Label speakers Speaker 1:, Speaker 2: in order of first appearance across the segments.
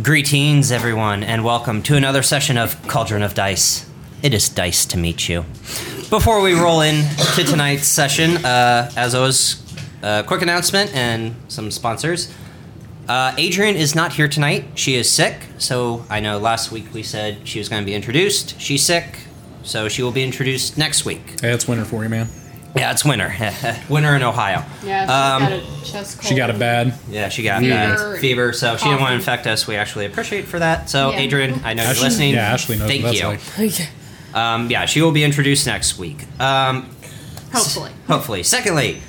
Speaker 1: Greetings, everyone, and welcome to another session of Cauldron of Dice. It is dice to meet you. Before we roll in to tonight's session, uh, as always, a quick announcement and some sponsors. Uh, Adrian is not here tonight. She is sick. So I know last week we said she was going to be introduced. She's sick, so she will be introduced next week.
Speaker 2: Hey, it's winter for you, man.
Speaker 1: Yeah, it's winter. winter in Ohio.
Speaker 3: Yeah, she
Speaker 1: Um,
Speaker 3: got a chest cold.
Speaker 2: She got a bad.
Speaker 1: Yeah, she got
Speaker 3: Fever.
Speaker 1: fever, fever so she didn't want to
Speaker 3: Coughing.
Speaker 1: infect us. We actually appreciate for that. So,
Speaker 3: Yeah.
Speaker 1: Adrian, I know
Speaker 2: Ashley-
Speaker 1: you're listening.
Speaker 2: yeah, Ashley knows
Speaker 1: Thank
Speaker 2: what that's
Speaker 1: you.
Speaker 2: like.
Speaker 1: Um, yeah, she will be introduced next week. Um,
Speaker 3: Hopefully.
Speaker 1: hopefully. Secondly,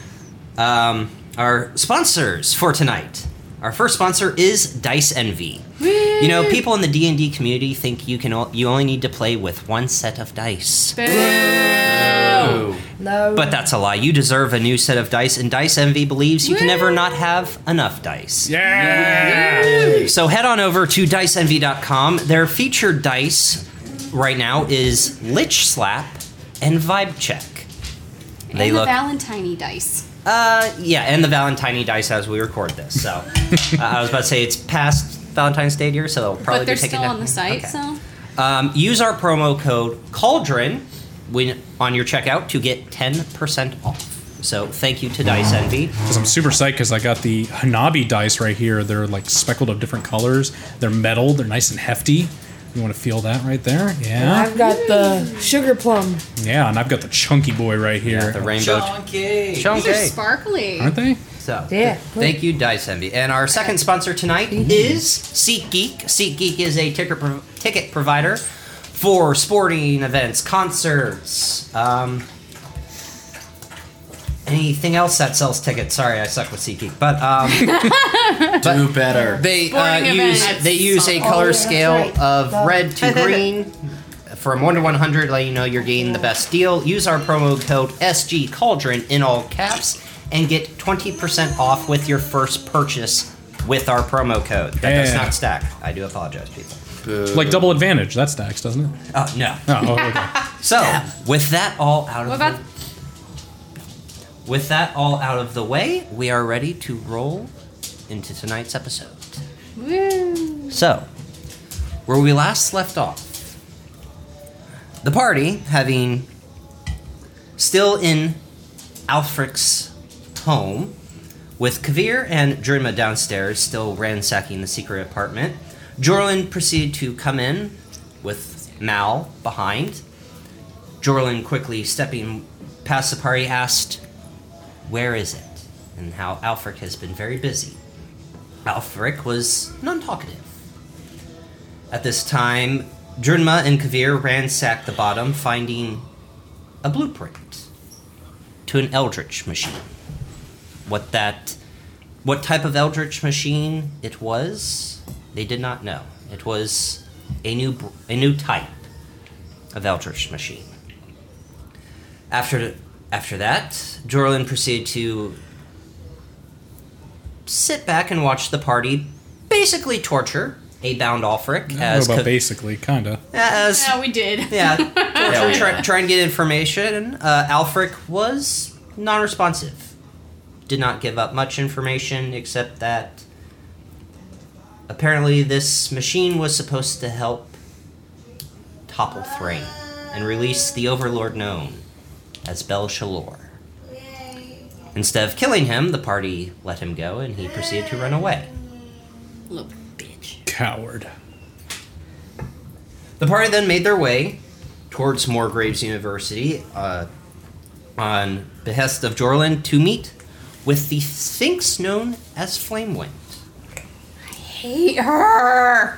Speaker 1: um, our sponsors for tonight. Our first sponsor is Dice Envy. You know, people in the D and D community think you can o- you only need to play with one set of dice,
Speaker 3: Boo.
Speaker 4: No.
Speaker 1: but that's a lie. You deserve a new set of dice, and Dice Envy believes you can never not have enough dice.
Speaker 2: Yeah.
Speaker 1: So head on over to diceenvy.com. Their featured dice right now is Lich Slap and Vibe Check. They
Speaker 3: and
Speaker 1: look-
Speaker 3: the Valentine dice.
Speaker 1: Uh, yeah, and the Valentine dice as we record this. So uh, I was about to say it's past Valentine's Day here, so they'll probably
Speaker 3: but they're
Speaker 1: be taken
Speaker 3: still
Speaker 1: down.
Speaker 3: on the site,
Speaker 1: Okay.
Speaker 3: so
Speaker 1: Um, use our promo code Cauldron when on your checkout to get ten percent off. So thank you to Dice Envy.
Speaker 2: Because I'm super psyched because I got the Hanabi dice right here. They're like speckled of different colors. They're metal. They're nice and hefty. You want to feel that right there? Yeah.
Speaker 4: I've got the sugar plum.
Speaker 2: Yeah, and I've got the chunky boy right here.
Speaker 1: The rainbow.
Speaker 3: these are
Speaker 1: Chunky.
Speaker 3: sparkly.
Speaker 2: Aren't they?
Speaker 1: So
Speaker 4: Yeah.
Speaker 1: thank you, Dice Envy. And our second sponsor tonight is SeatGeek. SeatGeek is a ticket pro- ticket provider for sporting events, concerts. Um, anything else that sells tickets? Sorry, I suck with SeatGeek, but um,
Speaker 5: Do better.
Speaker 1: they uh,
Speaker 3: Sporting
Speaker 1: use
Speaker 3: events.
Speaker 1: they use a
Speaker 3: Oh,
Speaker 1: color
Speaker 4: yeah, that's
Speaker 1: scale
Speaker 4: right.
Speaker 1: of
Speaker 4: The-
Speaker 1: red to green. From 1 to 100, let you know you're getting the best deal. Use our promo code SG Cauldron in all caps and get 20% off with your first purchase with our promo code. That does
Speaker 2: Yeah.
Speaker 1: not stack. I do apologize, people.
Speaker 2: Like double advantage. That stacks, doesn't it?
Speaker 1: Oh, no.
Speaker 2: Oh, oh, okay.
Speaker 1: So, with that all out
Speaker 3: What
Speaker 1: of
Speaker 3: about
Speaker 1: the, with that all out of the way, we are ready to roll into tonight's episode.
Speaker 3: Woo.
Speaker 1: So, where we last left off, the party having still in Alfric's home, with Kavir and Drima downstairs still ransacking the secret apartment, Jorlin proceeded to come in with Mal behind. Jorlin quickly stepping past the party asked, Where is it? And how Alfric has been very busy. Alfric was non talkative. At this time, Drunma and Kavir ransacked the bottom, finding a blueprint to an Eldritch machine. What that what type of Eldritch machine it was, they did not know. It was a new br- a new type of Eldritch machine. After after that, Jorlin proceeded to sit back and watch the party basically torture a bound Alfric
Speaker 2: I don't
Speaker 1: as
Speaker 2: know about
Speaker 1: Ka-
Speaker 2: basically, kinda.
Speaker 1: as
Speaker 3: Yeah, we did.
Speaker 1: yeah,
Speaker 5: Yeah, we
Speaker 1: torture, try,
Speaker 5: did.
Speaker 1: try and get information. Uh, Alfric was non-responsive. Did not give up much information except that apparently this machine was supposed to help topple Thrain and release the Overlord known as Bel Shalor. Instead of killing him, the party let him go and he proceeded to run away.
Speaker 3: Little bitch.
Speaker 2: Coward.
Speaker 1: The party then made their way towards Moorgraves University uh, on behest of Jorlin to meet with the Sphinx known as Flamewind.
Speaker 3: Hate her.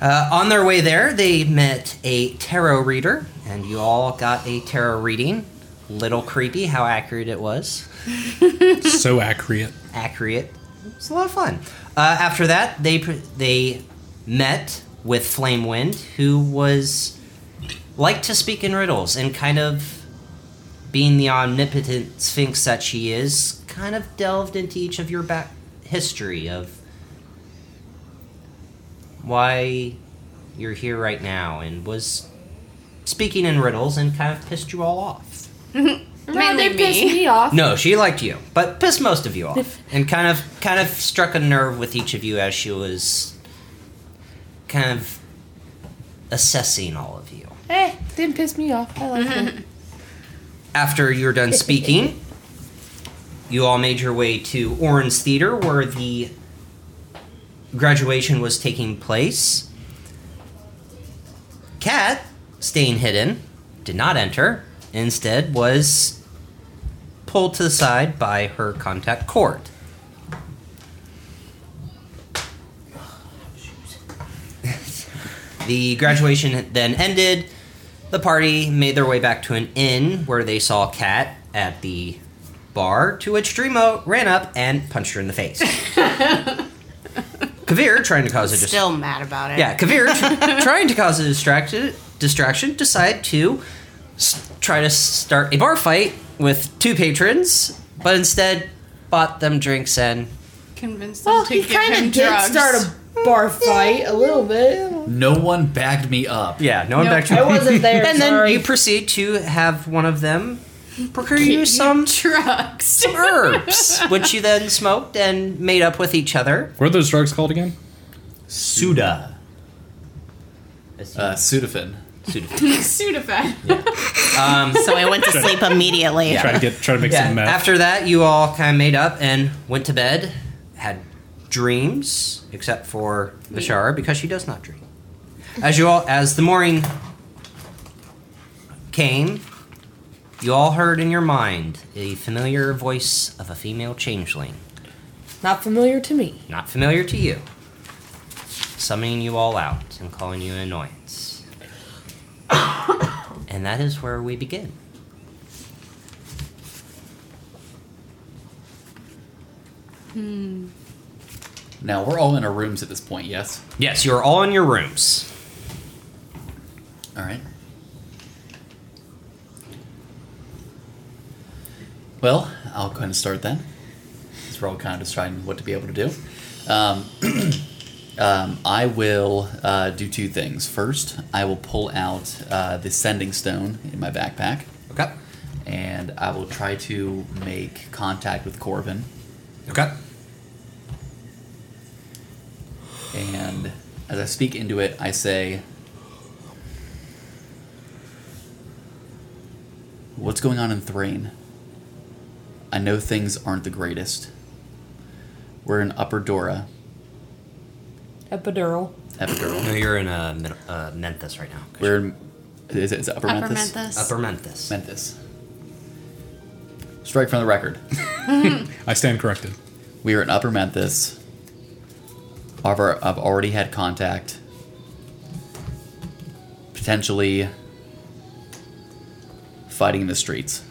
Speaker 1: Uh, on their way there, they met a tarot reader, and you all got a tarot reading. Little creepy how accurate it was.
Speaker 2: so accurate.
Speaker 1: accurate. It's a lot of fun. Uh, after that, they pr- they met with Flamewind, who was liked to speak in riddles and kind of being the omnipotent sphinx that she is, kind of delved into each of your back history of why you're here right now and was speaking in riddles and kind of pissed you all off.
Speaker 4: No,
Speaker 3: Mainly
Speaker 4: they pissed
Speaker 3: me.
Speaker 4: me off.
Speaker 1: No, she liked you, but pissed most of you off, and kind of kind of struck a nerve with each of you as she was kind of assessing all of you.
Speaker 4: Hey, Eh, didn't piss me off. I like it.
Speaker 1: After you're done speaking, you all made your way to Orange Theater where the graduation was taking place. Kat, staying hidden, did not enter. Instead, was pulled to the side by her contact Court. The graduation then ended. The party made their way back to an inn where they saw Kat at the bar, to which Dreamo ran up and punched her in the face. Kavir, trying to cause a dis-
Speaker 6: Still mad about it.
Speaker 1: yeah, Kavir, tr- trying to cause a distraction, distraction, decide to s- try to start a bar fight with two patrons, but instead bought them drinks and
Speaker 6: Convinced them
Speaker 4: Well,
Speaker 6: to
Speaker 4: Oh, he
Speaker 6: give
Speaker 4: kind
Speaker 6: him
Speaker 4: of did
Speaker 6: drugs.
Speaker 4: start a bar fight a little bit.
Speaker 5: No one bagged me up.
Speaker 1: yeah, no one
Speaker 6: No,
Speaker 1: back
Speaker 4: I
Speaker 1: to.
Speaker 4: wasn't there.
Speaker 1: And then
Speaker 4: sorry.
Speaker 1: you proceed to have one of them procure you some
Speaker 6: drugs.
Speaker 1: herbs, which you then smoked and made up with each other.
Speaker 2: What are those drugs called again?
Speaker 1: Suda.
Speaker 5: Uh, Sudafed.
Speaker 1: Suda.
Speaker 6: Sudafed.
Speaker 1: um,
Speaker 6: So I went to sleep immediately.
Speaker 2: Try to get try to make
Speaker 1: yeah,
Speaker 2: some meth.
Speaker 1: after that, you all kind of made up and went to bed, had dreams, except for Bashar, because she does not dream. As you all, as the morning came, you all heard in your mind a familiar voice of a female changeling.
Speaker 4: Not familiar to me.
Speaker 1: not familiar to you, summoning you all out and calling you an annoyance. and that is where we begin.
Speaker 5: Now we're all in our rooms at this point. Yes.
Speaker 1: Yes, you are all in your rooms.
Speaker 5: All right. Well, I'll go ahead and start then. Since we're all kind of deciding what to be able to do. Um, um, I will uh, do two things. First, I will pull out uh, the sending stone in my backpack,
Speaker 1: Okay.
Speaker 5: and I will try to make contact with Corvin.
Speaker 1: Okay.
Speaker 5: And as I speak into it, I say, What's going on in Thrain? I know things aren't the greatest. We're in Upper Dora,
Speaker 4: Epidural.
Speaker 1: No,
Speaker 5: Epidural.
Speaker 1: you're in uh, Mid- uh, Memphis right now.
Speaker 5: We're in. Is it, is it Upper,
Speaker 6: Upper
Speaker 5: Memphis?
Speaker 6: Memphis.
Speaker 1: Upper Memphis.
Speaker 5: Memphis. Strike from the record.
Speaker 2: I stand corrected.
Speaker 5: We are in Upper Memphis. I've, al- I've already had contact. Potentially fighting in the streets.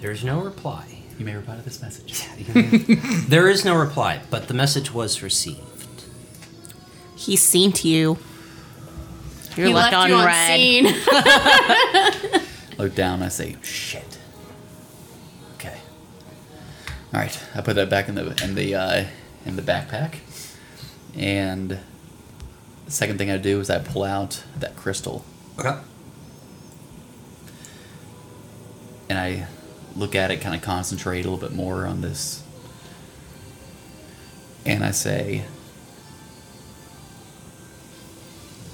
Speaker 1: There's no reply.
Speaker 5: You may reply to this message.
Speaker 1: there is no reply, but the message was received.
Speaker 6: He seen to you. You're
Speaker 3: He
Speaker 6: left
Speaker 3: left
Speaker 6: on
Speaker 3: you on
Speaker 6: red.
Speaker 3: scene.
Speaker 5: Look down, I say, shit. Okay. Alright, I put that back in the in the uh, in the backpack. And the second thing I do is I pull out that crystal
Speaker 1: Okay.
Speaker 5: and I look at it, kind of concentrate a little bit more on this, and I say,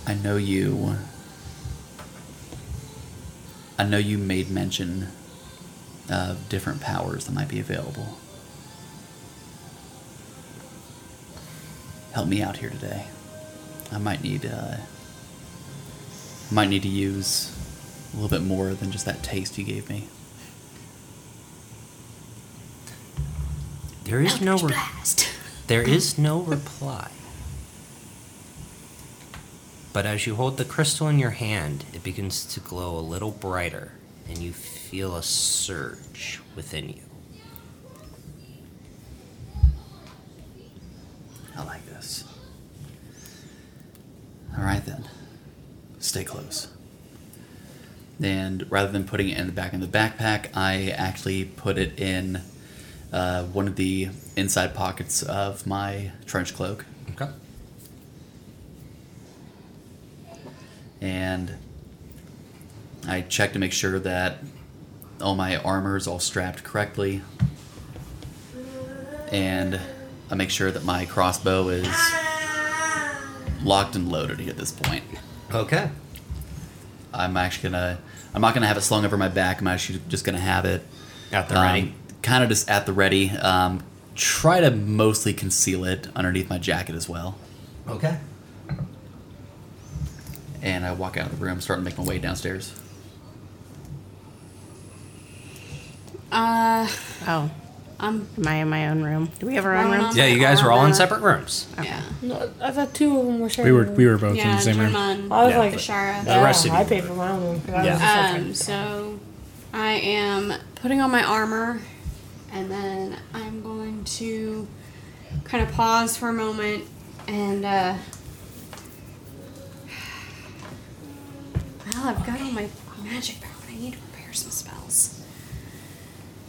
Speaker 5: I know you. I know you made mention of different powers that might be available. Help me out here today. I might need uh, might need to use a little bit more than just that taste you gave me.
Speaker 1: There is no re- There is no reply. But as you hold the crystal in your hand, it begins to glow a little brighter, and you feel a surge within you.
Speaker 5: I like this. All right then. Stay close. And rather than putting it in the back in the backpack, I actually put it in uh, one of the inside pockets of my trench cloak,
Speaker 1: Okay.
Speaker 5: and I check to make sure that all my armor is all strapped correctly, and I make sure that my crossbow is locked and loaded at this point.
Speaker 1: Okay.
Speaker 5: I'm actually gonna. I'm not gonna have it slung over my back. I'm actually just gonna have it
Speaker 1: At the ready.
Speaker 5: kind of just at the ready. Um, try to mostly conceal it underneath my jacket as well.
Speaker 1: Um, Okay.
Speaker 5: And I walk out of the room, starting to make my way downstairs.
Speaker 3: Uh,
Speaker 6: Oh,
Speaker 3: I'm.
Speaker 6: am I in my own room? Do we have our
Speaker 3: Why
Speaker 6: own
Speaker 3: not?
Speaker 6: rooms?
Speaker 1: Yeah, you guys were all in separate rooms.
Speaker 3: Yeah.
Speaker 4: No, I thought two of them were
Speaker 2: We were we were both in
Speaker 3: Yeah,
Speaker 2: the same room.
Speaker 3: German.
Speaker 4: I was
Speaker 1: Yeah.
Speaker 4: like,
Speaker 3: Shara.
Speaker 1: The rest of
Speaker 4: I
Speaker 1: you.
Speaker 4: paid for my own one. 'cause I
Speaker 1: Yeah.
Speaker 4: was just
Speaker 3: Um,
Speaker 4: like,
Speaker 3: so I am putting on my armor and then I'm going to kind of pause for a moment and uh Well, I've got all my magic power, but I need to repair some spells.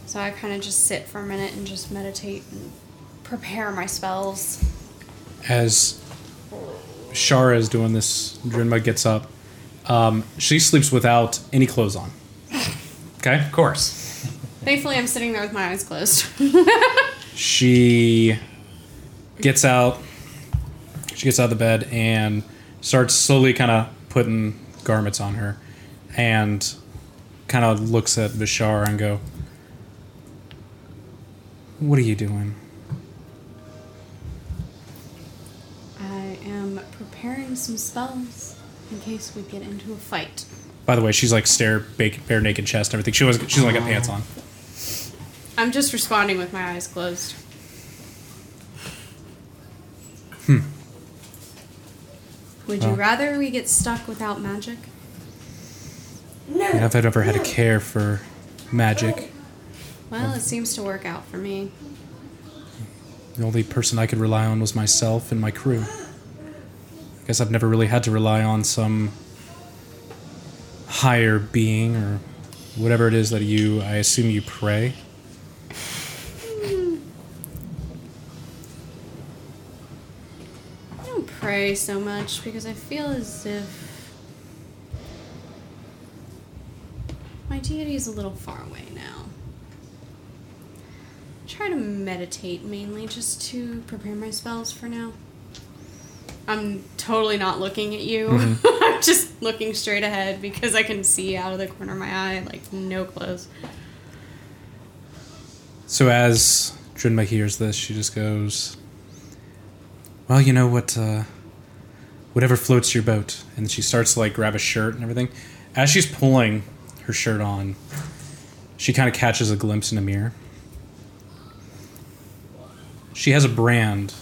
Speaker 3: So I kind of just sit for a minute and just meditate and prepare my spells.
Speaker 2: as Shara is doing this, Drinma gets up. Um, she sleeps without any clothes on. Okay?
Speaker 1: Of course.
Speaker 3: Thankfully, I'm sitting there with my eyes closed.
Speaker 2: She gets out. She gets out of the bed and starts slowly kind of putting garments on her and kind of looks at Bashar and go, What are you doing?
Speaker 3: I am preparing some spells in case we get into a fight.
Speaker 2: By the way, she's like stare, bake, bare naked chest, and everything. She was she's like got pants on.
Speaker 3: I'm just responding with my eyes closed. Would you rather we get stuck without magic?
Speaker 2: And if I'd ever had a care for magic,
Speaker 3: Well, it seems to work out for me.
Speaker 2: The only person I could rely on was myself and my crew. I guess I've never really had to rely on some higher being or whatever it is that you, I assume you pray.
Speaker 3: I don't pray so much because I feel as if my deity is a little far away now. I try to meditate mainly just to prepare my spells for now. I'm totally not looking at you.
Speaker 2: Mm-hmm.
Speaker 3: I'm just looking straight ahead because I can see out of the corner of my eye, like no clothes.
Speaker 2: So as Drinma hears this, she just goes, "Well, you know what? Uh, whatever floats your boat." And she starts to like grab a shirt and everything. As she's pulling her shirt on, she kind of catches a glimpse in a mirror. She has a brand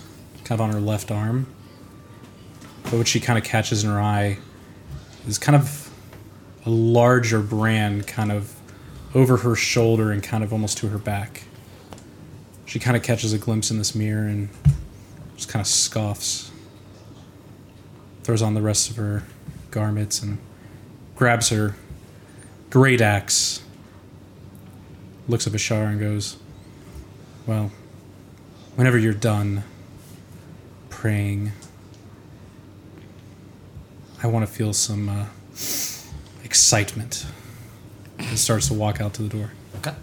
Speaker 2: kind of on her left arm, but what she kind of catches in her eye is kind of a larger brand kind of over her shoulder and kind of almost to her back. She kind of catches a glimpse in this mirror and just kind of scoffs, throws on the rest of her garments and grabs her great axe, looks at Bashar and goes, Well, whenever you're done praying, I want to feel some uh, excitement and starts to walk out to the door.
Speaker 1: Okay.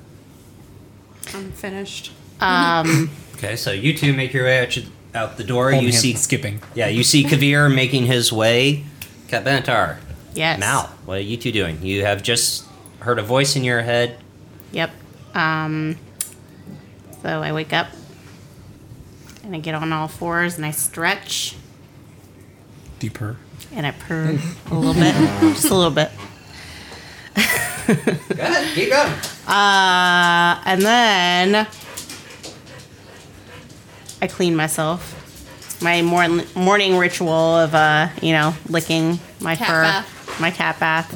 Speaker 3: I'm finished.
Speaker 1: Okay, so you two make your way out, you- out the door.
Speaker 2: Hold
Speaker 1: you
Speaker 2: hands
Speaker 1: see,
Speaker 2: and skipping.
Speaker 1: yeah, you see Kavir making his way. Kabentar,
Speaker 6: Yes.
Speaker 1: Mal, what are you two doing? You have just heard a voice in your head.
Speaker 6: Yep. Um, so I wake up and I get on all fours and I stretch
Speaker 2: Deeper.
Speaker 6: and I purr a little bit, just a little bit.
Speaker 1: Keep going.
Speaker 6: Uh, and then I clean myself. My morn- morning ritual of, uh, you know, licking my
Speaker 3: Cat
Speaker 6: fur,
Speaker 3: bath.
Speaker 6: my cat bath.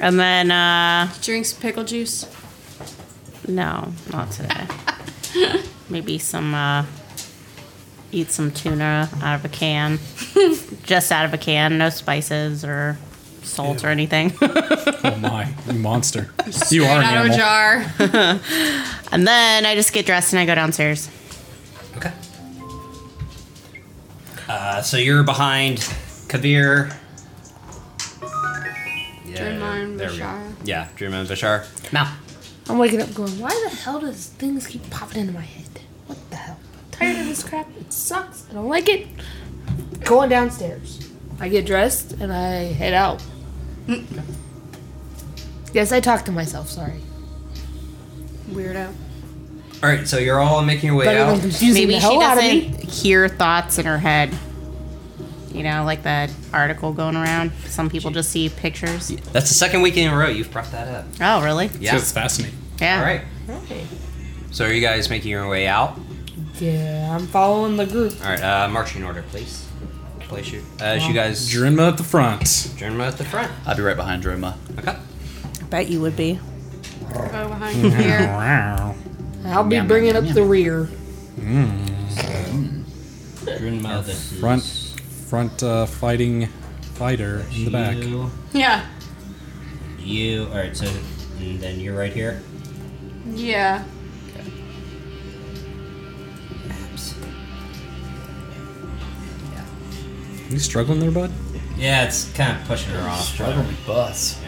Speaker 6: And then, uh,
Speaker 3: Drink some pickle juice.
Speaker 6: no, not today. Maybe some, uh, eat some tuna out of a can. Just out of a can, no spices or salt or anything.
Speaker 2: Oh my, you monster. You are an
Speaker 3: out of a
Speaker 2: animal.
Speaker 3: jar.
Speaker 6: and then I just get dressed and I go downstairs.
Speaker 1: Okay. Uh, so you're behind Kavir. Yeah,
Speaker 3: Drimar and
Speaker 1: there we go.
Speaker 3: Bashar.
Speaker 1: Yeah, Drimar and Bashar. Mal.
Speaker 4: I'm waking up going, why the hell does things keep popping into my head? What the hell? I'm tired of this crap. It sucks. I don't like it. Going downstairs. I get dressed and I head out. yes, I talk to myself. Sorry.
Speaker 3: Weirdo.
Speaker 1: All right, so you're all making your way
Speaker 4: Better than
Speaker 1: out.
Speaker 4: confusing
Speaker 6: Maybe
Speaker 4: the
Speaker 6: she
Speaker 4: hell out of me.
Speaker 6: doesn't hear thoughts in her head. You know, like that article going around. Some people just see pictures.
Speaker 1: That's the second weekend in a row you've brought that up.
Speaker 6: Oh, really?
Speaker 1: Yeah.
Speaker 2: It's fascinating.
Speaker 6: Yeah.
Speaker 1: All right. So are you guys making your way out?
Speaker 4: Yeah, I'm following the group.
Speaker 1: All right, uh, marching order, please. Place you as you guys
Speaker 2: Drinma at the front.
Speaker 1: join at the front.
Speaker 5: I'll be right behind Droma.
Speaker 1: Okay.
Speaker 6: I bet you would be.
Speaker 3: Go behind here.
Speaker 2: Wow.
Speaker 4: I'll be
Speaker 5: Meow, meow,
Speaker 4: bringing
Speaker 5: meow,
Speaker 4: up
Speaker 5: meow.
Speaker 4: the rear.
Speaker 1: Drinma the
Speaker 2: Front, front uh, fighting fighter in the back.
Speaker 3: Yeah.
Speaker 1: You. All right. So and then you're right here.
Speaker 3: Yeah.
Speaker 2: You struggling there, bud?
Speaker 1: Yeah, it's kind of pushing her off.
Speaker 5: bus.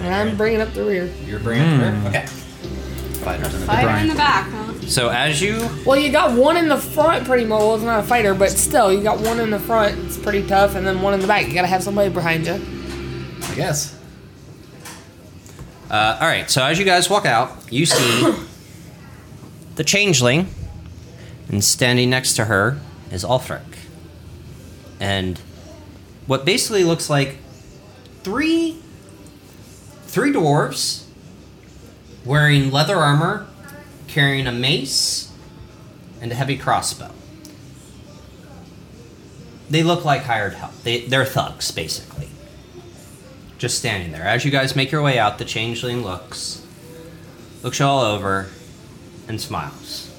Speaker 4: And I'm bringing up the rear.
Speaker 1: You're bringing her. Okay.
Speaker 5: Fighters in the
Speaker 3: Fighter
Speaker 2: Brian.
Speaker 3: in the back, huh?
Speaker 1: So as you
Speaker 4: Well, you got one in the front, pretty much. Well, it's not a fighter, but still, you got one in the front. It's pretty tough, and then one in the back. You gotta have somebody behind you.
Speaker 5: I guess.
Speaker 1: Uh, all right, so as you guys walk out, you see the changeling, and standing next to her is Ulfric. And what basically looks like three three dwarves wearing leather armor, carrying a mace and a heavy crossbow. They look like hired help. They, they're thugs, basically just standing there. As you guys make your way out, the changeling looks, looks you all over, and smiles.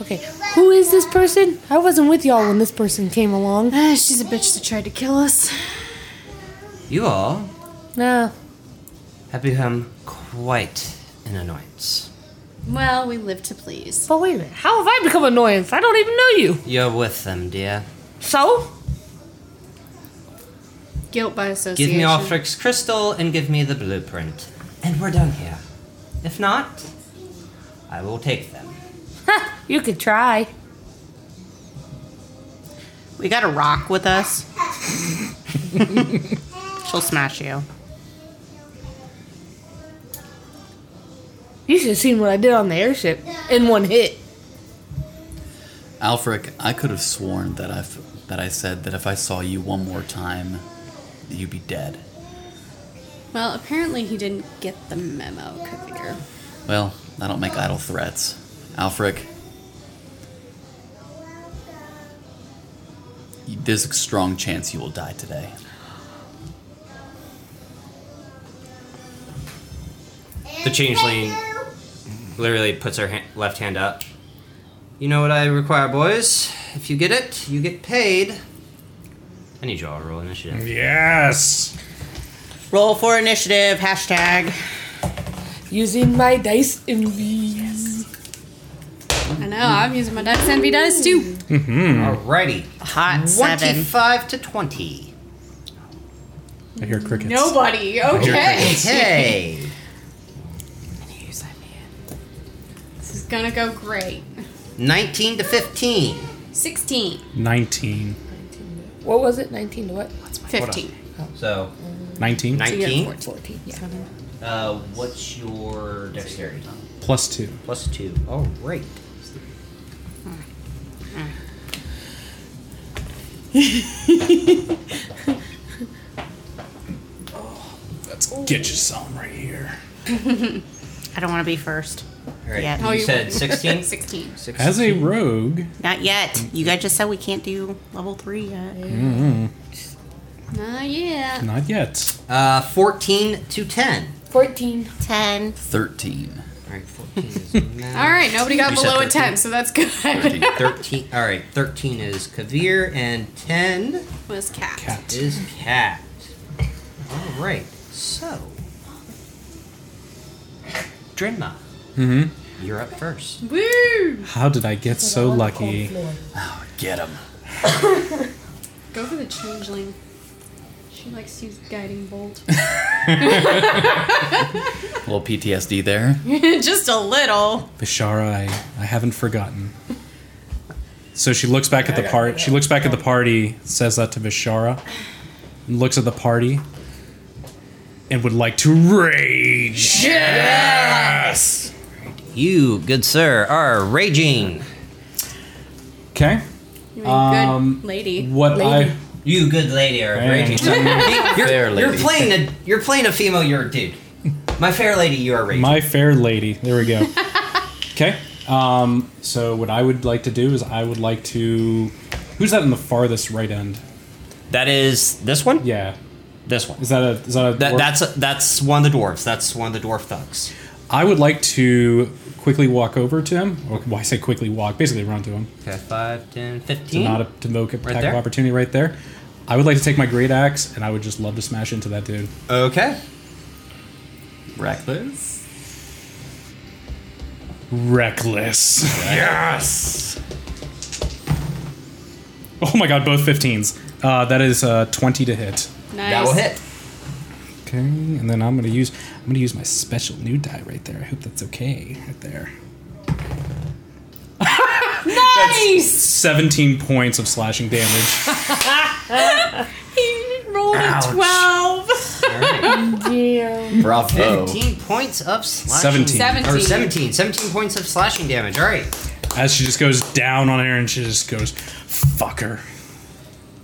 Speaker 4: Okay, who is this person? I wasn't with y'all when this person came along.
Speaker 3: Ah, she's a bitch that tried to kill us.
Speaker 1: You all
Speaker 4: No,
Speaker 1: have become quite an annoyance.
Speaker 3: Well, we live to please.
Speaker 4: but wait a minute. How have I become annoyance? I don't even know you.
Speaker 1: You're with them, dear.
Speaker 4: So,
Speaker 3: Guilt by
Speaker 1: Give
Speaker 3: association.
Speaker 1: me Ulfric's crystal and give me the blueprint, and we're done here. If not, I will take them.
Speaker 4: you could try.
Speaker 6: We got a rock with us. She'll smash you.
Speaker 4: You should have seen what I did on the airship in one hit.
Speaker 5: Alfric, I could have sworn that I that I said that if I saw you one more time, you'd be dead.
Speaker 3: Well, apparently he didn't get the memo, Kavir.
Speaker 5: Well, I don't make idle threats. Alfric, y- there's a strong chance you will die today.
Speaker 1: The changeling literally puts her hand, left hand up. You know what I require, boys? If you get it, you get paid. I need you all to roll initiative.
Speaker 2: Yes.
Speaker 6: Roll for initiative, hashtag.
Speaker 4: Using my dice envy.
Speaker 3: I know, I'm using my Dice Envy dice too.
Speaker 1: Alrighty.
Speaker 6: Hot seven.
Speaker 1: 25 to 20.
Speaker 2: I hear crickets.
Speaker 3: Nobody, okay.
Speaker 1: Hey.
Speaker 3: This is gonna go great.
Speaker 1: 19 to 15.
Speaker 3: 16.
Speaker 2: 19.
Speaker 4: What was it? 19 to what?
Speaker 3: 15.
Speaker 1: So,
Speaker 2: 19?
Speaker 1: 19.
Speaker 4: 14, yeah.
Speaker 1: Uh, what's your dexterity?
Speaker 2: Plus 2.
Speaker 1: Plus 2. All right.
Speaker 2: Let's
Speaker 3: Oh.
Speaker 2: get you some right here.
Speaker 6: I don't want to be first.
Speaker 1: All right.
Speaker 6: Yeah.
Speaker 3: Oh,
Speaker 1: You said 16?
Speaker 3: 16.
Speaker 1: 16.
Speaker 2: As a rogue,
Speaker 6: Not yet. You guys just said we can't do level three yet.
Speaker 3: Oh, yeah.
Speaker 2: not yet.
Speaker 1: Uh, 14 to 10.
Speaker 4: 14.
Speaker 6: Ten.
Speaker 5: 13.
Speaker 1: All right, 14 is
Speaker 3: All right, nobody got
Speaker 5: You said
Speaker 3: below a
Speaker 5: 13.
Speaker 3: 10, so that's good.
Speaker 5: 13.
Speaker 1: 13. All right, 13 is Kavir, and 10
Speaker 3: Was cat.
Speaker 2: Cat.
Speaker 1: is Cat. All right, so. Drinma,
Speaker 2: hmm
Speaker 1: you're up first.
Speaker 3: Woo!
Speaker 2: How did I get so lucky?
Speaker 5: Get him.
Speaker 3: Go for the changeling. She likes to use guiding bolt.
Speaker 5: A little PTSD there.
Speaker 3: Just a little.
Speaker 2: Bashara, I, I haven't forgotten. So she looks back at the part. She looks back at the party. Says that to Vishara. and Looks at the party. And would like to rage.
Speaker 1: You, good sir, are raging.
Speaker 2: Okay.
Speaker 3: You're a
Speaker 2: Um,
Speaker 3: good lady.
Speaker 2: What I
Speaker 1: You, good lady, are
Speaker 2: Dang.
Speaker 1: raging. So, you're,
Speaker 5: Fair
Speaker 1: you're
Speaker 5: lady.
Speaker 1: playing a you're playing a female. You're a dude. My fair lady, you are raging.
Speaker 2: my fair lady. There we go. okay. Um, so what I would like to do is I would like to. Who's that in the farthest right end?
Speaker 1: that is this one.
Speaker 2: Yeah.
Speaker 1: This one.
Speaker 2: Is that a? Is that a?
Speaker 1: That,
Speaker 2: dwarf?
Speaker 1: that's that's one of the dwarves. That's one of the dwarf thugs.
Speaker 2: I would like to quickly walk over to him. Or, well, I say quickly walk, basically run to him.
Speaker 1: Okay, 5, 10,
Speaker 2: To
Speaker 1: 15.
Speaker 2: not a, to invoke a attack
Speaker 1: there?
Speaker 2: of opportunity right there. I would like to take my great axe, and I would just love to smash into that dude.
Speaker 1: okay.
Speaker 5: Reckless.
Speaker 2: Reckless. Yes. Oh my god, both 15s. Uh, that is uh, 20 to hit.
Speaker 3: Nice.
Speaker 1: That will hit.
Speaker 2: Okay, and then I'm gonna use I'm gonna use my special new die right there. I hope that's okay right there.
Speaker 3: Nice.
Speaker 2: 17 points of slashing damage.
Speaker 3: He rolled a
Speaker 5: Ouch.
Speaker 3: twelve.
Speaker 1: All right.
Speaker 5: Bravo.
Speaker 1: 15 points of slashing.
Speaker 2: 17.
Speaker 1: Or 17.
Speaker 3: 17.
Speaker 1: 17 points of slashing damage. All right.
Speaker 2: As she just goes down on her and she just goes, fucker.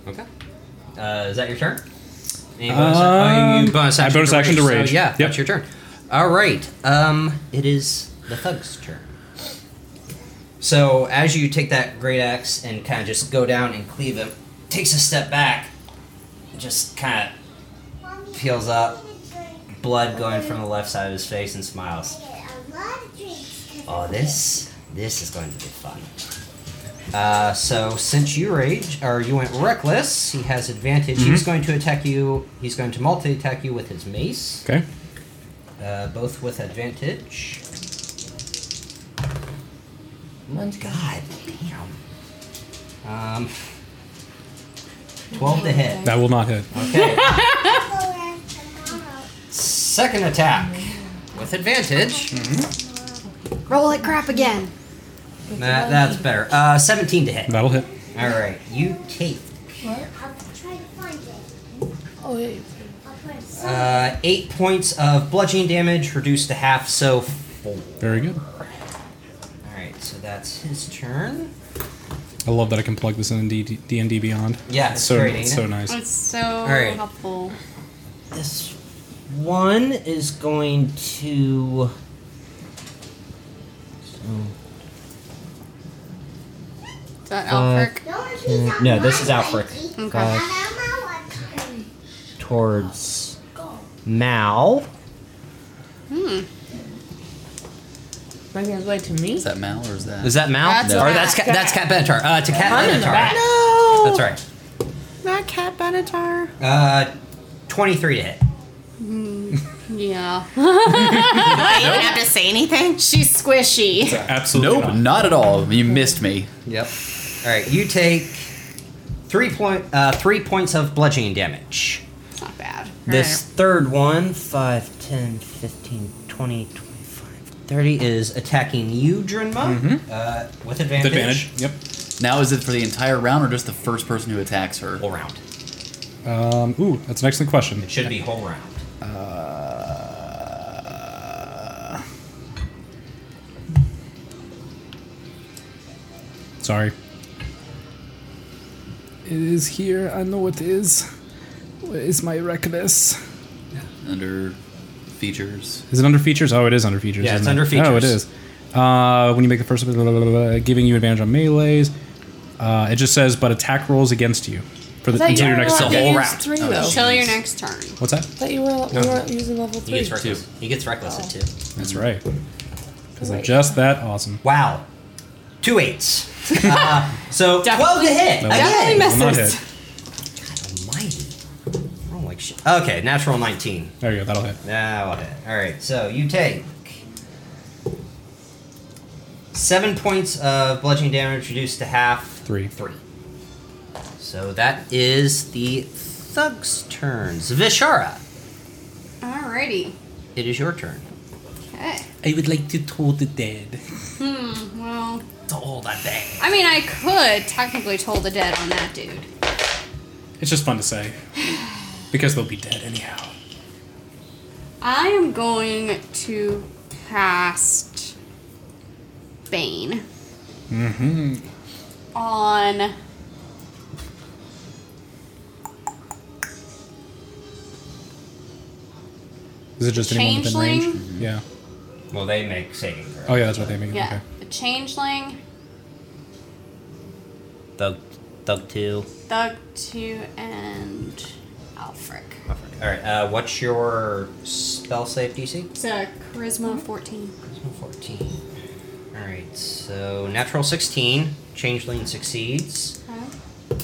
Speaker 1: Okay. Uh, is that your turn? Any bonus- oh, you
Speaker 2: Um,
Speaker 1: bonus
Speaker 2: I
Speaker 1: action,
Speaker 2: bonus
Speaker 1: to
Speaker 2: action to
Speaker 1: so
Speaker 2: rage.
Speaker 1: yeah,
Speaker 2: Yep.
Speaker 1: that's your turn. All right. Um, it is the thug's turn. So as you take that great axe and kind of just go down and cleave him, takes a step back, just kind of peels up, blood going from the left side of his face, and smiles. Oh, this this is going to be fun. Uh, so since you rage or you went reckless, he has advantage. He's going to attack you. He's going to multi-attack you with his mace,
Speaker 2: Okay.
Speaker 1: uh, both with advantage. My God, damn. Um, twelve to hit.
Speaker 2: That will not hit.
Speaker 1: Okay. Second attack with advantage.
Speaker 3: Roll it crap again.
Speaker 1: That, that's better. Uh, Seventeen to hit.
Speaker 2: That'll hit.
Speaker 1: All right, you take
Speaker 4: Oh,
Speaker 1: uh, eight points of bludgeoning damage, reduced to half, so four.
Speaker 2: Very good.
Speaker 1: All right, so that's his turn.
Speaker 2: I love that I can plug this in D D and D Beyond.
Speaker 1: Yeah,
Speaker 2: It's
Speaker 1: it's
Speaker 2: so
Speaker 1: great, eh?
Speaker 2: it's
Speaker 1: ain't
Speaker 2: so
Speaker 1: it?
Speaker 2: nice.
Speaker 3: That's so
Speaker 1: right.
Speaker 3: helpful.
Speaker 1: This one is going to.
Speaker 3: Is that
Speaker 1: Five.
Speaker 3: Alfric?
Speaker 1: No, this is Alfric.
Speaker 3: Okay.
Speaker 1: towards Mal.
Speaker 4: Making his way to me.
Speaker 5: Is that Mal or is that?
Speaker 1: Is that Mal?
Speaker 3: That's
Speaker 1: or
Speaker 3: Cat.
Speaker 1: that's Cat, that's Cat Benatar. Uh, to Cat
Speaker 4: I'm in the back.
Speaker 1: Benatar.
Speaker 6: Oh.
Speaker 1: That's right.
Speaker 6: Not Cat Benatar.
Speaker 1: Uh, twenty-three to hit.
Speaker 3: Yeah.
Speaker 6: I don't have to say anything.
Speaker 3: She's squishy.
Speaker 2: Absolutely.
Speaker 5: Nope, not at all. You missed me.
Speaker 1: Yep. All right, you take three point uh, three points of bludgeoning damage.
Speaker 3: It's not bad.
Speaker 1: This third one, 5, 10, 15, 20, 25, 30, is attacking you, Drinma, uh, with
Speaker 2: With
Speaker 1: advantage.
Speaker 2: advantage. Yep.
Speaker 5: Now, is it for the entire round or just the first person who attacks her?
Speaker 1: Whole round.
Speaker 2: Um, ooh, that's an excellent question.
Speaker 1: It should be whole round.
Speaker 5: Uh,
Speaker 2: Sorry. It is here. I know it is. What is my reckless?
Speaker 5: under features.
Speaker 2: Is it under features? Oh, it is under features.
Speaker 1: Yeah, it's
Speaker 2: isn't
Speaker 1: under
Speaker 2: it?
Speaker 1: features.
Speaker 2: Oh, it is. Uh, when you make the first, blah, blah, blah, blah, giving you advantage on melee's. Uh, it just says, but attack rolls against you for the,
Speaker 4: I thought
Speaker 2: until
Speaker 4: you
Speaker 2: your
Speaker 4: were
Speaker 2: next level.
Speaker 4: allowed to
Speaker 5: whole
Speaker 4: use
Speaker 5: round.
Speaker 4: Three,
Speaker 5: Oh,
Speaker 4: though.
Speaker 5: that's-
Speaker 3: Till your next turn.
Speaker 2: What's that?
Speaker 4: Thought you were, we weren't using level
Speaker 1: He
Speaker 4: three.
Speaker 1: gets reckless. He gets reckless at two.
Speaker 2: That's right. Because I'm just that awesome.
Speaker 1: Wow. Two eights. uh, so
Speaker 3: Definitely-
Speaker 1: 12 to hit.
Speaker 2: That will-
Speaker 1: Again.
Speaker 2: will not hit.
Speaker 1: Almighty. Roll like shit. Okay, natural 19.
Speaker 2: There you go. That'll hit.
Speaker 1: Now I'll hit. All right, so you take seven points of bludgeoning damage, reduced to half.
Speaker 2: Three.
Speaker 1: Three. So that is the thug's turns. Vishara,
Speaker 3: Alrighty.
Speaker 1: it is your turn.
Speaker 3: Okay.
Speaker 2: I would like to toll the dead.
Speaker 3: Hmm. Well,
Speaker 1: Toll the day.
Speaker 3: I mean, I could technically toll the dead on that dude.
Speaker 2: It's just fun to say. Because they'll be dead anyhow.
Speaker 3: I am going to cast Bane. Mm-hmm. On
Speaker 2: Is it just anyone within range? Mm-hmm.
Speaker 3: Changeling?
Speaker 2: Yeah.
Speaker 1: Well, they make saving throws.
Speaker 2: Oh yeah, that's what they mean.
Speaker 3: yeah,
Speaker 2: Okay.
Speaker 3: the changeling,
Speaker 1: Thug, thug two.
Speaker 3: Thug two, and Alfric.
Speaker 1: All right. Uh, what's your spell save DC?
Speaker 3: It's a
Speaker 1: Mm-hmm.
Speaker 3: charisma fourteen.
Speaker 1: Fourteen. All right. So natural sixteen. Changeling succeeds.
Speaker 3: Okay.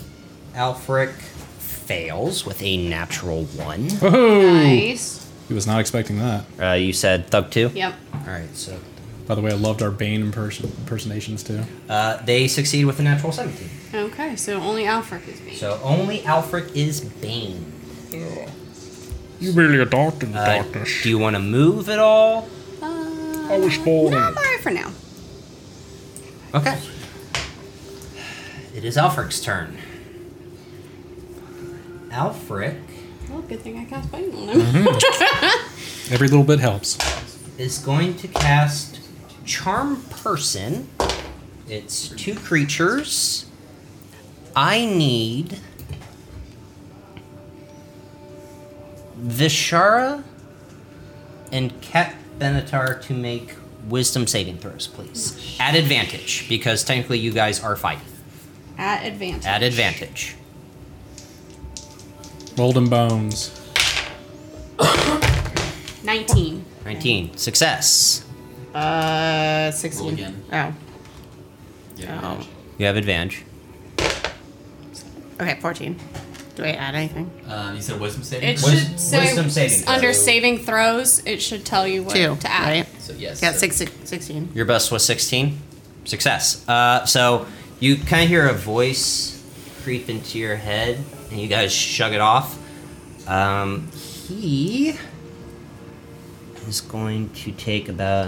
Speaker 1: Alfric fails with a natural one.
Speaker 2: Whoa!
Speaker 3: Nice.
Speaker 2: He was not expecting that.
Speaker 1: Uh, you said thug two.
Speaker 3: Yep.
Speaker 1: All right. So
Speaker 2: By the way, I loved our Bane imperson- impersonations too.
Speaker 1: uh, they succeed with a natural seventeen.
Speaker 3: Okay, so only Alfric is Bane.
Speaker 1: So only Alfric is Bane.
Speaker 2: You really a doctor,
Speaker 1: Uh, do you want to move at all?
Speaker 3: Uh,
Speaker 2: I was born.
Speaker 3: No, I'm alright for now.
Speaker 1: Okay. It is Alfric's turn. Alfric
Speaker 3: Well, good thing I cast Bane on him.
Speaker 1: Mm-hmm.
Speaker 2: Every little bit helps.
Speaker 1: is going to cast Charm Person. It's two creatures. I need Vishara and Cat Benatar to make wisdom saving throws, please. At advantage, because technically you guys are fighting.
Speaker 3: At advantage.
Speaker 1: At advantage.
Speaker 2: Golden bones.
Speaker 3: 19.
Speaker 1: 19. Success.
Speaker 6: Uh, 16.
Speaker 5: Roll again.
Speaker 6: Oh.
Speaker 5: Yeah.
Speaker 1: You have advantage.
Speaker 6: Oh. Okay, 14. Do I add anything?
Speaker 5: Uh, you said wisdom saving.
Speaker 3: It
Speaker 5: throw?
Speaker 1: Wis-
Speaker 3: should say
Speaker 1: wisdom saving throw.
Speaker 3: under saving throws, it should tell you what
Speaker 6: Two.
Speaker 3: to add.
Speaker 6: Right?
Speaker 5: So yes.
Speaker 6: Got
Speaker 5: so-
Speaker 6: six, six, 16.
Speaker 1: Your best was 16. Success. Uh, so you kind of hear a voice creep into your head, and you guys shug it off. Um, he is going to take about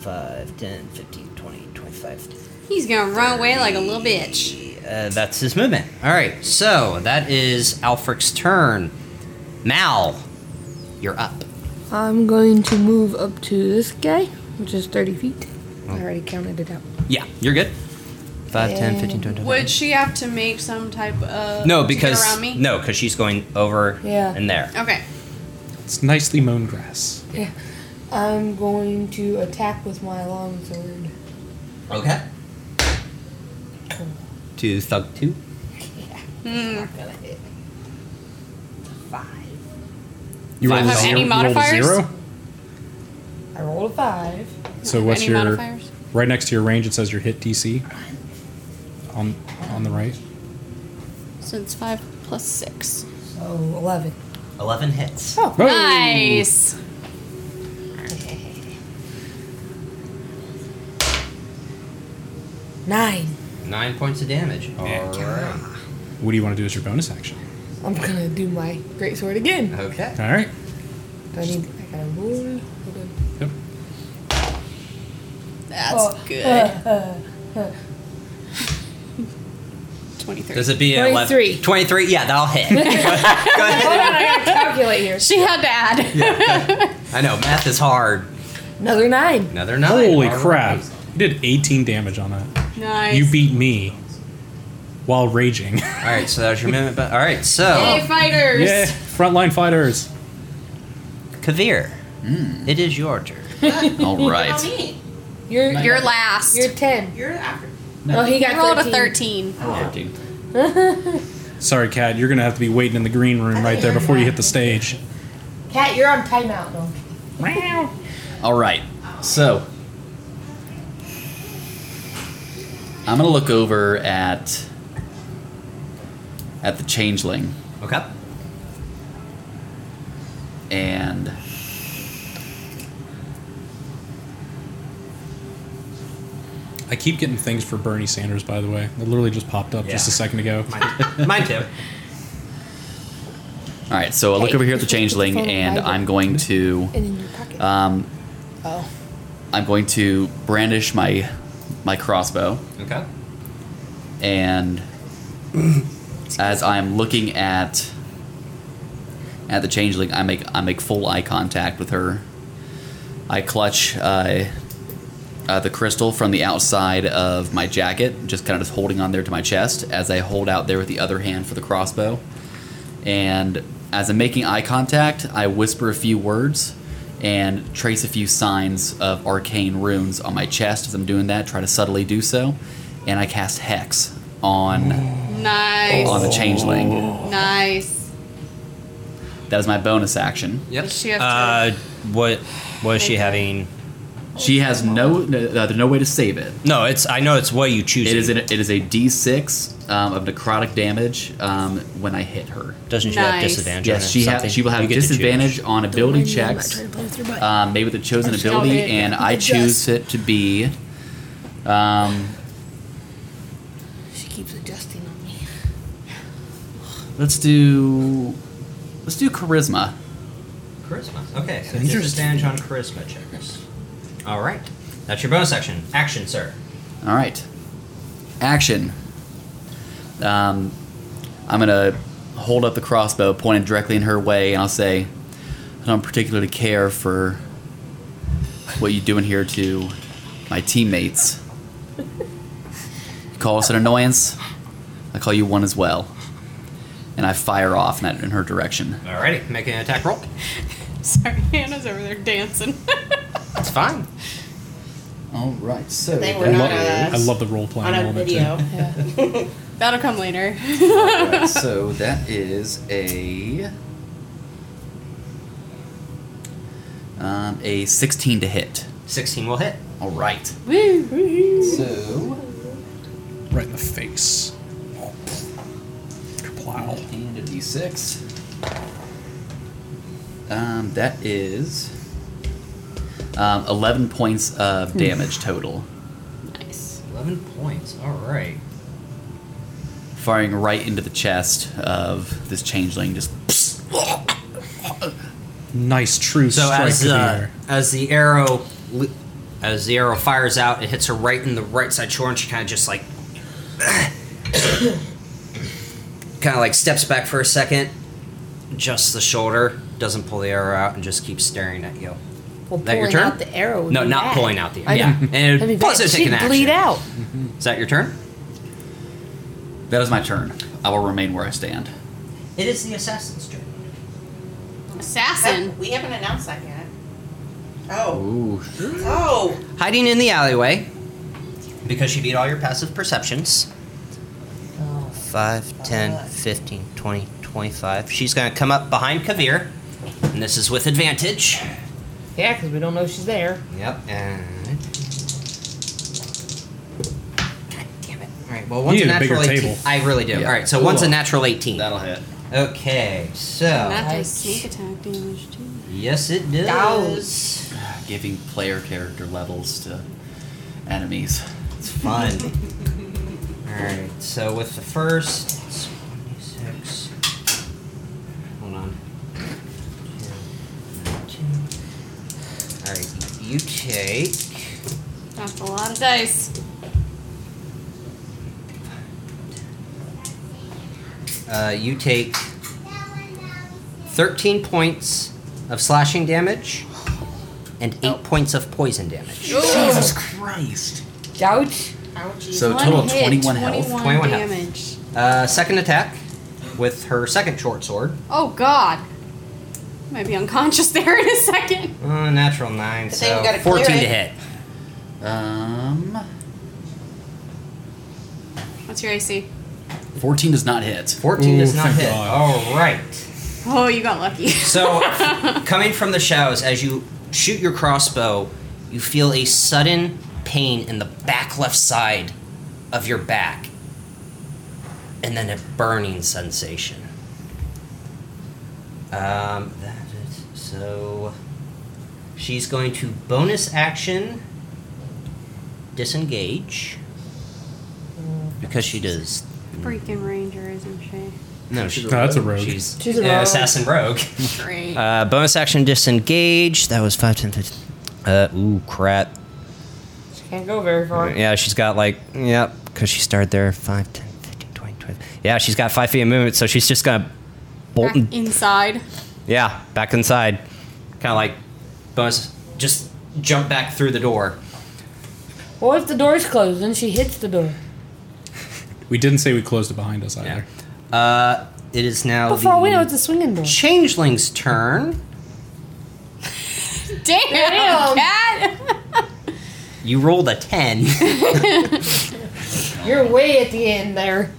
Speaker 1: 5, 10, 15, 20, 25,
Speaker 3: He's gonna run away like a little bitch.
Speaker 1: Uh, that's his movement. All right, so that is Alfric's turn. Mal, you're up.
Speaker 4: I'm going to move up to this guy, which is 30 feet.
Speaker 2: Oh.
Speaker 4: I already counted it out.
Speaker 1: Yeah, you're good. 5, 10, 15, 20, 25.
Speaker 3: Would she have to make some type of
Speaker 1: No,
Speaker 3: to get
Speaker 1: because
Speaker 3: around me?
Speaker 1: no, because she's going over
Speaker 4: Yeah.
Speaker 1: and there.
Speaker 3: Okay.
Speaker 2: It's nicely mown grass.
Speaker 4: Yeah. I'm going to attack with my longsword.
Speaker 1: Okay. To thug two.
Speaker 3: Hmm.
Speaker 2: You
Speaker 1: Five.
Speaker 2: rolled a
Speaker 1: Have any
Speaker 2: zero. you rolled a
Speaker 3: modifiers?
Speaker 2: zero?
Speaker 4: I rolled a five.
Speaker 2: So what's
Speaker 3: Any
Speaker 2: your
Speaker 3: modifiers?
Speaker 2: right next to your range? It says your hit DC. On on the right.
Speaker 3: So it's five plus six.
Speaker 4: So 11.
Speaker 1: Eleven hits.
Speaker 4: Oh.
Speaker 2: Whoa.
Speaker 3: Nice.
Speaker 4: Nine.
Speaker 1: Nine points of damage. Alright.
Speaker 2: What do you want to do as your bonus action?
Speaker 4: I'm gonna do my greatsword again.
Speaker 1: Okay.
Speaker 2: All right.
Speaker 4: Do I need. I gotta roll. Hold on.
Speaker 2: Yep.
Speaker 3: That's
Speaker 4: Oh,
Speaker 3: good.
Speaker 4: uh, uh,
Speaker 3: Twenty-three.
Speaker 1: Does it be an
Speaker 4: 23.
Speaker 1: 11? 23? Yeah, that'll hit. Go ahead.
Speaker 4: Hold on, I gotta calculate here.
Speaker 3: she had to add.
Speaker 1: I know, math is hard.
Speaker 4: Another nine.
Speaker 1: Another nine.
Speaker 2: Holy
Speaker 1: All
Speaker 2: crap!
Speaker 1: right.
Speaker 2: You did 18 damage on that.
Speaker 3: Nice.
Speaker 2: You beat me while raging.
Speaker 1: Alright, so that was your movement. But, Alright, so
Speaker 3: Yay, fighters.
Speaker 2: yeah, frontline fighters.
Speaker 1: Kavir, it is your turn.
Speaker 5: All
Speaker 7: Tell
Speaker 5: right.
Speaker 7: me.
Speaker 4: You're
Speaker 3: You're last.
Speaker 4: you're ten.
Speaker 7: You're after.
Speaker 4: No, Oh, he
Speaker 3: I rolled
Speaker 4: got
Speaker 3: a thirteen.
Speaker 5: Thirteen.
Speaker 2: Sorry, Kat, you're gonna have to be waiting in the green room right there before you hit the stage.
Speaker 4: Cat, you're on timeout though.
Speaker 5: All right. So I'm gonna look over at at the changeling
Speaker 1: Okay.
Speaker 5: and
Speaker 2: I keep getting things for Bernie Sanders, by the way. It literally just popped up just a
Speaker 1: Yeah.
Speaker 2: second ago.
Speaker 1: Mine, mine too.
Speaker 5: all right. So I look
Speaker 4: Hey,
Speaker 5: over here at the
Speaker 4: put the
Speaker 5: changeling
Speaker 4: phone in
Speaker 5: and
Speaker 4: my
Speaker 5: I'm going to
Speaker 1: Uh,
Speaker 4: And in your pocket.
Speaker 5: um,
Speaker 4: oh.
Speaker 5: I'm going to brandish my my crossbow,
Speaker 1: Okay.
Speaker 5: and as I'm looking at at the changeling, I make I make full eye contact with her. I clutch uh, uh, the crystal from the outside of my jacket, just kind of just holding on there to my chest as I hold out there with the other hand for the crossbow. And as I'm making eye contact, I whisper a few words and trace a few signs of arcane runes on my chest as I'm doing that, try to subtly do so. And I cast Hex on
Speaker 3: Nice.
Speaker 5: on the changeling.
Speaker 3: Nice.
Speaker 5: That is my bonus action.
Speaker 1: Yep.
Speaker 3: Does she have to-
Speaker 1: uh, what was she
Speaker 3: Okay.
Speaker 1: having?
Speaker 5: She has no, no uh, there's no way to save it.
Speaker 1: No, it's. I know it's what you choose.
Speaker 5: It is a, it is a D6 um, of necrotic damage um, when I hit her.
Speaker 1: Doesn't she have
Speaker 3: Nice.
Speaker 1: disadvantage? on
Speaker 5: Yes,
Speaker 1: it,
Speaker 5: she ha-
Speaker 1: something?
Speaker 5: she will
Speaker 1: You
Speaker 5: have
Speaker 1: get to choose.
Speaker 5: disadvantage on ability checks,
Speaker 1: Uh,
Speaker 5: um, maybe the chosen
Speaker 4: just gonna
Speaker 5: ability,
Speaker 4: hit
Speaker 5: and
Speaker 4: with
Speaker 5: I
Speaker 4: the
Speaker 5: choose
Speaker 4: dust.
Speaker 5: it to be. Um,
Speaker 4: She keeps adjusting on me.
Speaker 5: let's do let's do charisma.
Speaker 1: Charisma. Okay, so disadvantage on charisma checks. All right, that's your bonus action. Action, sir.
Speaker 5: All right, action. Um, I'm gonna hold up the crossbow, pointed directly in her way, and I'll say, "I don't particularly care for what you're doing here to my teammates. You call us an annoyance. I call you one as well." And I fire off in, that, in her direction.
Speaker 1: Alrighty, make an attack roll.
Speaker 3: Sorry, Hannah's over there dancing.
Speaker 1: That's fine.
Speaker 5: All right, so
Speaker 6: They were not
Speaker 2: I love the role playing
Speaker 6: on a
Speaker 2: element
Speaker 6: video.
Speaker 2: too.
Speaker 3: That'll come later.
Speaker 5: Alright, so that is a um, a 16 to hit.
Speaker 1: Sixteen will hit.
Speaker 5: All right.
Speaker 3: Woo.
Speaker 5: So
Speaker 2: Right in the face. Plow.
Speaker 5: and a d6. Um, that is um, 11 points of damage total,
Speaker 3: Nice.
Speaker 1: Eleven points. All right.
Speaker 5: firing right into the chest of this changeling. Just
Speaker 2: Nice true
Speaker 1: So
Speaker 2: strike
Speaker 1: as
Speaker 2: of the
Speaker 1: uh,
Speaker 2: air.
Speaker 1: as the arrow le- as the arrow fires out, it hits her right in the right side shoulder, and she kind of just like kind of like steps back for a second, just the shoulder, doesn't pull the arrow out, and just keeps staring at you.
Speaker 6: Well,
Speaker 1: that your
Speaker 6: pulling
Speaker 1: turn?
Speaker 6: out the arrow would
Speaker 1: No,
Speaker 6: be
Speaker 1: not
Speaker 6: bad.
Speaker 1: pulling out the arrow.
Speaker 4: I know.
Speaker 1: Yeah, and
Speaker 4: That'd be
Speaker 1: it- plus
Speaker 4: bad.
Speaker 1: it would take an
Speaker 4: She'd
Speaker 1: action.
Speaker 4: bleed out.
Speaker 1: Is that your turn?
Speaker 5: that is my turn. I will remain where I stand.
Speaker 1: It is the assassin's turn.
Speaker 3: Assassin.
Speaker 6: We haven't announced that yet. Oh.
Speaker 5: Ooh,
Speaker 6: Oh.
Speaker 1: Hiding in the alleyway because she beat all your passive perceptions. Oh, 5, 10, 15, 20, 25. She's going to come up behind Kavir, and this is with advantage.
Speaker 4: Yeah, because we don't know she's there.
Speaker 1: Yep, and. God damn it. Alright, well, one's
Speaker 2: need
Speaker 1: a
Speaker 2: a bigger
Speaker 1: natural 18.
Speaker 2: table.
Speaker 1: I really do.
Speaker 5: Yeah.
Speaker 1: Alright, so one's a
Speaker 5: Cool.
Speaker 1: natural 18.
Speaker 5: that'll hit.
Speaker 1: Okay, so.
Speaker 3: That does
Speaker 4: Nice.
Speaker 3: sneak attack damage too.
Speaker 1: Yes, it does.
Speaker 5: Giving player character levels to enemies.
Speaker 1: It's fun. Alright, so with the first, it's 26. Hold on. Alright, you take.
Speaker 3: That's a lot of dice.
Speaker 1: Uh, you take 13 points of slashing damage and
Speaker 6: Oh.
Speaker 1: 8 points of poison damage.
Speaker 5: Jesus Christ.
Speaker 4: Ouch.
Speaker 5: So a total of 21 health.
Speaker 1: 21
Speaker 3: 21
Speaker 1: health.
Speaker 3: damage.
Speaker 1: Uh, second attack with her second short sword.
Speaker 3: Oh god. Might be unconscious there in a second.
Speaker 1: Uh, natural 9,
Speaker 6: But then
Speaker 1: so
Speaker 6: you gotta clear
Speaker 1: 14 to
Speaker 6: it.
Speaker 1: hit.
Speaker 5: Um,
Speaker 3: What's your AC?
Speaker 5: 14 does not hit.
Speaker 1: 14 does
Speaker 2: Ooh,
Speaker 1: not
Speaker 2: thank
Speaker 1: hit.
Speaker 2: God.
Speaker 1: All right.
Speaker 3: Oh, you got lucky.
Speaker 1: So, coming from the shadows, as you shoot your crossbow, you feel a sudden pain in the back left side of your back, and then a burning sensation. Um, that is so. She's going to bonus action disengage because she does.
Speaker 3: Freaking ranger, isn't she?
Speaker 1: No, she,
Speaker 2: No, that's a rogue.
Speaker 1: She's,
Speaker 4: She's a
Speaker 1: an
Speaker 4: rogue.
Speaker 1: assassin rogue.
Speaker 3: Great.
Speaker 1: Uh, bonus action disengage. That was 5, 10, 15. Uh, ooh, crap.
Speaker 4: Can't go very far.
Speaker 1: Yeah, she's got like, yep, because she started there 5, 10, 15, 20, 20. Yeah, she's got five feet of movement, so she's just going to bolt
Speaker 3: Back
Speaker 1: and,
Speaker 3: inside.
Speaker 1: yeah, back inside. Kind of like bonus, just jump back through the door.
Speaker 4: Well, if the door's closed? Then she hits the door.
Speaker 2: We didn't say we closed it behind us either.
Speaker 1: Uh, it is now
Speaker 4: But for all
Speaker 1: the
Speaker 4: we know, Oh, it's a swinging door.
Speaker 1: changeling's turn.
Speaker 3: Damn, cat!
Speaker 1: You rolled a 10.
Speaker 4: You're way at the end there.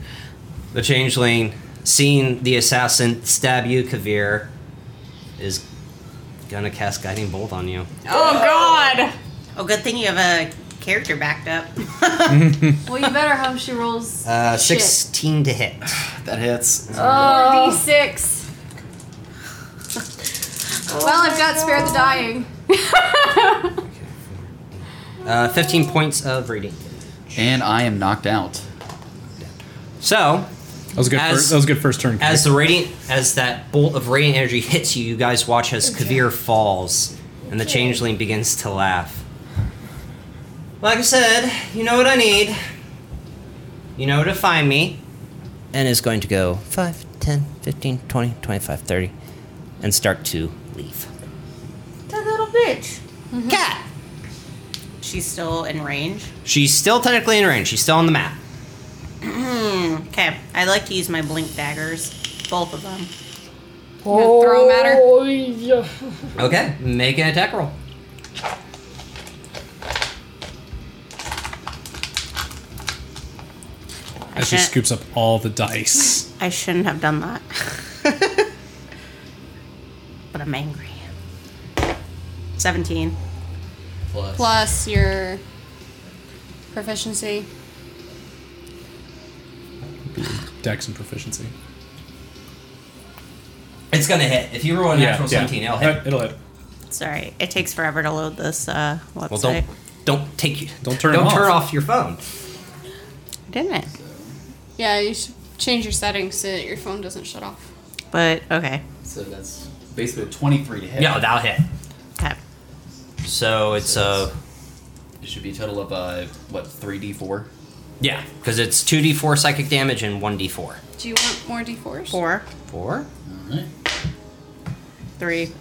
Speaker 1: the changeling, seeing the assassin stab you, Kavir, is going to cast Guiding Bolt on you.
Speaker 3: Oh god!
Speaker 6: Oh, good thing you have a character backed up.
Speaker 3: Well, you better hope she rolls
Speaker 1: Uh,
Speaker 3: Shit.
Speaker 1: 16 to hit.
Speaker 5: That hits.
Speaker 4: Oh,
Speaker 3: 4d6. well, I've got Spare the Dying.
Speaker 1: Uh, 15 points of reading.
Speaker 5: And I am knocked out.
Speaker 1: So,
Speaker 2: That was a good.
Speaker 1: As-
Speaker 2: first, that was a good first turn. Kate.
Speaker 1: as the radiant, as that bolt of radiant energy hits you, you guys watch as Kavir falls, and the changeling begins to laugh. Like I said, you know what I need. You know where to find me. And is going to go 5, 10, 15, 20, 25, 30, and start to leave.
Speaker 6: That little bitch. Cat. She's still in range.
Speaker 1: She's still technically in range. She's still on the map.
Speaker 6: Mm, Okay, I like to use my blink daggers, both of them.
Speaker 3: gonna throw 'em at her?
Speaker 4: Oh, yeah.
Speaker 1: Okay, make an attack roll.
Speaker 2: as she
Speaker 6: can't-
Speaker 2: scoops up all the dice.
Speaker 6: I shouldn't have done that. but I'm angry. 17.
Speaker 5: Plus.
Speaker 3: Plus your proficiency.
Speaker 2: Dex and proficiency.
Speaker 1: It's gonna hit. If you roll a natural 17, it'll hit.
Speaker 2: Uh, It'll hit.
Speaker 6: Sorry, it takes forever to load this uh, website.
Speaker 1: Well, don't don't take you.
Speaker 2: Don't turn
Speaker 1: Don't
Speaker 2: it
Speaker 1: turn
Speaker 2: off.
Speaker 1: off your phone.
Speaker 6: Didn't it?
Speaker 3: Yeah, you should change your settings so that your phone doesn't shut off.
Speaker 6: But, okay.
Speaker 5: So that's basically a 23 to hit.
Speaker 1: Yeah, that'll hit.
Speaker 6: Okay.
Speaker 1: So it's a uh,
Speaker 5: It should be a total of, uh, what, 3d4?
Speaker 1: yeah, because it's two d four psychic damage and one d four.
Speaker 3: Do you want more d4s?
Speaker 6: Four,
Speaker 1: Four.
Speaker 5: Alright.
Speaker 6: three,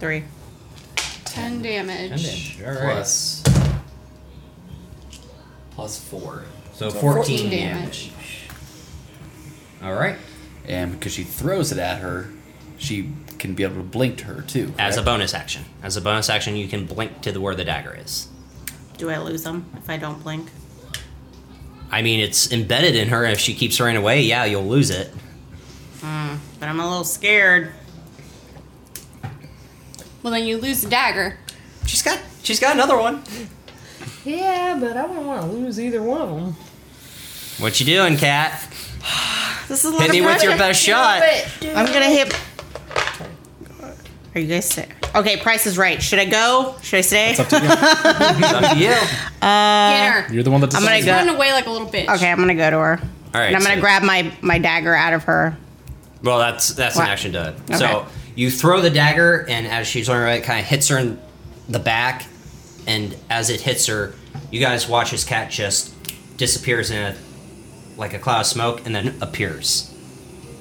Speaker 6: three.
Speaker 3: 10 damage.
Speaker 1: All right.
Speaker 5: Plus. Plus 4.
Speaker 1: So,
Speaker 5: So
Speaker 1: 14,
Speaker 3: 14
Speaker 1: damage.
Speaker 3: damage.
Speaker 1: All right.
Speaker 5: And because she throws it at her, she can be able to blink to her, too.
Speaker 1: As a
Speaker 5: correct?
Speaker 1: bonus action, as a bonus action, you can blink to the where the dagger is.
Speaker 6: Do I lose them if I don't blink?
Speaker 1: I mean, it's embedded in her. and If she keeps running away, yeah, you'll lose it.
Speaker 6: Hmm. But I'm a little scared.
Speaker 3: Well, then you lose the dagger.
Speaker 1: She's got she's got another one.
Speaker 4: yeah, but I don't want to lose either one of them.
Speaker 1: What you doing, cat?
Speaker 6: This is a lot
Speaker 1: Hit
Speaker 6: of
Speaker 1: me with your
Speaker 6: pressure.
Speaker 1: best shot.
Speaker 6: I'm gonna hit. Are you guys sick? Okay, Price is right. Should I go? Should I stay?
Speaker 2: It's up to
Speaker 1: It's up to you.
Speaker 3: Get her.
Speaker 2: you. You're the one that
Speaker 6: I'm
Speaker 2: decides.
Speaker 6: gonna
Speaker 3: She's
Speaker 6: go.
Speaker 3: running away like a little bitch.
Speaker 6: Okay, I'm gonna go to her.
Speaker 1: All right,
Speaker 6: And I'm
Speaker 1: so-
Speaker 6: gonna grab my my dagger out of her.
Speaker 1: Well, that's that's an
Speaker 6: Wow.
Speaker 1: action to it.
Speaker 6: Okay.
Speaker 1: So you throw the dagger, and as she's running away, it kind of hits her in the back, and as it hits her, you guys watch as Cat just disappears in a, like a cloud of smoke, and then appears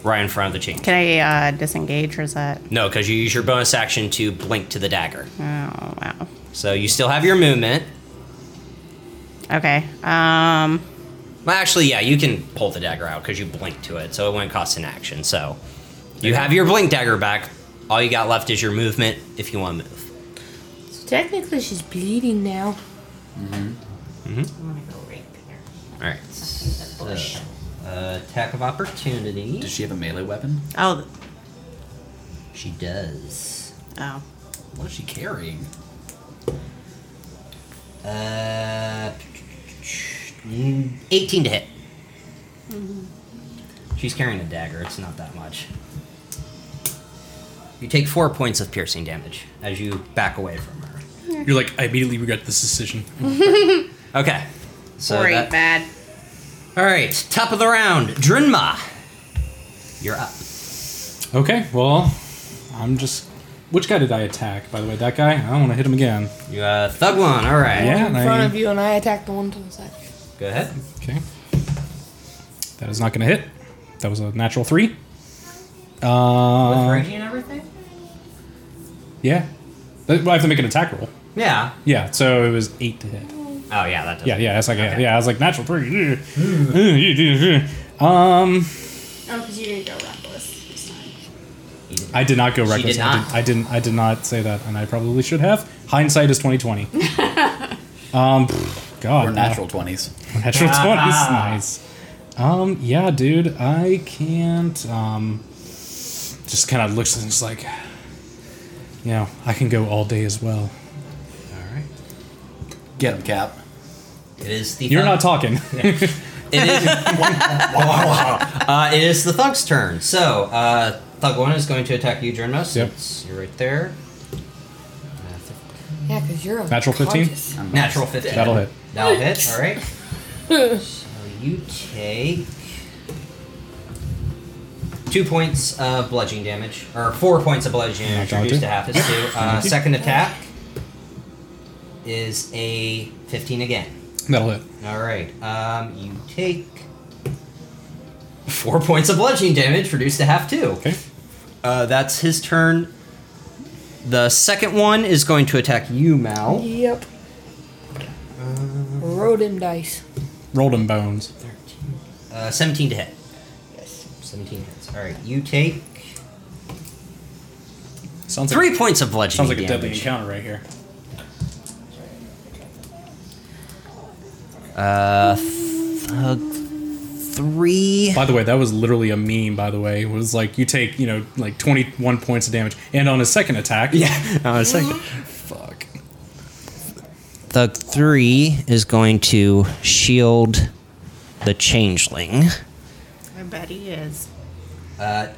Speaker 1: right in front of the chain.
Speaker 6: Can I uh, disengage or is that?
Speaker 1: No, because you use your bonus action to blink to the dagger,
Speaker 6: Oh wow.
Speaker 1: so you still have your movement.
Speaker 6: Okay. Um.
Speaker 1: Well, actually, yeah, you can pull the dagger out because you blinked to it, so it wouldn't cost an action. So you have your blink dagger back. All you got left is your movement if you want to move.
Speaker 4: Technically, she's bleeding now.
Speaker 6: I'm gonna go right there.
Speaker 1: All right. So, uh, attack of opportunity.
Speaker 5: Does she have a melee weapon?
Speaker 6: Oh. th-
Speaker 1: She does.
Speaker 6: Oh.
Speaker 5: What is she carrying?
Speaker 1: Uh, 18 to hit. She's carrying a dagger. It's not that much. You take four points of piercing damage as you back away from her.
Speaker 2: You're like, I immediately regret this decision.
Speaker 1: Okay. So
Speaker 6: Sorry,
Speaker 1: that-
Speaker 6: bad.
Speaker 1: all right. Top of the round, Drinma. You're up.
Speaker 2: Okay, well, I'm just Which guy did I attack, by the way? That guy? I don't want to hit him again.
Speaker 1: You uh, thug one. All right.
Speaker 2: Yeah,
Speaker 4: in
Speaker 2: and I-
Speaker 4: front of you, and I attacked the one to the side.
Speaker 1: Go ahead.
Speaker 2: Okay. That is not going to hit. That was a natural three.
Speaker 1: With
Speaker 2: Uh,
Speaker 1: Reggie and everything.
Speaker 2: yeah. That- well, I have to make an attack roll.
Speaker 1: Yeah.
Speaker 2: Yeah, so it was eight to hit.
Speaker 1: Oh yeah, that. Does
Speaker 2: Yeah, yeah, that's like yeah,
Speaker 1: Okay.
Speaker 2: yeah. I was like natural three. um,
Speaker 3: Oh, because you didn't go reckless this time.
Speaker 2: I did not go
Speaker 1: She
Speaker 2: reckless.
Speaker 1: did
Speaker 2: I,
Speaker 1: not.
Speaker 2: did, I didn't. I did not say that, and I probably should have. Hindsight is twenty twenty. um, pff, God,
Speaker 5: Or
Speaker 2: no.
Speaker 5: natural 20s.
Speaker 2: Natural twenty is nice. Um, yeah, dude, I can't. Um, just kind of looks and is like, you know, I can go all day as well.
Speaker 1: All right.
Speaker 5: Get him, Cap.
Speaker 1: It is the.
Speaker 2: You're
Speaker 1: thug-
Speaker 2: not talking.
Speaker 1: It is. uh, it is the thug's turn. So uh, thug one is going to attack you, Jernmus.
Speaker 2: Yep.
Speaker 1: since You're right there.
Speaker 4: Yeah, because you're a
Speaker 2: Natural 15?
Speaker 5: I'm
Speaker 1: Natural 15.
Speaker 2: That'll hit.
Speaker 1: That'll hit, alright. so you take two points of bludgeoning damage, or four points of bludgeoning damage,
Speaker 2: Knocked
Speaker 1: reduced
Speaker 2: onto.
Speaker 1: to half is two. Uh, second attack is a 15 again.
Speaker 2: That'll hit.
Speaker 1: Alright, um, you take four points of bludgeoning damage, reduced to half two.
Speaker 2: Okay.
Speaker 1: Uh, that's his turn. The second one is going to attack you, Mal.
Speaker 4: Yep. Rodent Uh, dice.
Speaker 2: Rolled him bones.
Speaker 1: Uh, 17 to hit.
Speaker 4: Yes.
Speaker 1: 17 hits. All right, you take
Speaker 2: Sounds
Speaker 1: three
Speaker 2: Like,
Speaker 1: points of bludgeoning
Speaker 2: sounds like a
Speaker 1: damage.
Speaker 2: deadly encounter right here.
Speaker 1: Uh, thug three.
Speaker 2: By the way, that was literally a meme. By the way, it was like you take you know like twenty one points of damage, and on his second attack,
Speaker 1: Yeah, I was like, fuck. Thug three is going to shield the changeling.
Speaker 6: I bet he is.
Speaker 1: Uh,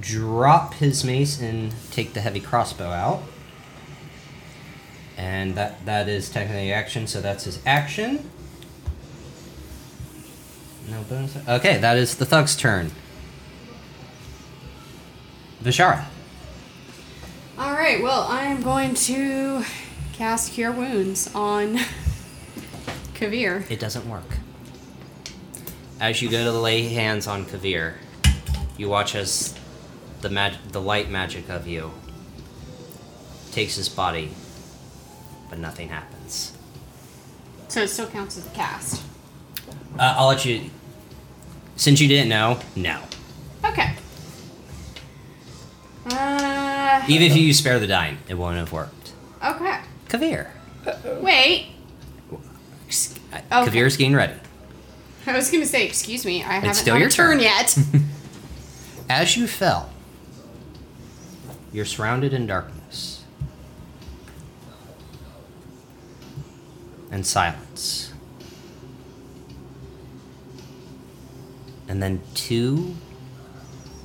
Speaker 1: drop his mace and take the heavy crossbow out. And that that is technically action, so that's his action. No bonus. Okay, that is the thug's turn. Vishara.
Speaker 3: All right. Well, I am going to cast Cure Wounds on Kavir.
Speaker 1: It doesn't work. As you go to lay hands on Kavir, you watch as the mag- the light magic of you takes his body, but nothing happens.
Speaker 3: So it still counts as a cast.
Speaker 1: Uh, I'll let you. Since you didn't know, no.
Speaker 3: Okay. Uh,
Speaker 1: Even if you spare the dime, it won't have worked.
Speaker 3: okay.
Speaker 1: Kavir.
Speaker 3: Wait. Ex- Okay.
Speaker 1: Kavir's getting ready.
Speaker 3: I was gonna say, excuse me, I haven't
Speaker 1: still
Speaker 3: had
Speaker 1: your
Speaker 3: a turn,
Speaker 1: turn.
Speaker 3: yet.
Speaker 1: As you fell, you're surrounded in darkness and silence. And then two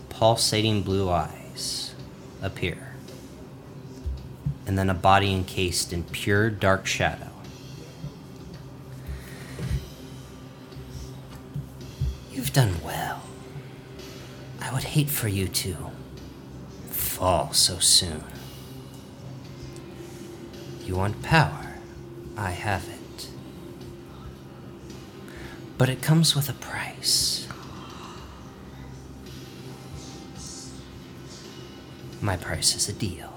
Speaker 1: pulsating blue eyes appear. And then a body encased in pure dark shadow. You've done well. I would hate for you to fall so soon. You want power. I have it. But it comes with a price. My price is a deal.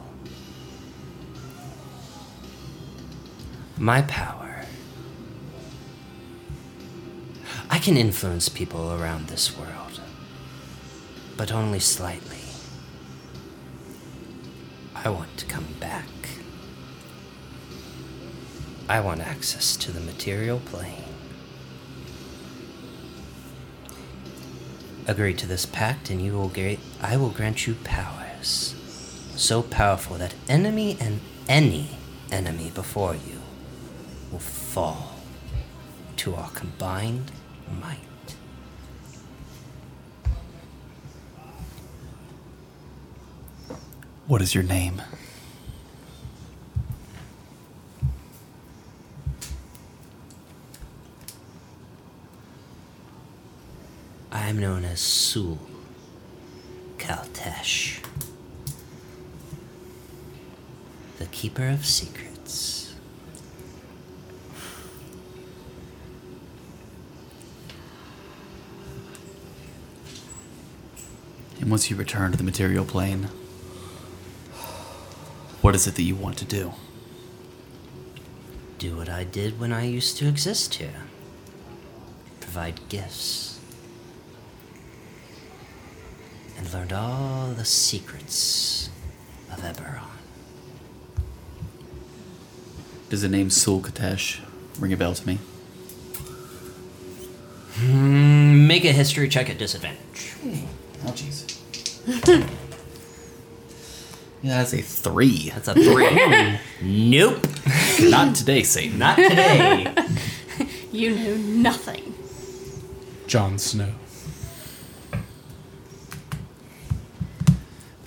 Speaker 1: My power. I can influence people around this world but only slightly. I want to come back. I want access to the material plane. Agree to this pact, and you will get, I will grant you powers so powerful that enemy and any enemy before you will fall to our combined might.
Speaker 5: What is your name?
Speaker 1: I am known as Sul Kaltesh. keeper of secrets.
Speaker 5: And once you return to the material plane, what is it that you want to do?
Speaker 1: Do what I did when I used to exist here provide gifts. And learned all the secrets of Eberron.
Speaker 5: Does the name Sulkatesh ring a bell to me?
Speaker 1: Make a history check at disadvantage.
Speaker 5: Oh, jeez. yeah, that's a three.
Speaker 1: That's a three. nope.
Speaker 5: Not today, Satan.
Speaker 1: Not today.
Speaker 3: You know nothing.
Speaker 2: Jon Snow.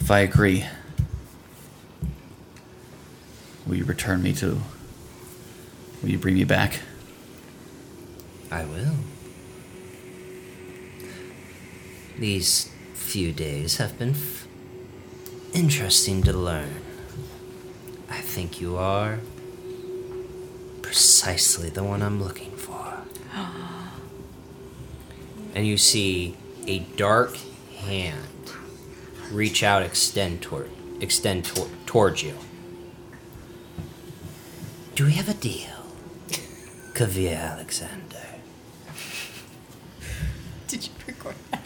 Speaker 5: If I agree, will you return me to. Will you bring me back?
Speaker 1: I will. These few days have been f- interesting to learn. I think you are precisely the one I'm looking for. and you see a dark hand reach out, extend toward, extend tor- towards you. Do we have a deal, Kavir Alexander?
Speaker 3: Did you record that?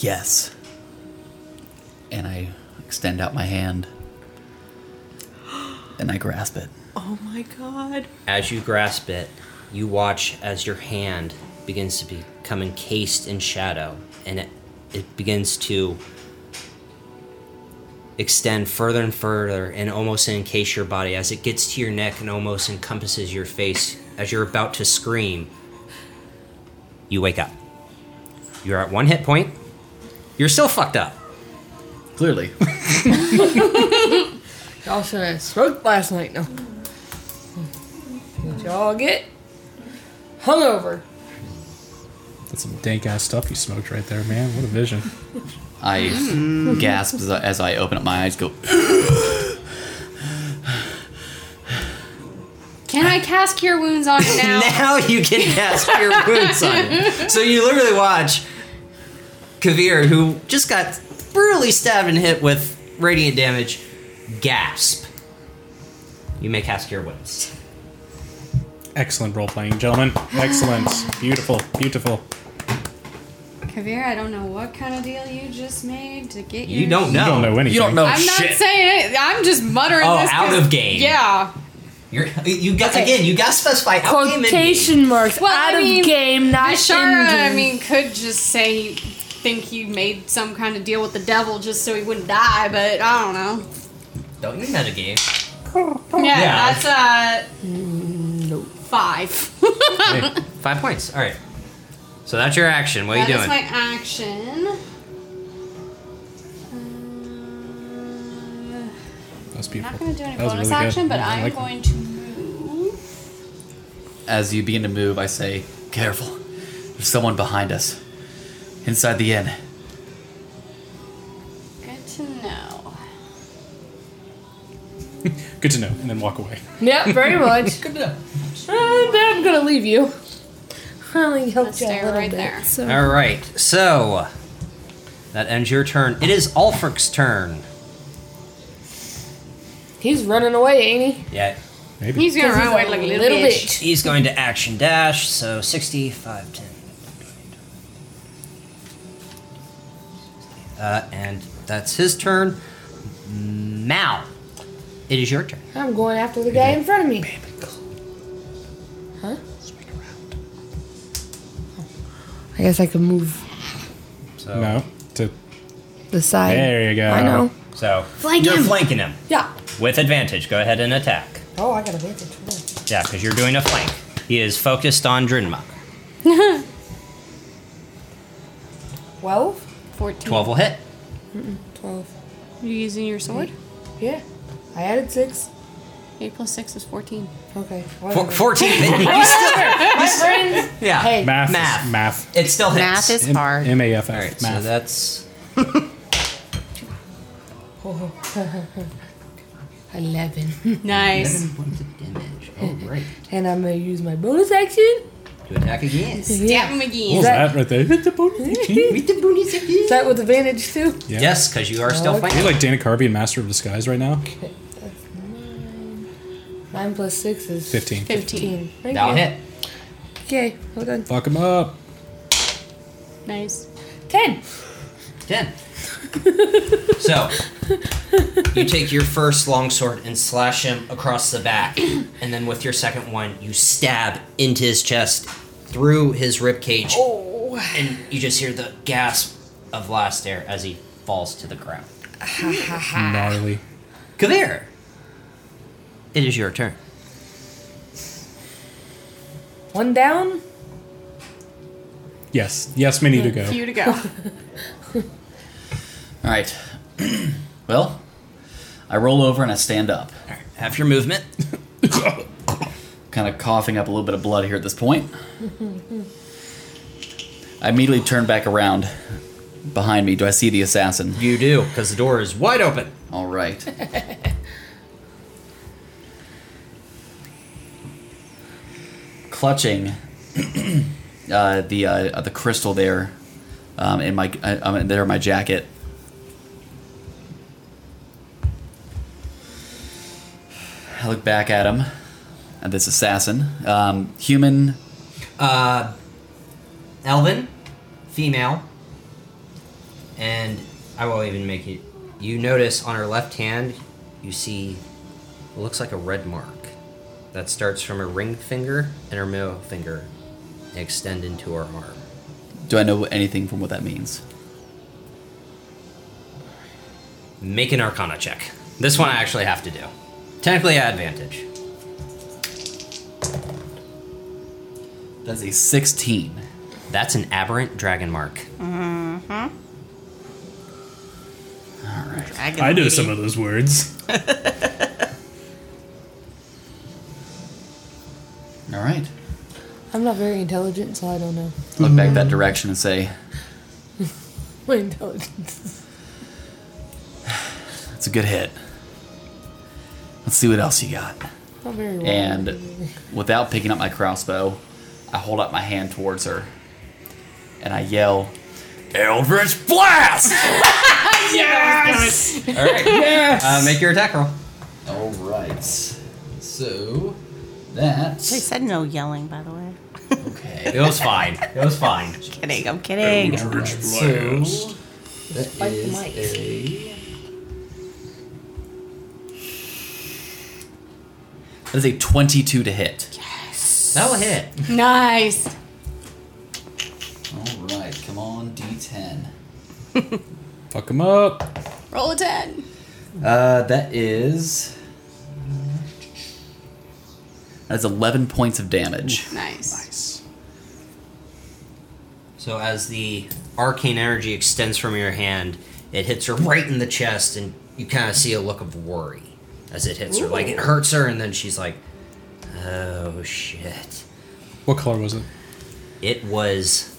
Speaker 5: Yes. And I extend out my hand. And I grasp it.
Speaker 3: Oh my god.
Speaker 1: As you grasp it, you watch as your hand begins to become encased in shadow, and it, it begins to extend further and further and almost encase your body as it gets to your neck and almost encompasses your face. As you're about to scream, you wake up. You're at one hit point. You're still fucked up.
Speaker 5: Clearly.
Speaker 4: Y'all should have smoked last night. No. Did y'all get hungover?
Speaker 2: That's some dank ass stuff you smoked right there, man. What a vision.
Speaker 5: I gasp as I, as I open up my eyes, go,
Speaker 3: Can I cast Cure Wounds on it now?
Speaker 1: now you can cast your wounds on it. So you literally watch Kavir, who just got brutally stabbed and hit with radiant damage, gasp. You may cast your wounds.
Speaker 2: Excellent role playing, gentlemen. Excellent. Beautiful. Beautiful.
Speaker 3: Kavir, I don't know what kind of deal you just made to get
Speaker 1: You
Speaker 3: your-
Speaker 1: don't know.
Speaker 2: You don't know anything.
Speaker 5: You don't know
Speaker 3: I'm not
Speaker 5: shit.
Speaker 3: saying it. I'm just muttering
Speaker 1: Oh,
Speaker 3: this. 'cause-
Speaker 1: out of game.
Speaker 3: Yeah.
Speaker 1: You're, you got
Speaker 4: Okay.
Speaker 1: again. You got to specify how game it is.
Speaker 4: Quotation marks
Speaker 3: Well,
Speaker 4: out
Speaker 3: I mean,
Speaker 4: of game, not
Speaker 3: Bishara,
Speaker 4: in game.
Speaker 3: I mean, could just say he think he made some kind of deal with the devil just so he wouldn't die, but I don't know.
Speaker 1: Don't you metagame?
Speaker 4: Oh.
Speaker 3: Yeah,
Speaker 1: Yeah.
Speaker 3: that's uh five.
Speaker 1: Okay, Five points. All right. So that's your action. What are
Speaker 3: That
Speaker 1: you
Speaker 3: is
Speaker 1: doing?
Speaker 3: my action. Uh,
Speaker 2: That was
Speaker 3: I'm
Speaker 2: beautiful.
Speaker 3: not going to do any
Speaker 2: That was
Speaker 3: bonus
Speaker 2: really good.
Speaker 3: action, but
Speaker 2: I
Speaker 3: I'm
Speaker 2: like that.
Speaker 3: going to move.
Speaker 5: As you begin to move, I say, Careful. There's someone behind us. Inside the inn.
Speaker 3: Good to know.
Speaker 2: Good to know. And then walk away.
Speaker 4: Yep, very much. Good Uh, I'm gonna leave you. I only helped
Speaker 3: Let's
Speaker 4: you a
Speaker 3: stay
Speaker 4: little
Speaker 3: right
Speaker 4: bit,
Speaker 3: there.
Speaker 4: so-
Speaker 1: All right. So that ends your turn. It is Ulfric's turn.
Speaker 4: He's running away, ain't he?
Speaker 1: Yeah.
Speaker 2: Maybe.
Speaker 3: He's going to
Speaker 4: 'Cause
Speaker 3: run
Speaker 4: he's
Speaker 3: away
Speaker 4: a
Speaker 3: like a little,
Speaker 4: little
Speaker 3: bitch.
Speaker 4: bitch.
Speaker 1: He's going to action dash, so 65, 10. Uh, and that's his turn. Now, it is your turn.
Speaker 4: I'm going after the guy in front of me. Huh? I guess I could move
Speaker 1: So,
Speaker 2: No. To
Speaker 4: the side.
Speaker 2: There you go.
Speaker 4: I know.
Speaker 1: so
Speaker 4: Flank
Speaker 1: you're
Speaker 4: him.
Speaker 1: flanking him
Speaker 4: Yeah.
Speaker 1: with advantage. Go ahead and attack.
Speaker 4: Oh, I got a vantage.
Speaker 1: Yeah, because you're doing a flank. He is focused on Drinma.
Speaker 4: Twelve.
Speaker 3: 14.
Speaker 1: 12 will hit.
Speaker 4: Twelve.
Speaker 3: You using your sword?
Speaker 4: Yeah. I added six.
Speaker 3: 8 plus 6 is 14.
Speaker 4: Okay.
Speaker 1: Four, 14. you still,
Speaker 4: My friends.
Speaker 1: yeah.
Speaker 4: Hey.
Speaker 2: Math. is-
Speaker 1: Math.
Speaker 2: Math.
Speaker 1: It still hits.
Speaker 6: Math is
Speaker 2: M-
Speaker 6: hard.
Speaker 2: M-A-F-F.
Speaker 1: All right, so
Speaker 2: math.
Speaker 1: that's
Speaker 4: Eleven.
Speaker 3: Nice.
Speaker 1: points of damage. Oh, right.
Speaker 4: And I'm gonna use my bonus action.
Speaker 1: You attack again.
Speaker 3: Dab him
Speaker 2: What
Speaker 3: again.
Speaker 2: was
Speaker 4: that-
Speaker 2: that right there? Hit the booty.
Speaker 1: With the bonus
Speaker 4: Is
Speaker 1: again.
Speaker 4: that with advantage too?
Speaker 2: Yeah.
Speaker 1: Yes, because you are still
Speaker 4: Okay.
Speaker 2: You're
Speaker 1: fighting.
Speaker 2: like Dana Carvey in Master of Disguise right now.
Speaker 4: Nine plus six is
Speaker 2: 15.
Speaker 3: 15.
Speaker 4: Thank
Speaker 1: That'll
Speaker 4: you.
Speaker 1: hit.
Speaker 4: Okay, well done.
Speaker 2: Fuck him up.
Speaker 3: Nice.
Speaker 4: Ten.
Speaker 1: 10. so, you take your first longsword and slash him across the back, and then with your second one, you stab into his chest through his ribcage,
Speaker 4: Oh.
Speaker 1: and you just hear the gasp of last air as he falls to the ground.
Speaker 2: Gnarly.
Speaker 1: Kavir, it is your turn.
Speaker 4: One down.
Speaker 2: Yes. Yes, many to go.
Speaker 3: Few to go.
Speaker 5: All right. well, I roll over and I stand up,
Speaker 1: All right, half your movement.
Speaker 5: kind of coughing up a little bit of blood here at this point. I immediately turn back around behind me. Do I see the assassin?
Speaker 1: You do, because the door is wide open.
Speaker 5: All right. Clutching uh, the uh, uh, the crystal there um, in my uh, um, there in my jacket. I look back at him, at this assassin, um, human.
Speaker 1: Elvin, female, and I will even make it. You notice on her left hand, you see what looks like a red mark that starts from her ring finger and her middle finger and extend into her arm.
Speaker 5: Do I know anything from what that means?
Speaker 1: Make an arcana check. This one I actually have to do. Technically, I advantage.
Speaker 5: That's a sixteen.
Speaker 1: That's an aberrant dragon mark.
Speaker 5: All right.
Speaker 6: Dragon
Speaker 2: I know
Speaker 6: lady.
Speaker 2: some of those words.
Speaker 5: All right.
Speaker 4: I'm not very intelligent, so I don't know.
Speaker 5: Look back
Speaker 6: Mm-hmm.
Speaker 5: that direction and say,
Speaker 4: My intelligence.
Speaker 5: That's a good hit. Let's see what else you got.
Speaker 4: Not very well.
Speaker 5: And without picking up my crossbow, I hold up my hand towards her and I yell, Eldritch Blast!
Speaker 1: All right. Uh, make your attack roll.
Speaker 5: All right. So
Speaker 6: They
Speaker 5: that's.
Speaker 6: said no yelling, by the way.
Speaker 1: It
Speaker 5: Okay.
Speaker 1: was fine. It was fine.
Speaker 6: Kidding, I'm kidding.
Speaker 5: Eldritch
Speaker 2: Blast.
Speaker 5: That
Speaker 4: Spike
Speaker 5: is
Speaker 4: Mike.
Speaker 5: a. That is a 22 to hit.
Speaker 1: That'll hit.
Speaker 3: nice.
Speaker 5: All right, come on, D10.
Speaker 2: Fuck him up.
Speaker 3: Roll a 10.
Speaker 5: Uh, that is. That's 11 points of damage.
Speaker 3: Nice.
Speaker 1: So as the arcane energy extends from your hand, it hits her right in the chest, and you kind of see a look of worry as it hits her. Like it hurts her, and then she's like, "Oh shit!"
Speaker 2: What color was it?
Speaker 1: It was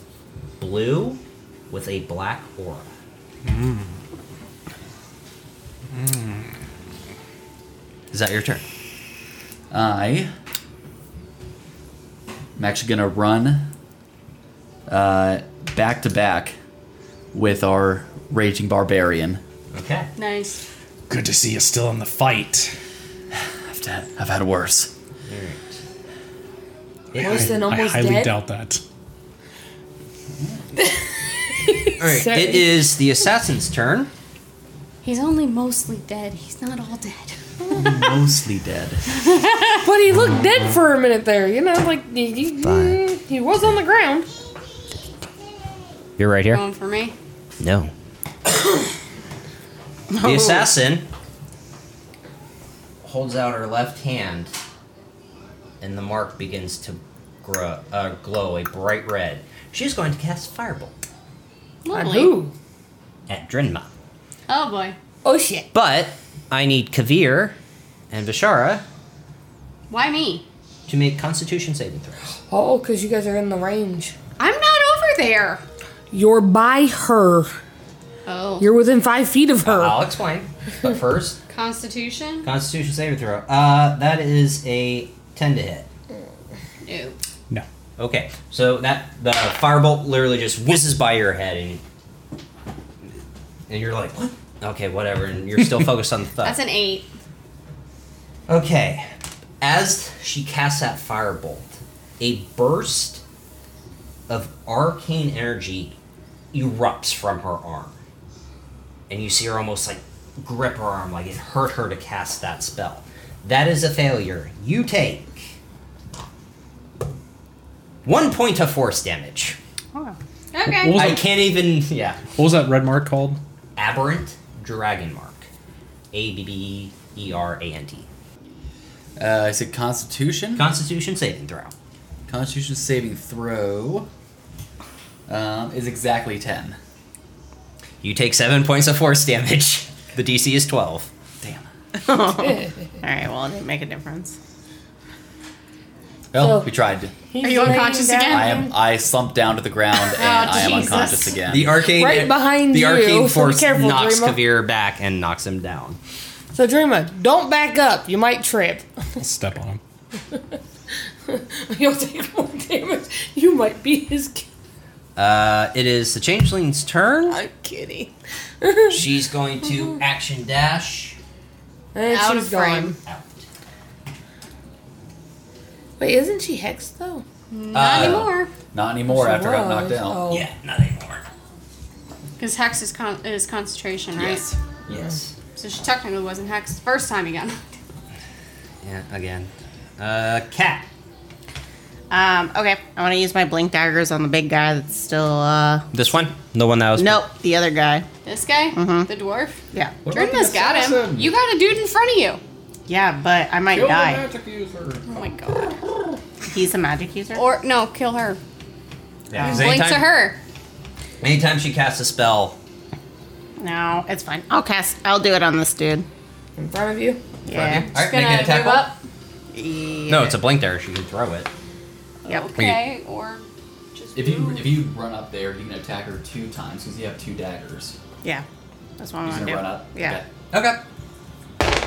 Speaker 1: blue with a black aura. Mm. Is that your turn?
Speaker 5: I. I'm actually gonna run. Uh, back to back, with our raging barbarian.
Speaker 1: Okay.
Speaker 3: Nice.
Speaker 2: Good to see you still in the fight.
Speaker 5: I've had, I've had worse.
Speaker 1: All right.
Speaker 4: Worse than
Speaker 2: I
Speaker 4: almost
Speaker 2: highly
Speaker 4: dead.
Speaker 2: doubt that.
Speaker 1: All right.
Speaker 4: Sorry.
Speaker 1: It is the assassin's turn.
Speaker 3: He's only mostly dead. He's not all dead.
Speaker 5: Mostly dead.
Speaker 4: But he looked dead for a minute there. You know, like he, he, he was on the ground.
Speaker 1: You're right here.
Speaker 3: Going for me.
Speaker 1: No. the assassin holds out her left hand, and the mark begins to grow, uh, glow a bright red. She's going to cast Firebolt
Speaker 4: On
Speaker 3: Lovely.
Speaker 4: who?
Speaker 1: at Drinma.
Speaker 3: Oh boy.
Speaker 4: Oh shit.
Speaker 1: But I need Kavir and Bashara
Speaker 3: Why me?
Speaker 1: to make Constitution saving throws.
Speaker 4: Oh, because you guys are in the range.
Speaker 3: I'm not over there.
Speaker 4: You're by her.
Speaker 3: Oh.
Speaker 4: You're within five feet of her.
Speaker 1: I'll explain. But first,
Speaker 3: Constitution?
Speaker 1: Constitution saving throw. Uh, that is a ten to hit.
Speaker 3: No.
Speaker 2: No.
Speaker 1: Okay, so that the firebolt literally just whizzes by your head, and and you're like, what? Okay, whatever, and you're still focused on the thought.
Speaker 3: That's an eight.
Speaker 1: Okay. As she casts that firebolt, a burst of arcane energy erupts from her arm. And you see her almost like grip her arm, like it hurt her to cast that spell. That is a failure. You take one point of force damage.
Speaker 3: Okay.
Speaker 2: What was
Speaker 1: I
Speaker 2: it?
Speaker 1: can't even. Yeah.
Speaker 2: What was that red mark called?
Speaker 1: Aberrant Dragon Mark. A B B E R A N T.
Speaker 5: Uh, I said Constitution.
Speaker 1: Constitution saving throw.
Speaker 5: Constitution saving throw um, is exactly 10.
Speaker 1: You take seven points of force damage. The DC is 12.
Speaker 5: Damn.
Speaker 6: All right, well, it didn't make a difference.
Speaker 5: Well,
Speaker 4: So-
Speaker 5: we tried.
Speaker 4: He's
Speaker 3: Are you
Speaker 4: laying
Speaker 3: unconscious
Speaker 4: down.
Speaker 3: again?
Speaker 5: I am. I slumped down to the ground and I am
Speaker 3: Oh, Jesus.
Speaker 5: unconscious again.
Speaker 1: The arcane
Speaker 4: Right behind
Speaker 1: the
Speaker 4: you, so
Speaker 1: arcane
Speaker 4: be
Speaker 1: force
Speaker 4: careful,
Speaker 1: knocks
Speaker 4: Dreamer.
Speaker 1: Kavir back and knocks him down.
Speaker 4: So, Dreamer, don't back up. You might trip.
Speaker 2: I'll step on him.
Speaker 4: You'll take more damage. You might be his kid.
Speaker 1: Uh, it is the changeling's turn.
Speaker 4: I'm kidding.
Speaker 1: She's going to action dash
Speaker 4: And
Speaker 3: Out
Speaker 4: she's
Speaker 3: of frame.
Speaker 4: gone.
Speaker 1: out.
Speaker 4: Wait, isn't she hexed though?
Speaker 3: Not
Speaker 1: Uh,
Speaker 3: anymore.
Speaker 5: Not anymore
Speaker 4: She
Speaker 5: after I got
Speaker 4: was.
Speaker 5: knocked out.
Speaker 4: Oh.
Speaker 1: Yeah, not anymore.
Speaker 3: Because Hex is, con- is concentration, right?
Speaker 5: Yes.
Speaker 1: Yes.
Speaker 3: So she technically wasn't Hex the first time he got knocked.
Speaker 1: Yeah, again. Uh, cat.
Speaker 6: Um, okay, I want to use my blink daggers on the big guy that's still. uh...
Speaker 1: This one? The one that was.
Speaker 6: Nope, the other guy.
Speaker 3: This guy? The dwarf?
Speaker 6: Yeah.
Speaker 5: Mm-hmm. What about the
Speaker 3: Dreamless got him.
Speaker 5: assassin?
Speaker 3: You got a dude in front of you.
Speaker 6: Yeah, but I might
Speaker 5: Kill the
Speaker 6: die.
Speaker 5: magic user.
Speaker 3: Oh my god.
Speaker 6: He's a magic user.
Speaker 3: Or, no, kill her.
Speaker 1: Yeah, 'cause
Speaker 3: Blink to
Speaker 1: anytime-
Speaker 3: her.
Speaker 1: Anytime she casts a spell,
Speaker 6: no, it's fine. I'll cast. I'll do it on this dude.
Speaker 4: In front of you?
Speaker 6: Yeah.
Speaker 1: All right,
Speaker 3: Gonna
Speaker 1: make an attack
Speaker 3: move
Speaker 1: roll.
Speaker 3: up.
Speaker 1: No, it's a blink there. She can throw it.
Speaker 6: Yep.
Speaker 3: Okay, or just.
Speaker 5: If you
Speaker 3: move.
Speaker 5: if you run up there, you can attack her two times because you have two daggers.
Speaker 6: Yeah. That's what I
Speaker 5: He's
Speaker 6: want to
Speaker 5: gonna run
Speaker 6: do.
Speaker 5: up.
Speaker 6: Yeah.
Speaker 5: Okay.
Speaker 1: Okay.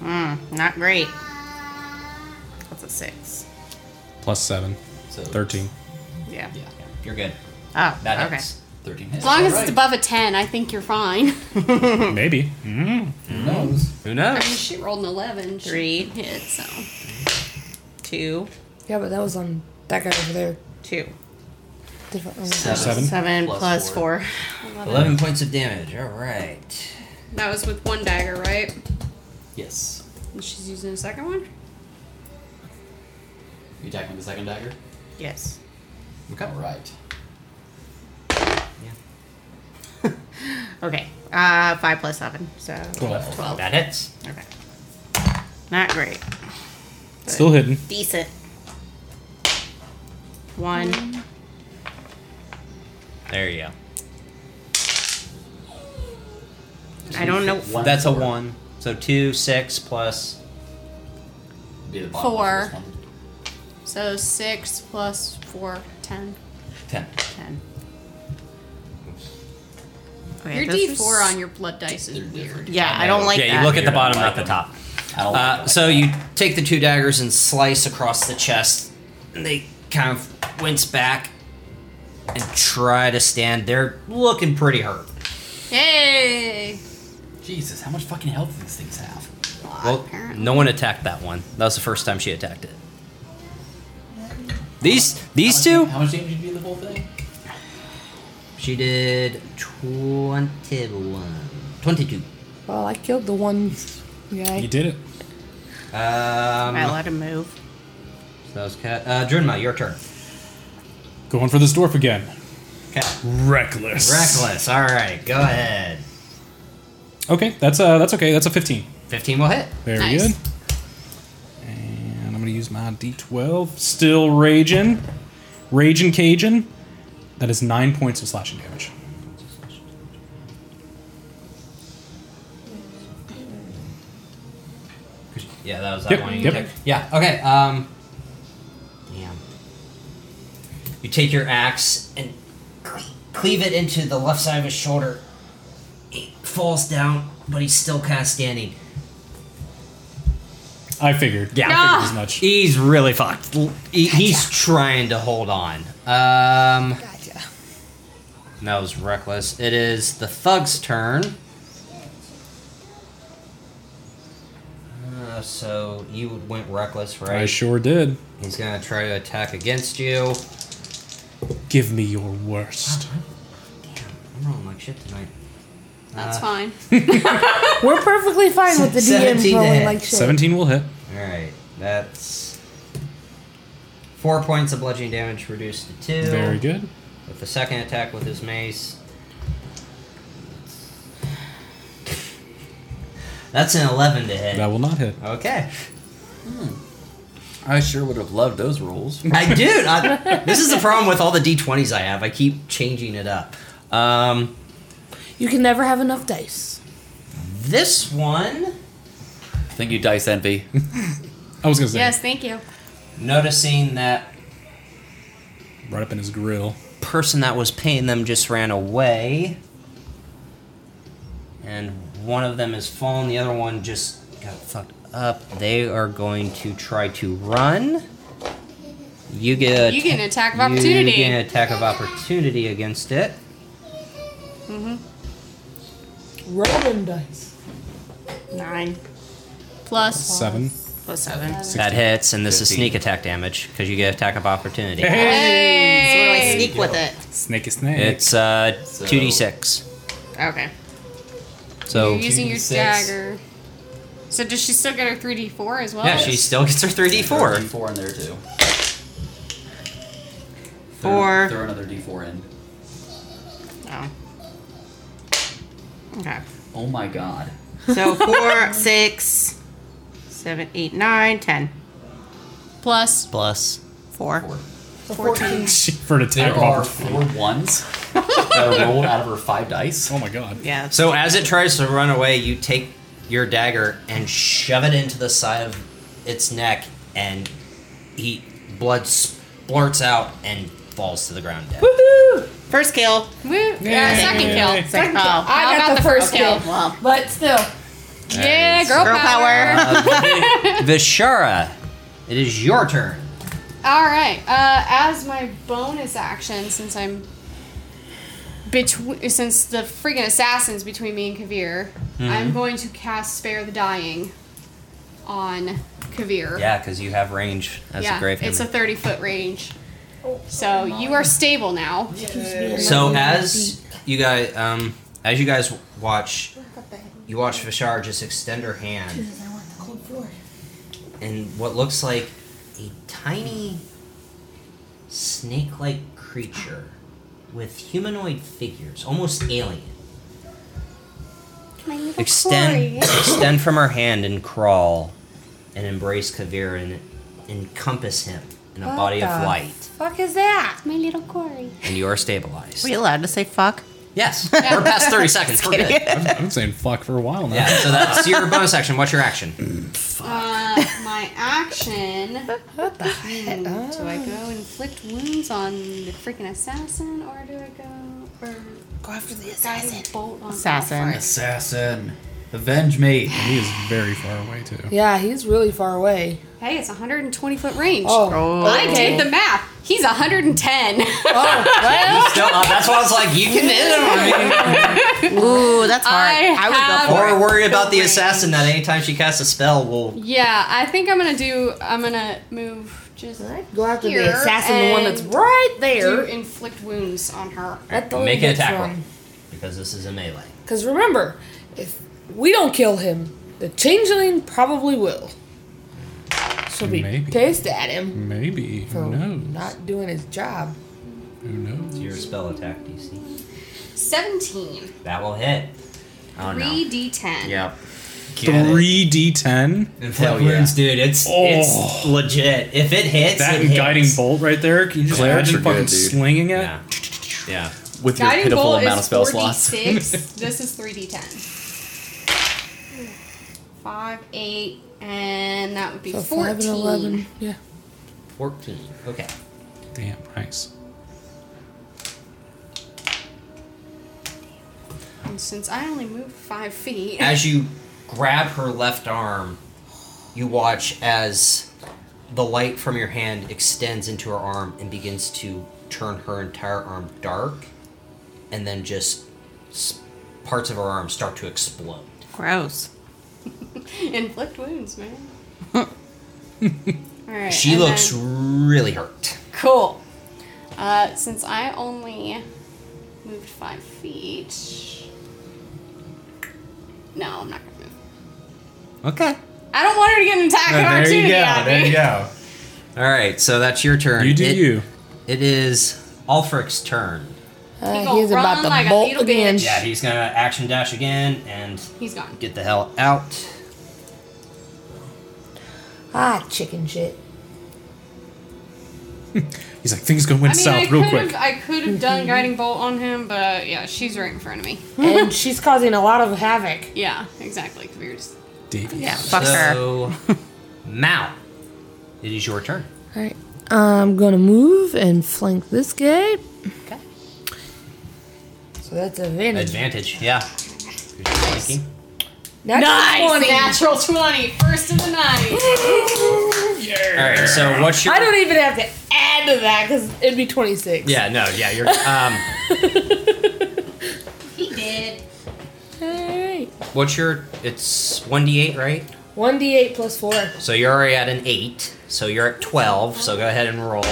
Speaker 6: Mm, not great. That's a six.
Speaker 2: Plus seven.
Speaker 5: So
Speaker 2: 13.
Speaker 6: Yeah.
Speaker 5: Yeah.
Speaker 1: You're good.
Speaker 6: Oh,
Speaker 1: That
Speaker 6: okay.
Speaker 1: hits.
Speaker 5: Thirteen hits.
Speaker 3: As long as
Speaker 5: Alright.
Speaker 3: it's above a 10, I think you're fine.
Speaker 2: Maybe. Mm.
Speaker 5: Who knows?
Speaker 1: Who
Speaker 3: I
Speaker 1: knows?
Speaker 3: mean, she rolled an 11. She
Speaker 6: Three.
Speaker 3: hit, so.
Speaker 6: Two.
Speaker 4: Yeah, but that was on that guy over there.
Speaker 6: Two.
Speaker 4: Different oh, room.
Speaker 2: Seven.
Speaker 6: Seven
Speaker 5: Plus
Speaker 6: plus,
Speaker 5: four.
Speaker 6: four.
Speaker 1: 11 points of damage. All right.
Speaker 3: That was with one dagger, right?
Speaker 5: Yes.
Speaker 3: And she's using a second one?
Speaker 5: You attack him with the second dagger.
Speaker 6: Yes.
Speaker 5: Okay. All right.
Speaker 6: Okay. Uh, five plus seven. So
Speaker 2: Twelve.
Speaker 6: twelve.
Speaker 1: That hits.
Speaker 6: Okay. Not great.
Speaker 2: Still hidden.
Speaker 6: Decent. One.
Speaker 1: There you go.
Speaker 6: I don't know.
Speaker 5: One
Speaker 1: That's a
Speaker 5: four.
Speaker 1: one. So two, six plus.
Speaker 5: Be the bottom
Speaker 3: Four.
Speaker 5: of this one.
Speaker 3: So 6 plus 4, 10.
Speaker 5: Ten.
Speaker 6: Ten. Okay,
Speaker 3: your
Speaker 6: this
Speaker 3: D4
Speaker 6: is-
Speaker 3: on your blood dice
Speaker 5: They're
Speaker 3: is weird.
Speaker 5: different.
Speaker 6: Yeah, I don't like
Speaker 1: yeah,
Speaker 6: that.
Speaker 1: you look at the
Speaker 5: Weird.
Speaker 1: bottom, not the top.
Speaker 5: I don't like
Speaker 1: Uh,
Speaker 5: that.
Speaker 1: so you take the two daggers and slice across the chest, and they kind of wince back and try to stand. They're looking pretty hurt.
Speaker 3: Hey!
Speaker 5: Jesus, how much fucking health do these things have?
Speaker 1: Well, no one attacked that one. That was the first time she attacked it. These these
Speaker 5: How
Speaker 1: two.
Speaker 5: much- How much damage did you do in the whole thing?
Speaker 1: She did 21. 22.
Speaker 4: Well, I killed the one
Speaker 2: You
Speaker 4: guy.
Speaker 2: did it.
Speaker 6: I
Speaker 1: Um,
Speaker 6: let him move.
Speaker 1: so that was cat. Uh, Drinma, your turn.
Speaker 2: Going for this dwarf again.
Speaker 1: Cat.
Speaker 2: Reckless.
Speaker 1: Reckless. All right, go ahead.
Speaker 2: Okay, that's uh that's okay. That's a 15.
Speaker 1: 15 will hit.
Speaker 2: Very
Speaker 3: Nice.
Speaker 2: good. And I'm gonna use my D12. Still raging, raging Cajun. That is nine points of slashing damage.
Speaker 1: Could you- Yeah, that was that
Speaker 2: Yep,
Speaker 1: one. You
Speaker 2: yep.
Speaker 1: took. Yeah. Okay. Um. Damn. You take your axe and cl- cleave it into the left side of his shoulder. He falls down, but he's still kind of standing.
Speaker 2: I figured.
Speaker 1: Yeah.
Speaker 2: I figured as much.
Speaker 1: He's really fucked. L- he- he's trying to hold on. Um.
Speaker 4: Gotcha.
Speaker 1: That was reckless. It is the thug's turn. Uh, so you went reckless, right?
Speaker 2: I sure did.
Speaker 1: He's gonna try to attack against you.
Speaker 2: Give me your worst.
Speaker 3: Oh,
Speaker 1: Damn, I'm rolling like shit tonight.
Speaker 3: That's
Speaker 1: Uh,
Speaker 3: fine.
Speaker 4: We're perfectly fine with the DM
Speaker 1: 17 to
Speaker 4: rolling
Speaker 1: hit.
Speaker 4: like shit.
Speaker 2: 17 will hit.
Speaker 1: Alright, that's four points of bludgeoning damage reduced to two.
Speaker 2: Very good.
Speaker 1: With the second attack with his mace. That's an 11 to hit.
Speaker 2: That will not hit.
Speaker 1: Okay.
Speaker 5: I sure would have loved those rolls.
Speaker 1: I do. I, this is the problem with all the d20s I have. I keep changing it up. Um,
Speaker 4: You can never have enough dice.
Speaker 1: this one,
Speaker 5: Thank you, Dice Envy.
Speaker 2: I was going to say,
Speaker 3: yes, thank you.
Speaker 1: noticing that
Speaker 2: right up in his grill.
Speaker 1: person that was paying them just ran away, and one of them is fallen. The other one just got fucked up. They are going to try to run. You get
Speaker 3: You get an attack of
Speaker 1: You
Speaker 3: opportunity.
Speaker 1: get an attack of opportunity against it.
Speaker 4: Rolling dice.
Speaker 6: Nine
Speaker 3: Plus.
Speaker 2: Seven.
Speaker 6: plus seven.
Speaker 1: That hits, and this is
Speaker 5: 15.
Speaker 1: sneak attack damage because you get attack of opportunity.
Speaker 6: So
Speaker 3: Hey!
Speaker 6: do I sneak with it?
Speaker 2: Snakey snake.
Speaker 1: It's uh
Speaker 5: So-
Speaker 1: two d six.
Speaker 6: Okay.
Speaker 1: So Oh,
Speaker 3: You're using your
Speaker 5: 2d6.
Speaker 3: dagger. So does she still get her 3d4 as well?
Speaker 1: yeah, she still gets her three d
Speaker 5: Throw a
Speaker 1: four.
Speaker 5: D4 in there too. Throw,
Speaker 6: Four.
Speaker 5: throw another D4 in.
Speaker 6: Oh. Okay.
Speaker 5: Oh my god.
Speaker 6: So four, six, seven, eight, nine, ten.
Speaker 3: Plus.
Speaker 1: Plus,
Speaker 6: Four.
Speaker 5: Four.
Speaker 2: for an attack
Speaker 5: There
Speaker 2: of
Speaker 5: are
Speaker 2: opportunity.
Speaker 5: four ones that are rolled out of her five dice.
Speaker 2: Oh my god.
Speaker 6: Yeah. So
Speaker 1: so as it tries to run away, you take your dagger and shove it into the side of its neck, and he blood splurts out and falls to the ground dead.
Speaker 6: first kill.
Speaker 3: Woo. Yeah, second
Speaker 2: Yay.
Speaker 3: kill.
Speaker 6: Second kill. Oh.
Speaker 4: I,
Speaker 3: I
Speaker 4: got,
Speaker 3: got
Speaker 4: the
Speaker 3: the
Speaker 4: first
Speaker 3: first
Speaker 4: kill.
Speaker 6: Well,
Speaker 4: But still,
Speaker 3: Yeah, girl,
Speaker 6: Girl
Speaker 3: power.
Speaker 6: power.
Speaker 1: Uh, Vi- Vishara, it is your turn.
Speaker 3: All right. Uh, as my bonus action, since I'm between, since the freaking assassin's between me and Kavir,
Speaker 1: Mm-hmm.
Speaker 3: I'm going to cast Spare the Dying on Kavir.
Speaker 1: Yeah, because you have range as a grave.
Speaker 3: it's a 30 foot range.
Speaker 4: Oh,
Speaker 3: So you are stable now.
Speaker 1: So as you guys, um, as you guys watch, you watch Vishar just extend her hand, and what looks like a tiny snake-like creature with humanoid figures, almost alien, extend extend from her hand and crawl and embrace Kavir and encompass him in a body of
Speaker 4: the
Speaker 1: light,
Speaker 4: fuck is that?
Speaker 3: My little Cory.
Speaker 1: and you are stabilized.
Speaker 6: Are you allowed to say fuck?
Speaker 1: Yes, we're past thirty seconds. We're good.
Speaker 2: I've, I've been saying fuck for a while now.
Speaker 1: Yeah, so that's your bonus action. What's your action?
Speaker 3: Uh, my action. Hmm, Do I go
Speaker 4: Oh.
Speaker 3: inflict wounds on the freaking assassin, or do I go or
Speaker 4: Go after the
Speaker 3: guiding bolt on
Speaker 6: Assassin.
Speaker 5: Assassin. Avenge me.
Speaker 2: He is very far away too.
Speaker 4: Yeah, he's really far away.
Speaker 3: Hey, it's 120 foot range.
Speaker 4: Oh,
Speaker 3: I did the math. He's 110.
Speaker 1: Still, uh, that's why I was like, you can hit him. I mean,
Speaker 6: Ooh, that's hard.
Speaker 3: I
Speaker 6: I would go for
Speaker 1: or worry about the assassin that anytime she casts a spell will.
Speaker 3: yeah, I think I'm gonna do. I'm gonna move just
Speaker 4: go after
Speaker 3: here
Speaker 4: the assassin, the one that's
Speaker 3: and
Speaker 4: right
Speaker 3: do
Speaker 4: there.
Speaker 3: inflict wounds on her.
Speaker 4: Let the
Speaker 1: Make an
Speaker 4: little bitch
Speaker 1: attack roll
Speaker 4: run.
Speaker 1: because this is a melee.
Speaker 4: Because remember, if we don't kill him, the changeling probably will. She'll be
Speaker 2: Maybe.
Speaker 4: pissed at him
Speaker 2: Maybe.
Speaker 4: for
Speaker 2: Who knows?
Speaker 4: not doing his job.
Speaker 2: Who knows?
Speaker 1: Your spell attack DC
Speaker 3: 17.
Speaker 1: that will hit. Oh no!
Speaker 3: 3d10.
Speaker 5: Yep.
Speaker 2: Three D ten.
Speaker 1: Inflict
Speaker 5: Hell yeah.
Speaker 1: wounds, dude. It's it's legit. If it hits,
Speaker 2: That
Speaker 1: it
Speaker 2: and
Speaker 1: hits.
Speaker 2: guiding bolt right there. Can you just
Speaker 5: Clerics
Speaker 2: imagine
Speaker 5: are
Speaker 2: fucking
Speaker 5: good, dude.
Speaker 2: slinging it?
Speaker 1: Yeah. Yeah.
Speaker 5: With your
Speaker 3: Guiding
Speaker 5: pitiful
Speaker 3: bolt
Speaker 5: amount of
Speaker 3: is
Speaker 5: spell slots.
Speaker 3: 4d6. this is 3d10. five, eight, and that would be
Speaker 4: So five and
Speaker 3: 14.
Speaker 4: 11. Yeah.
Speaker 1: 14. Okay.
Speaker 2: Damn, nice.
Speaker 3: And since I only moved five feet,
Speaker 1: As you grab her left arm, you watch as the light from your hand extends into her arm and begins to turn her entire arm dark, and then just s- parts of her arm start to explode.
Speaker 6: Gross.
Speaker 3: inflict wounds, man. All right.
Speaker 1: She
Speaker 3: and
Speaker 1: looks
Speaker 3: then-
Speaker 1: really hurt.
Speaker 3: Cool. Uh, since I only moved five feet. No, I'm not gonna move.
Speaker 1: Okay.
Speaker 3: I don't want her to get an attack of opportunity on me.
Speaker 2: go.
Speaker 1: All right, so that's your turn.
Speaker 2: You do
Speaker 1: It-
Speaker 2: you.
Speaker 1: It is Ulfric's turn.
Speaker 3: He
Speaker 4: Uh,
Speaker 3: gonna
Speaker 4: he's about
Speaker 3: run
Speaker 4: to
Speaker 3: like a
Speaker 4: bolt
Speaker 3: beetle
Speaker 4: again.
Speaker 3: bitch.
Speaker 1: Yeah, he's gonna action dash again and
Speaker 3: He's gone.
Speaker 1: get the hell out.
Speaker 4: Ah, chicken shit.
Speaker 2: He's like, things going
Speaker 3: I mean, I
Speaker 2: south
Speaker 3: could
Speaker 2: real quick.
Speaker 3: have I could have done guiding bolt on him, but yeah, she's right in front of me.
Speaker 4: and she's causing a lot of havoc.
Speaker 3: Yeah, exactly. 'cause we were just-
Speaker 2: Davey.
Speaker 6: Yeah, fuck her.
Speaker 1: so, Mal, it is your turn.
Speaker 4: Alright. I'm gonna move and flank this guy.
Speaker 1: Okay.
Speaker 4: So that's advantage.
Speaker 1: Advantage, yeah. You're just flanking.
Speaker 4: Natural
Speaker 3: Nice,
Speaker 4: 20.
Speaker 3: natural 20, first of the night.
Speaker 1: All right, so what's your?
Speaker 4: I don't even have to add to that because it'd be 26.
Speaker 1: Yeah, no, yeah, you're. Um,
Speaker 3: He did.
Speaker 4: Alright.
Speaker 1: what's your? It's one d eight, right?
Speaker 4: 1d8 plus 4.
Speaker 1: So you're already at an eight. So you're at twelve. So go ahead and roll.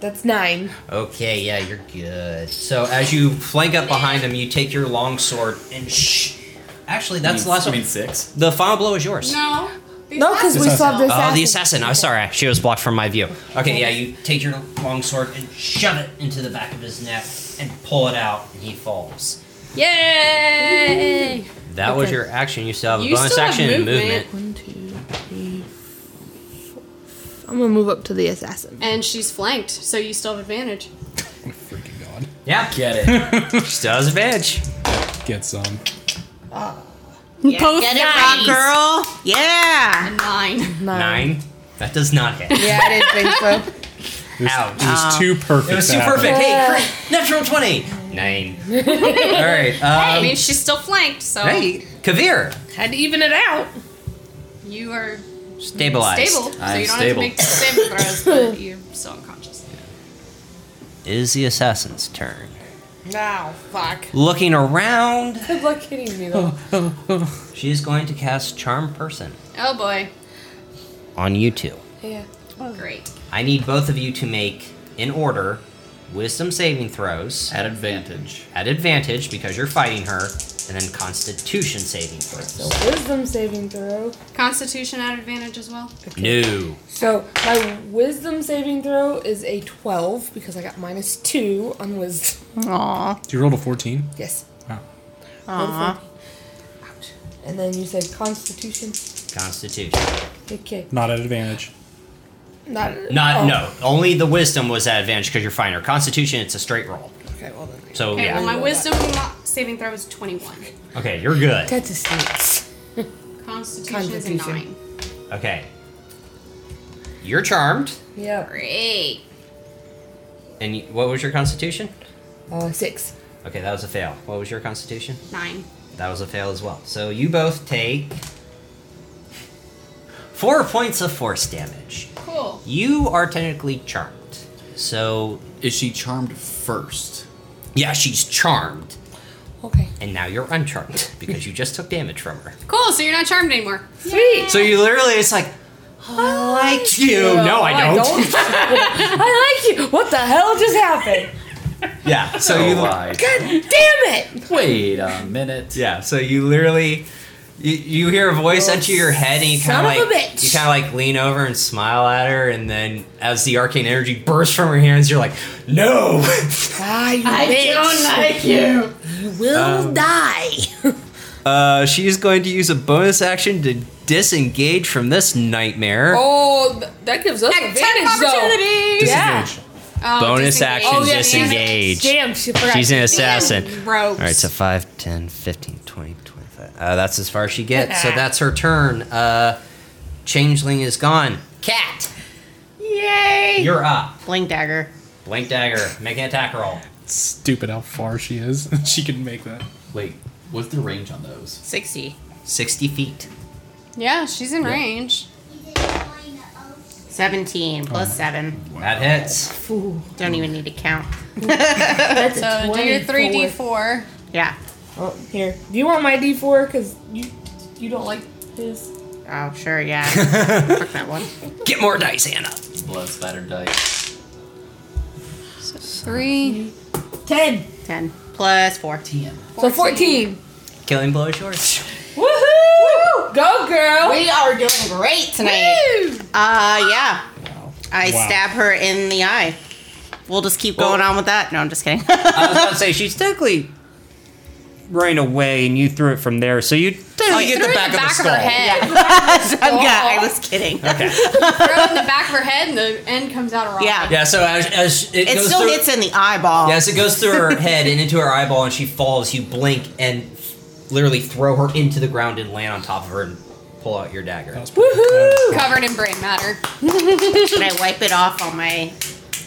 Speaker 4: That's 9.
Speaker 1: Okay, yeah, you're good. So as you flank up behind him, you take your long sword and shh. Actually, that's the last
Speaker 5: I
Speaker 1: one.
Speaker 5: mean six.
Speaker 1: The final blow is yours.
Speaker 3: No.
Speaker 4: No, because we still have this.
Speaker 1: Oh, the assassin. I'm sorry. She was blocked from my view. Okay, yeah, you take your long sword and shove it into the back of his neck and pull it out, and he falls.
Speaker 3: Yay!
Speaker 1: That was
Speaker 4: Okay.
Speaker 1: your action. You still have a
Speaker 3: You
Speaker 1: bonus
Speaker 3: still have
Speaker 1: action and movement.
Speaker 3: movement.
Speaker 4: One, two, three, four, five. I'm gonna move up to the assassin.
Speaker 3: And she's flanked, so you still have advantage.
Speaker 2: Freaking god.
Speaker 1: Yeah,
Speaker 5: Get it.
Speaker 1: still has advantage.
Speaker 2: Get some.
Speaker 6: Get it, rock girl. Yeah.
Speaker 3: Nine.
Speaker 4: Um,
Speaker 1: Nine. That does not hit.
Speaker 4: Yeah, I didn't think so.
Speaker 2: It was,
Speaker 1: Ouch.
Speaker 2: It
Speaker 3: Um,
Speaker 2: was too perfect.
Speaker 1: It was
Speaker 2: to
Speaker 1: too
Speaker 2: happen.
Speaker 1: perfect. Hey, crit. natural twenty. Nine. All right.
Speaker 3: I
Speaker 1: Um,
Speaker 3: mean, she's still flanked, so
Speaker 1: hey, Kavir,
Speaker 4: Had to even it out.
Speaker 3: you are
Speaker 1: stabilized.
Speaker 3: stable, so
Speaker 5: I'm
Speaker 3: you don't have to
Speaker 5: stable.
Speaker 3: make the saving throws, but you're still unconscious.
Speaker 1: It is the assassin's turn.
Speaker 4: Now, fuck.
Speaker 1: Looking around,
Speaker 4: Good luck hitting me though.
Speaker 1: she is going to cast Charm Person
Speaker 3: Oh boy.
Speaker 1: on you two.
Speaker 4: Yeah.
Speaker 3: Great.
Speaker 1: I need both of you to make, in order, wisdom saving throws
Speaker 5: At advantage.
Speaker 1: at advantage because you're fighting her, and then constitution saving throws.
Speaker 4: Wisdom saving throw.
Speaker 3: Constitution at advantage as well.
Speaker 1: Oh, No.
Speaker 4: So my wisdom saving throw is a 12 because I got minus two on wisdom.
Speaker 6: Aw.
Speaker 2: You rolled a 14?
Speaker 4: Yes.
Speaker 2: Wow.
Speaker 6: Aw.
Speaker 4: Ouch. And then you said Constitution.
Speaker 1: Constitution.
Speaker 4: Okay.
Speaker 2: Not at advantage.
Speaker 4: Not.
Speaker 1: Not,
Speaker 4: oh.
Speaker 1: no. Only the wisdom was at advantage because you're fighting her. Constitution, it's a straight roll.
Speaker 4: Okay. Well then.
Speaker 1: So,
Speaker 3: Okay,
Speaker 1: yeah.
Speaker 3: well, my wisdom saving throw is 21.
Speaker 1: okay, you're good.
Speaker 4: That's a six.
Speaker 3: Constitution, is a
Speaker 4: Constitution.
Speaker 3: 9.
Speaker 1: Okay. You're charmed.
Speaker 4: Yeah.
Speaker 3: Great.
Speaker 1: And you, what was your constitution?
Speaker 4: Uh, six.
Speaker 1: Okay, that was a fail. What was your constitution?
Speaker 3: 9.
Speaker 1: That was a fail as well. So you both take four points of force damage.
Speaker 3: Cool.
Speaker 1: You are technically charmed. So,
Speaker 5: Is she charmed first?
Speaker 1: yeah, she's charmed.
Speaker 4: Okay.
Speaker 1: And now you're uncharmed because you just took damage from her.
Speaker 3: Cool, so you're not charmed anymore.
Speaker 4: Sweet.
Speaker 1: So you literally, it's like, I like you. No, I don't.
Speaker 4: I like you. What the hell just happened?
Speaker 1: Yeah. So you,
Speaker 5: lied.
Speaker 4: God damn it!
Speaker 5: Oh, Wait a minute.
Speaker 1: yeah. So you literally, you, you hear a voice
Speaker 4: Oh,
Speaker 1: enter your head and you
Speaker 4: son
Speaker 1: kind
Speaker 4: of
Speaker 1: of
Speaker 4: a
Speaker 1: like,
Speaker 4: bitch.
Speaker 1: you kind of like lean over and smile at her, and then as the arcane energy bursts from her hands, you're like, no.
Speaker 4: Ah, you bitch.
Speaker 3: like you.
Speaker 4: You will
Speaker 1: Um,
Speaker 4: die.
Speaker 1: Uh, she is going to use a bonus action to disengage from this nightmare.
Speaker 4: Oh, th- that gives us
Speaker 3: Attack
Speaker 4: advantage though.
Speaker 3: opportunity.
Speaker 4: Yeah.
Speaker 2: Disadvantage.
Speaker 3: Oh,
Speaker 1: Bonus
Speaker 3: disengage.
Speaker 1: action,
Speaker 4: Oh, yeah,
Speaker 1: disengage.
Speaker 4: Damn, she forgot.
Speaker 1: She's an
Speaker 4: to-
Speaker 1: assassin.
Speaker 3: Ropes.
Speaker 1: All right, so 5, 10, 15, 20, 25. Uh, that's as far as she gets. so that's her turn. Uh, Changeling is gone. Cat,
Speaker 6: Yay!
Speaker 1: you're up.
Speaker 6: Bling dagger.
Speaker 1: Blank dagger. Make an attack roll.
Speaker 2: Stupid how far she is. she can make that.
Speaker 5: Wait, what's the range on those?
Speaker 6: 60.
Speaker 1: 60 feet.
Speaker 3: Yeah, she's in range.
Speaker 6: 17 plus 7.
Speaker 1: That hits.
Speaker 6: Don't even need to count.
Speaker 7: That's a
Speaker 3: So do your
Speaker 7: 24.
Speaker 3: 3d4.
Speaker 6: Yeah.
Speaker 4: Oh, here. Do you want my D4? Because you you don't like his.
Speaker 6: Oh, sure, yeah. Fuck that one.
Speaker 1: Get more dice, Anna.
Speaker 5: Blood spattered dice.
Speaker 3: 3.
Speaker 7: 10.
Speaker 6: 10 plus 4.
Speaker 5: TM.
Speaker 4: So 14.
Speaker 1: Killing blow is yours.
Speaker 4: Woohoo! Go, girl!
Speaker 6: We are doing great tonight. Uh, yeah. I
Speaker 2: Wow.
Speaker 6: stab her in the eye. We'll just keep going on with that. No, I'm just kidding.
Speaker 1: I was about to say, she's technically ran away and you threw it from there, so Oh, you technically get the back, of the skull.
Speaker 3: head.
Speaker 6: yeah, I was kidding.
Speaker 1: Okay.
Speaker 3: Throw it in the back of her head, and the end comes out a rocket.
Speaker 6: Yeah.
Speaker 1: Yeah, so as, as it,
Speaker 6: It
Speaker 1: goes
Speaker 6: still
Speaker 1: through,
Speaker 6: hits in the eyeball.
Speaker 1: Yes, it goes through her head and into her eyeball, and she falls. You blink and literally throw her into the ground and land on top of her and pull out your dagger.
Speaker 2: Woohoo!
Speaker 3: Covered in brain matter.
Speaker 6: Should I wipe it off on my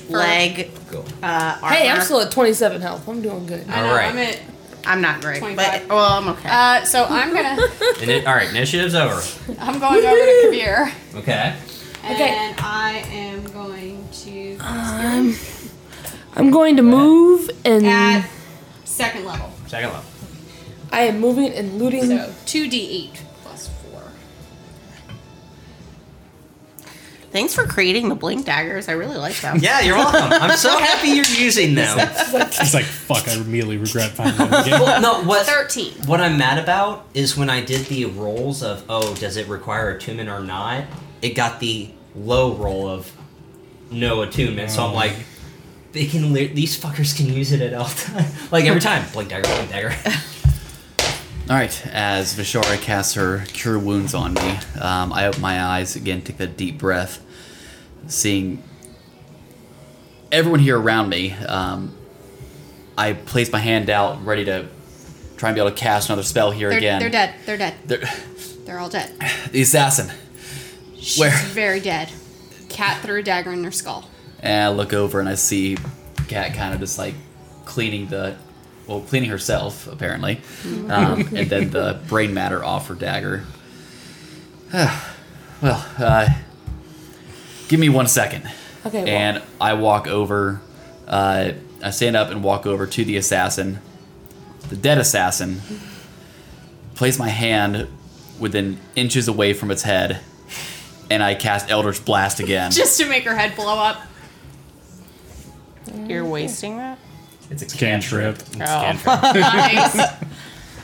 Speaker 6: leg
Speaker 1: Cool.
Speaker 6: uh, armor?
Speaker 4: Hey, I'm still at 27 health. I'm doing good.
Speaker 3: I
Speaker 1: All
Speaker 3: know,
Speaker 1: right.
Speaker 3: I'm at,
Speaker 6: I'm not great, but
Speaker 3: 25.
Speaker 6: well, I'm okay.
Speaker 3: uh, so I'm gonna,
Speaker 1: And it, all right, initiative's over.
Speaker 3: I'm going over to Kabir,
Speaker 1: Okay.
Speaker 3: and
Speaker 4: Okay.
Speaker 3: I am going to
Speaker 4: I'm going to move and.
Speaker 3: at second level,
Speaker 1: Second level.
Speaker 4: I am moving and looting.
Speaker 3: so two d8 plus four.
Speaker 6: Thanks for creating the blink daggers. I really like them.
Speaker 1: Yeah, you're welcome. I'm so happy you're using them.
Speaker 2: She's like, fuck, I immediately regret finding that again.
Speaker 1: Well, no, what
Speaker 3: Thirteen.
Speaker 1: what I'm mad about is when I did the rolls of oh, does it require attunement or not? It got the low roll of no attunement, so I'm like. They can li- these fuckers can use it at all time. Like every time, blink dagger, blink dagger.
Speaker 5: All right, as Vishara casts her Cure Wounds on me, um, I open my eyes again, take a deep breath, seeing everyone here around me. Um, I place my hand out, ready to try and be able to cast another spell here
Speaker 3: They're,
Speaker 5: again.
Speaker 3: they're dead. They're dead.
Speaker 5: They're-
Speaker 3: They're all dead.
Speaker 5: the assassin.
Speaker 3: She's
Speaker 5: Where?
Speaker 3: very dead. Cat threw a dagger in her skull.
Speaker 5: And Eh, I look over and I see Kat kind of just like cleaning the, well, cleaning herself apparently,
Speaker 4: Mm-hmm.
Speaker 5: um, and then the brain matter off her dagger. well, uh, give me one second.
Speaker 4: Okay, well-
Speaker 5: And I walk over. Uh, I stand up and walk over to the assassin, the dead assassin. Place my hand within inches away from its head, and I cast Eldritch Blast again.
Speaker 3: Just to make her head blow up.
Speaker 6: You're wasting that.
Speaker 5: it's a
Speaker 2: Cantrip.
Speaker 6: Oh.
Speaker 3: Nice.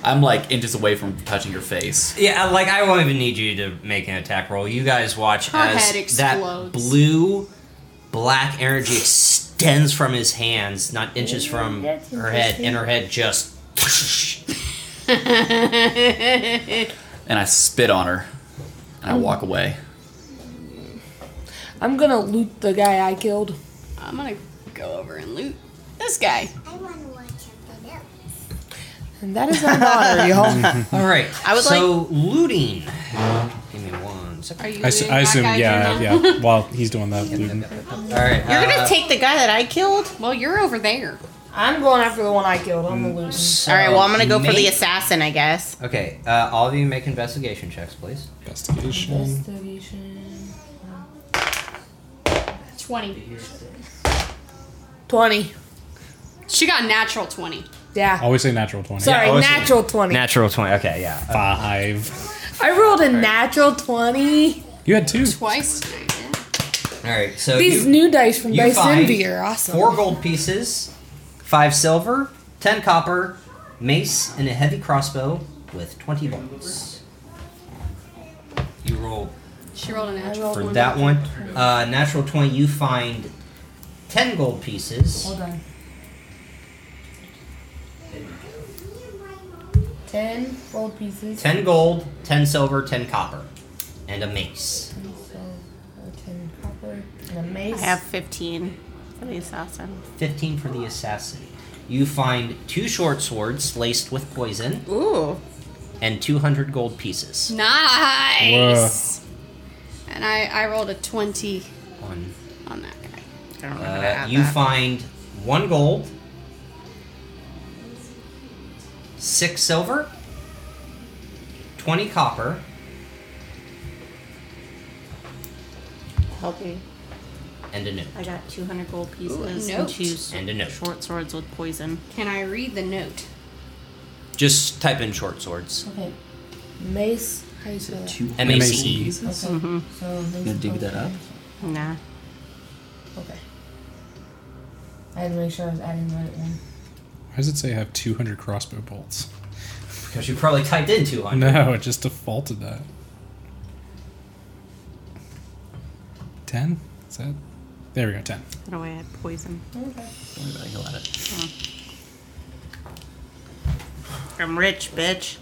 Speaker 5: I'm like inches away from touching your face.
Speaker 1: Yeah, like I won't even need you to make an attack roll. You guys watch
Speaker 3: Her
Speaker 1: as
Speaker 3: head
Speaker 1: that
Speaker 3: explodes.
Speaker 1: blue black energy extends from his hands, not inches from her head, and her head just
Speaker 5: And I spit on her. And I walk away.
Speaker 4: I'm gonna loot the guy I killed.
Speaker 3: I'm gonna go over and loot this guy.
Speaker 7: I want to watch something else.
Speaker 4: And that is my daughter, y'all.
Speaker 1: All right.
Speaker 6: I would
Speaker 1: so looting. Give me one second.
Speaker 3: Are you?
Speaker 2: I, s-
Speaker 3: looting
Speaker 2: I
Speaker 3: that
Speaker 2: assume,
Speaker 3: guy,
Speaker 2: yeah,
Speaker 3: Jonah?
Speaker 2: yeah. While he's doing that, Luton.
Speaker 1: All right.
Speaker 6: You're
Speaker 1: uh,
Speaker 6: gonna take the guy that I killed.
Speaker 3: Well, you're over there.
Speaker 4: I'm going after the one I killed. I'm gonna loot. him.
Speaker 1: so
Speaker 6: All right. Well, I'm gonna go for the
Speaker 1: make-
Speaker 6: assassin, I guess.
Speaker 1: Okay, uh, all of you make investigation checks, please.
Speaker 2: Investigation.
Speaker 3: Twenty.
Speaker 4: 20.
Speaker 3: She got a natural twenty.
Speaker 4: Yeah.
Speaker 2: Always say natural 20.
Speaker 4: Sorry,
Speaker 1: always-
Speaker 4: natural 20.
Speaker 1: Natural twenty. Okay, yeah.
Speaker 2: Five.
Speaker 4: I rolled a natural 20.
Speaker 2: You had two.
Speaker 3: Twice. tonight, yeah.
Speaker 1: all right. So
Speaker 4: These
Speaker 1: you-
Speaker 4: new dice from
Speaker 1: you
Speaker 4: Dice
Speaker 1: find
Speaker 4: Envy are awesome.
Speaker 1: Four gold pieces, five silver, ten copper, mace, and a heavy crossbow with twenty bolts. You rolled
Speaker 3: She rolled a
Speaker 4: I
Speaker 3: natural.
Speaker 4: rolled
Speaker 1: for
Speaker 4: one.
Speaker 1: that one. Uh, natural twenty. You find ten gold pieces.
Speaker 4: Hold on. 10 gold pieces.
Speaker 1: Ten gold, ten silver, ten copper, and a mace.
Speaker 4: So, 10 copper. And a mace.
Speaker 6: I have 15 for the assassin.
Speaker 1: Fifteen for the assassin. You find two short swords laced with poison,
Speaker 6: Ooh.
Speaker 1: and 200 gold pieces.
Speaker 3: Nice. And I, I rolled a 20
Speaker 1: One.
Speaker 3: on that guy.
Speaker 6: I don't remember
Speaker 1: Uh,
Speaker 6: that.
Speaker 1: you find one gold, six silver, 20 copper,
Speaker 4: Help me.
Speaker 1: and a note.
Speaker 6: I got 200 gold pieces
Speaker 3: Ooh, a
Speaker 6: and
Speaker 3: note.
Speaker 6: two s-
Speaker 1: And a note.
Speaker 6: short swords with poison.
Speaker 3: Can I read the note?
Speaker 1: Just type in short swords.
Speaker 8: Okay.
Speaker 4: Mace. How you say that?
Speaker 5: Two
Speaker 1: M A C E.
Speaker 5: pieces?
Speaker 8: Okay. So
Speaker 5: You
Speaker 8: these
Speaker 5: gonna dig
Speaker 8: both
Speaker 5: that up?
Speaker 8: together.
Speaker 6: Nah.
Speaker 8: Okay. I had to make sure I was adding the right one.
Speaker 2: Why does it say I have 200 crossbow bolts?
Speaker 1: Because you probably typed in 200.
Speaker 2: No, it just defaulted that. 10? Is that? There we go, 10.
Speaker 6: How do I add poison?
Speaker 8: Okay.
Speaker 5: Don't worry about it, he'll add it.
Speaker 6: I'm rich, bitch.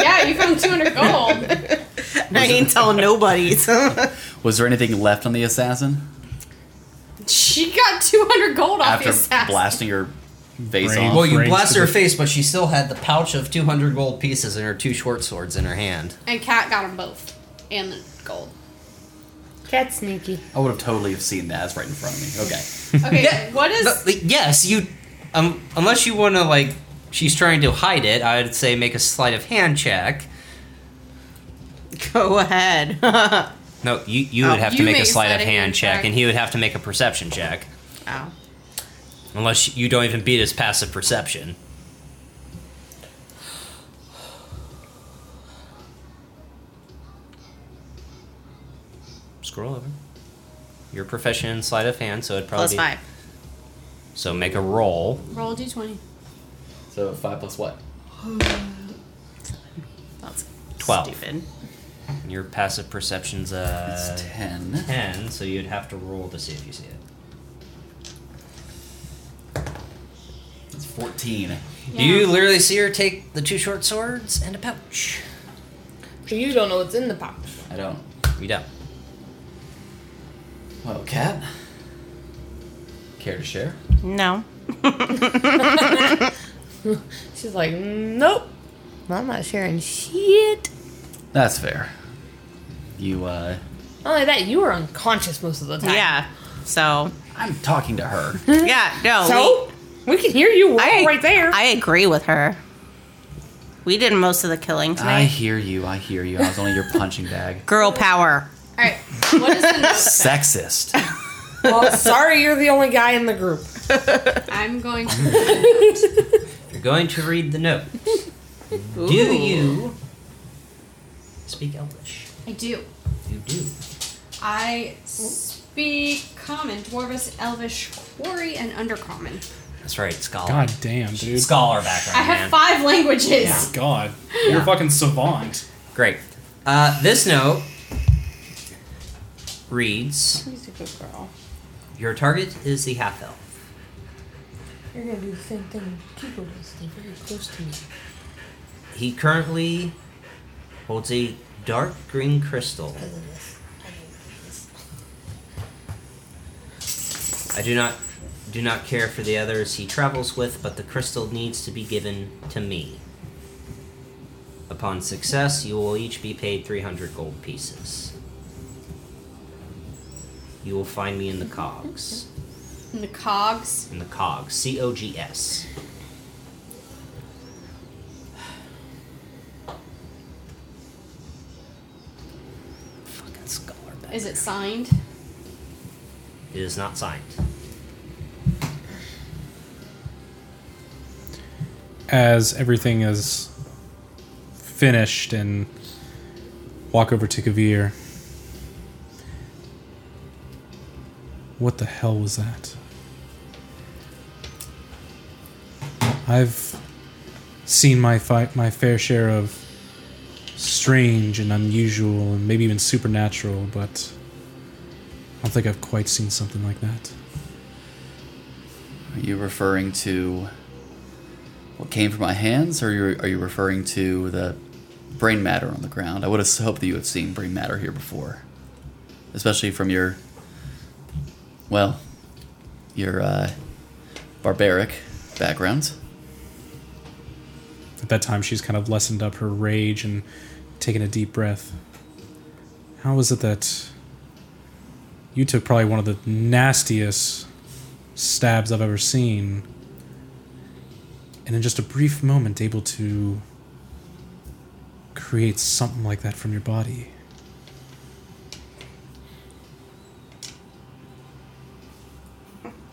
Speaker 3: Yeah, you found 200 gold.
Speaker 6: I ain't telling nobody.
Speaker 5: Was there anything left on the assassin
Speaker 3: she got 200 gold off
Speaker 5: after
Speaker 3: the assassin.
Speaker 5: blasting her face
Speaker 2: Brain.
Speaker 5: off?
Speaker 1: Well, you
Speaker 2: Brains
Speaker 1: blast
Speaker 2: to
Speaker 1: her
Speaker 2: the-
Speaker 1: face, but she still had the pouch of 200 gold pieces and her two short swords in her hand.
Speaker 3: And Kat got them both. And the gold.
Speaker 4: Cat sneaky.
Speaker 5: I would have totally have seen that. It's right in front of me. Okay.
Speaker 3: Okay,
Speaker 1: Yeah,
Speaker 3: what is.
Speaker 1: No, like, yes, you. Um, unless you want to, like, she's trying to hide it, I'd say make a sleight of hand check.
Speaker 6: Go ahead. Ow.
Speaker 1: No, you, you
Speaker 6: Oh.
Speaker 1: would have to
Speaker 3: You
Speaker 1: make, a sleight of hand check,
Speaker 3: check.
Speaker 1: and he would have to make a perception check.
Speaker 6: I
Speaker 1: Unless you don't even beat his passive perception. Scroll over. Your profession in sleight of hand, so it'd probably
Speaker 6: Plus
Speaker 1: be-
Speaker 6: five.
Speaker 1: So make a roll.
Speaker 3: Roll d20.
Speaker 5: So five plus what?
Speaker 6: That's
Speaker 1: Twelve.
Speaker 6: stupid.
Speaker 1: Your passive perception's uh
Speaker 5: It's ten.
Speaker 1: ten, so you'd have to roll to see if you see it.
Speaker 5: It's fourteen.
Speaker 1: You literally see her take the two short swords and a pouch.
Speaker 4: So you don't know what's in the pouch.
Speaker 5: I don't.
Speaker 1: You don't.
Speaker 5: Well, Cap. Care to share?
Speaker 6: No.
Speaker 4: She's like, nope. I'm not sharing shit.
Speaker 5: That's fair. You, uh.
Speaker 4: Not only that, you were unconscious most of the time.
Speaker 6: Yeah. So.
Speaker 5: I'm talking to her.
Speaker 6: Yeah. No.
Speaker 4: So we can hear you walk
Speaker 6: I-
Speaker 4: right there.
Speaker 6: we- I agree with her. We did most of the killing
Speaker 5: I
Speaker 6: tonight.
Speaker 5: hear you. I hear you. I was only your punching bag.
Speaker 6: Girl power.
Speaker 3: Alright, what is the note? say?
Speaker 5: Sexist.
Speaker 4: well, sorry, you're the only guy in the group.
Speaker 3: I'm going to.
Speaker 1: You're going to read the note. Do you speak Elvish?
Speaker 3: I do.
Speaker 1: You do.
Speaker 3: I speak common, dwarvish, elvish, quarry, and undercommon.
Speaker 1: That's right, scholar.
Speaker 2: God damn, dude.
Speaker 1: Scholar background,
Speaker 3: I
Speaker 1: man.
Speaker 3: have five languages.
Speaker 2: God. You're a fucking savant.
Speaker 1: Great. Uh, this note reads
Speaker 4: She's a good girl.
Speaker 1: Your target is the half elf.
Speaker 8: You're gonna do the same thing. Keep it stay very close to me.
Speaker 1: He currently holds a dark green crystal.
Speaker 8: Because of this. I hate this.
Speaker 1: I do not do not care for the others he travels with, but the crystal needs to be given to me. Upon success, you will each be paid 300 gold pieces. You will find me in the cogs.
Speaker 3: And the cogs.
Speaker 1: In the cogs. C O G S. Fucking scholar bag.
Speaker 3: Is it signed?
Speaker 1: It is not signed.
Speaker 2: As everything is finished and walk over to Kavir. What the hell was that? I've seen my fi- my fair share of strange and unusual and maybe even supernatural, but I don't think I've quite seen something like that.
Speaker 5: Are you referring to what came from my hands, or are you, are you referring to the brain matter on the ground? I would have hoped that you had seen brain matter here before, especially from your, well, your uh, barbaric background.
Speaker 2: At that time, she's kind of lessened up her rage and taken a deep breath. How was it that you took probably one of the nastiest stabs I've ever seen, and in just a brief moment, able to create something like that from your body?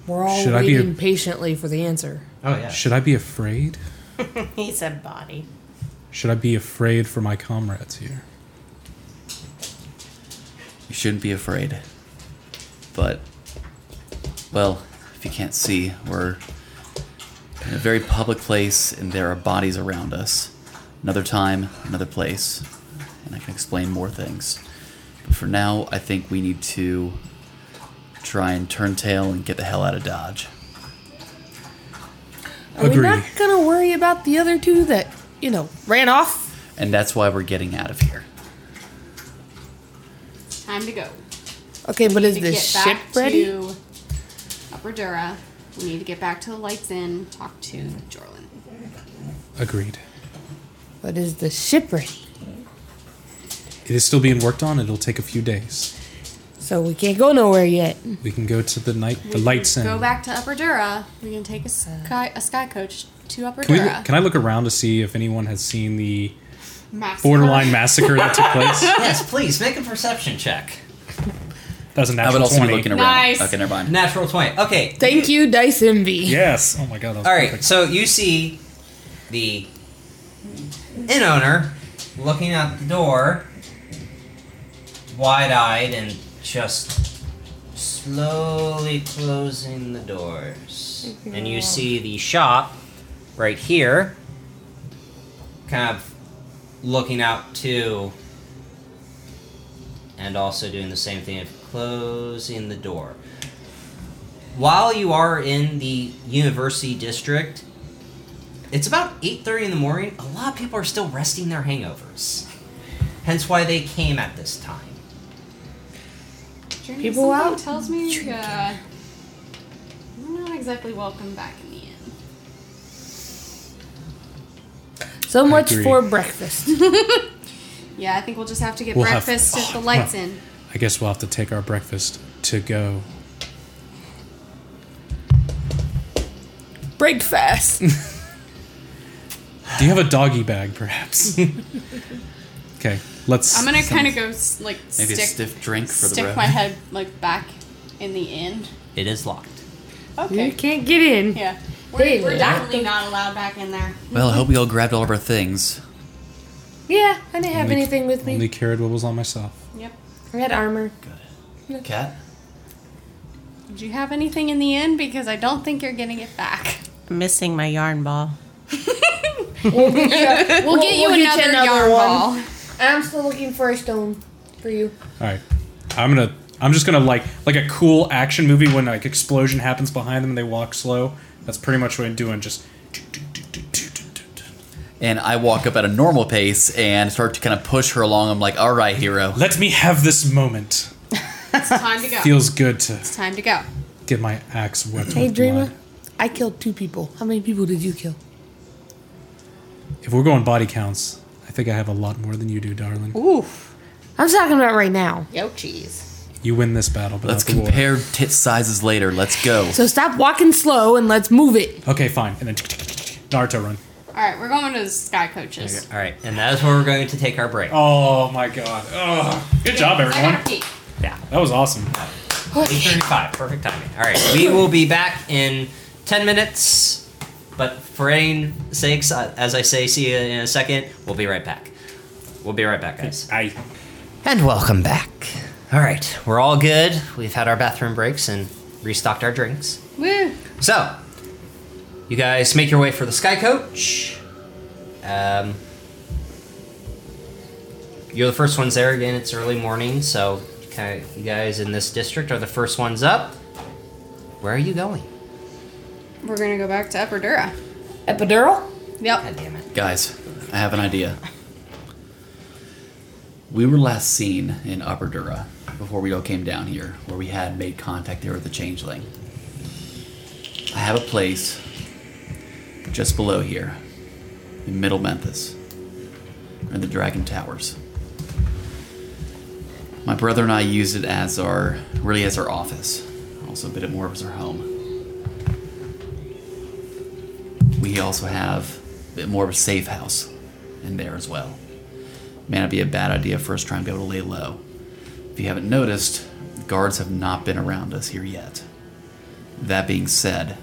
Speaker 4: We're all
Speaker 2: Should I be
Speaker 4: waiting
Speaker 2: a-
Speaker 4: patiently for the answer.
Speaker 1: Oh yeah.
Speaker 2: Should I be afraid?
Speaker 6: He said body.
Speaker 2: Should I be afraid for my comrades here?
Speaker 5: You shouldn't be afraid. But, well, if you can't see, we're in a very public place and there are bodies around us. Another time, another place, and I can explain more things. But for now, I think we need to try and turn tail and get the hell out of Dodge.
Speaker 4: Are we
Speaker 2: Agree.
Speaker 4: not gonna worry about the other two that you know ran off?
Speaker 5: And that's why we're getting out of here.
Speaker 3: It's time to go.
Speaker 4: Okay, but is
Speaker 3: To
Speaker 4: the
Speaker 3: get
Speaker 4: ship
Speaker 3: back
Speaker 4: ready?
Speaker 3: to Upper Dura, we need to get back to the lights in, talk to Jorlin.
Speaker 2: Agreed.
Speaker 4: But is the ship ready?
Speaker 2: It is still being worked on. It'll take a few days.
Speaker 4: So we can't go nowhere yet.
Speaker 2: We can go to the night. The lights in.
Speaker 3: Go back to Upper Dura. We're gonna take a sky a sky coach to Upper
Speaker 2: Can, we,
Speaker 3: Dura.
Speaker 2: can I look around to see if anyone has seen the
Speaker 3: Massacre.
Speaker 2: borderline massacre that took place?
Speaker 1: Yes, please make a perception check.
Speaker 2: That was a
Speaker 5: I would
Speaker 2: natural
Speaker 5: also be
Speaker 2: twenty.
Speaker 5: looking around.
Speaker 3: Nice.
Speaker 5: Okay, never mind.
Speaker 1: Natural twenty. Okay.
Speaker 4: Thank you, Dice Envy.
Speaker 2: Yes. Oh my god. That was
Speaker 1: All right.
Speaker 2: perfect.
Speaker 1: So you see the inn owner looking out the door, wide-eyed and just slowly closing the doors. And you see the shop right here, kind of looking out too, and also doing the same thing of closing the door while you are in the university district it's about 8.30 in the morning a lot of people are still resting their hangovers hence why they came at this time
Speaker 3: Journey,
Speaker 4: People
Speaker 3: something
Speaker 4: out
Speaker 3: tells me uh, we're not exactly welcome back in the inn.
Speaker 4: So much
Speaker 2: agree.
Speaker 4: for breakfast.
Speaker 3: Yeah, I think we'll just have to get
Speaker 2: We'll have-
Speaker 3: breakfast at the
Speaker 2: oh,
Speaker 3: lights
Speaker 2: well.
Speaker 3: in.
Speaker 2: I guess we'll have to take our breakfast to go.
Speaker 4: breakfast.
Speaker 2: Do you have a doggy bag, perhaps? okay. Let's.
Speaker 3: I'm gonna kind of go s- like
Speaker 5: Maybe
Speaker 3: stick,
Speaker 5: a stiff drink for the
Speaker 3: stick
Speaker 5: road.
Speaker 3: my head like back in the inn.
Speaker 1: it is locked
Speaker 3: Okay.
Speaker 4: can't get in.
Speaker 3: Yeah.
Speaker 8: Hey,
Speaker 3: We're, we're
Speaker 8: yeah.
Speaker 3: definitely not allowed back in there.
Speaker 5: Well, I hope we all grabbed all of our things.
Speaker 8: Yeah, I didn't have
Speaker 2: Only-
Speaker 8: anything with me.
Speaker 2: Only carried what was on myself.
Speaker 3: Yep.
Speaker 8: I had armor.
Speaker 5: Cat?
Speaker 3: Did you have anything in the inn? Because I don't think you're getting it back.
Speaker 6: I'm missing my yarn ball.
Speaker 3: We'll, get you
Speaker 8: we'll
Speaker 3: another,
Speaker 8: get you another
Speaker 3: yarn
Speaker 8: one.
Speaker 3: ball.
Speaker 8: I'm still looking for a stone for you.
Speaker 2: All right. I'm gonna. I'm just gonna like like a cool action movie when like explosion happens behind them and they walk slow. That's pretty much what I'm doing. Just.
Speaker 5: And I walk up at a normal pace and start to kind of push her along. I'm like, all right, hero.
Speaker 2: Let me have this moment.
Speaker 3: It's time to go.
Speaker 2: Feels good to
Speaker 3: it's time to go.
Speaker 2: get my axe wet.
Speaker 4: Hey,
Speaker 2: with
Speaker 4: Dreamer,
Speaker 2: blood.
Speaker 4: I killed two people. How many people did you kill?
Speaker 2: If we're going body counts, I think I have a lot more than you do, darling.
Speaker 4: Oof. I'm talking about right now.
Speaker 6: Yo, cheese.
Speaker 2: You win this battle, but
Speaker 5: Let's
Speaker 2: not the war.
Speaker 5: compare tit sizes later. Let's go.
Speaker 4: So stop walking slow and let's move it.
Speaker 2: Okay, fine. And then Naruto run.
Speaker 3: All right, we're going to the sky coaches.
Speaker 1: all right and that is where we're going to take our break
Speaker 2: Oh my god. Ugh. Good job,
Speaker 3: I gotta
Speaker 2: everyone.
Speaker 3: pee.
Speaker 2: That was awesome.
Speaker 1: 8.35 perfect timing all right we will be back in 10 minutes but for any sakes uh, as i say see you in a second we'll be right back we'll be right back guys
Speaker 2: I.
Speaker 1: And welcome back. All right, we're all good. We've had our bathroom breaks and restocked our drinks.
Speaker 3: Woo.
Speaker 1: So, you guys make your way for the Sky Coach. Um, you're the first ones there. Again, it's early morning, so kind of you guys in this district are the first ones up. Where are you going?
Speaker 3: We're gonna go back to Upper Dura.
Speaker 8: Epidural?
Speaker 3: Yep.
Speaker 1: God damn it.
Speaker 5: Guys, I have an idea. We were last seen in Upper Dura before we all came down here, where we had made contact there with the changeling. I have a place just below here. in Middle Memphis, and the Dragon Towers. My brother and I use it as our, really as our office, also a bit more as our home. We also have a bit more of a safe house in there as well. May not be a bad idea for us trying to be able to lay low. If you haven't noticed, guards have not been around us here yet. That being said,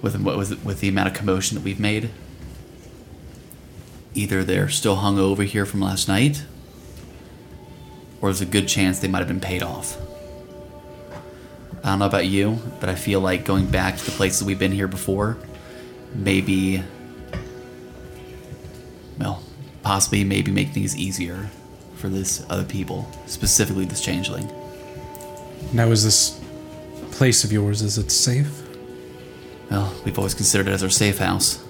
Speaker 5: with with with the amount of commotion that we've made, either they're still hung over here from last night, or there's a good chance they might have been paid off. I don't know about you, but I feel like going back to the places we've been here before, maybe, well, possibly maybe make things easier for this other people, specifically this changeling.
Speaker 2: Now, is this place of yours, is it safe?
Speaker 5: Well, we've always considered it as our safe house.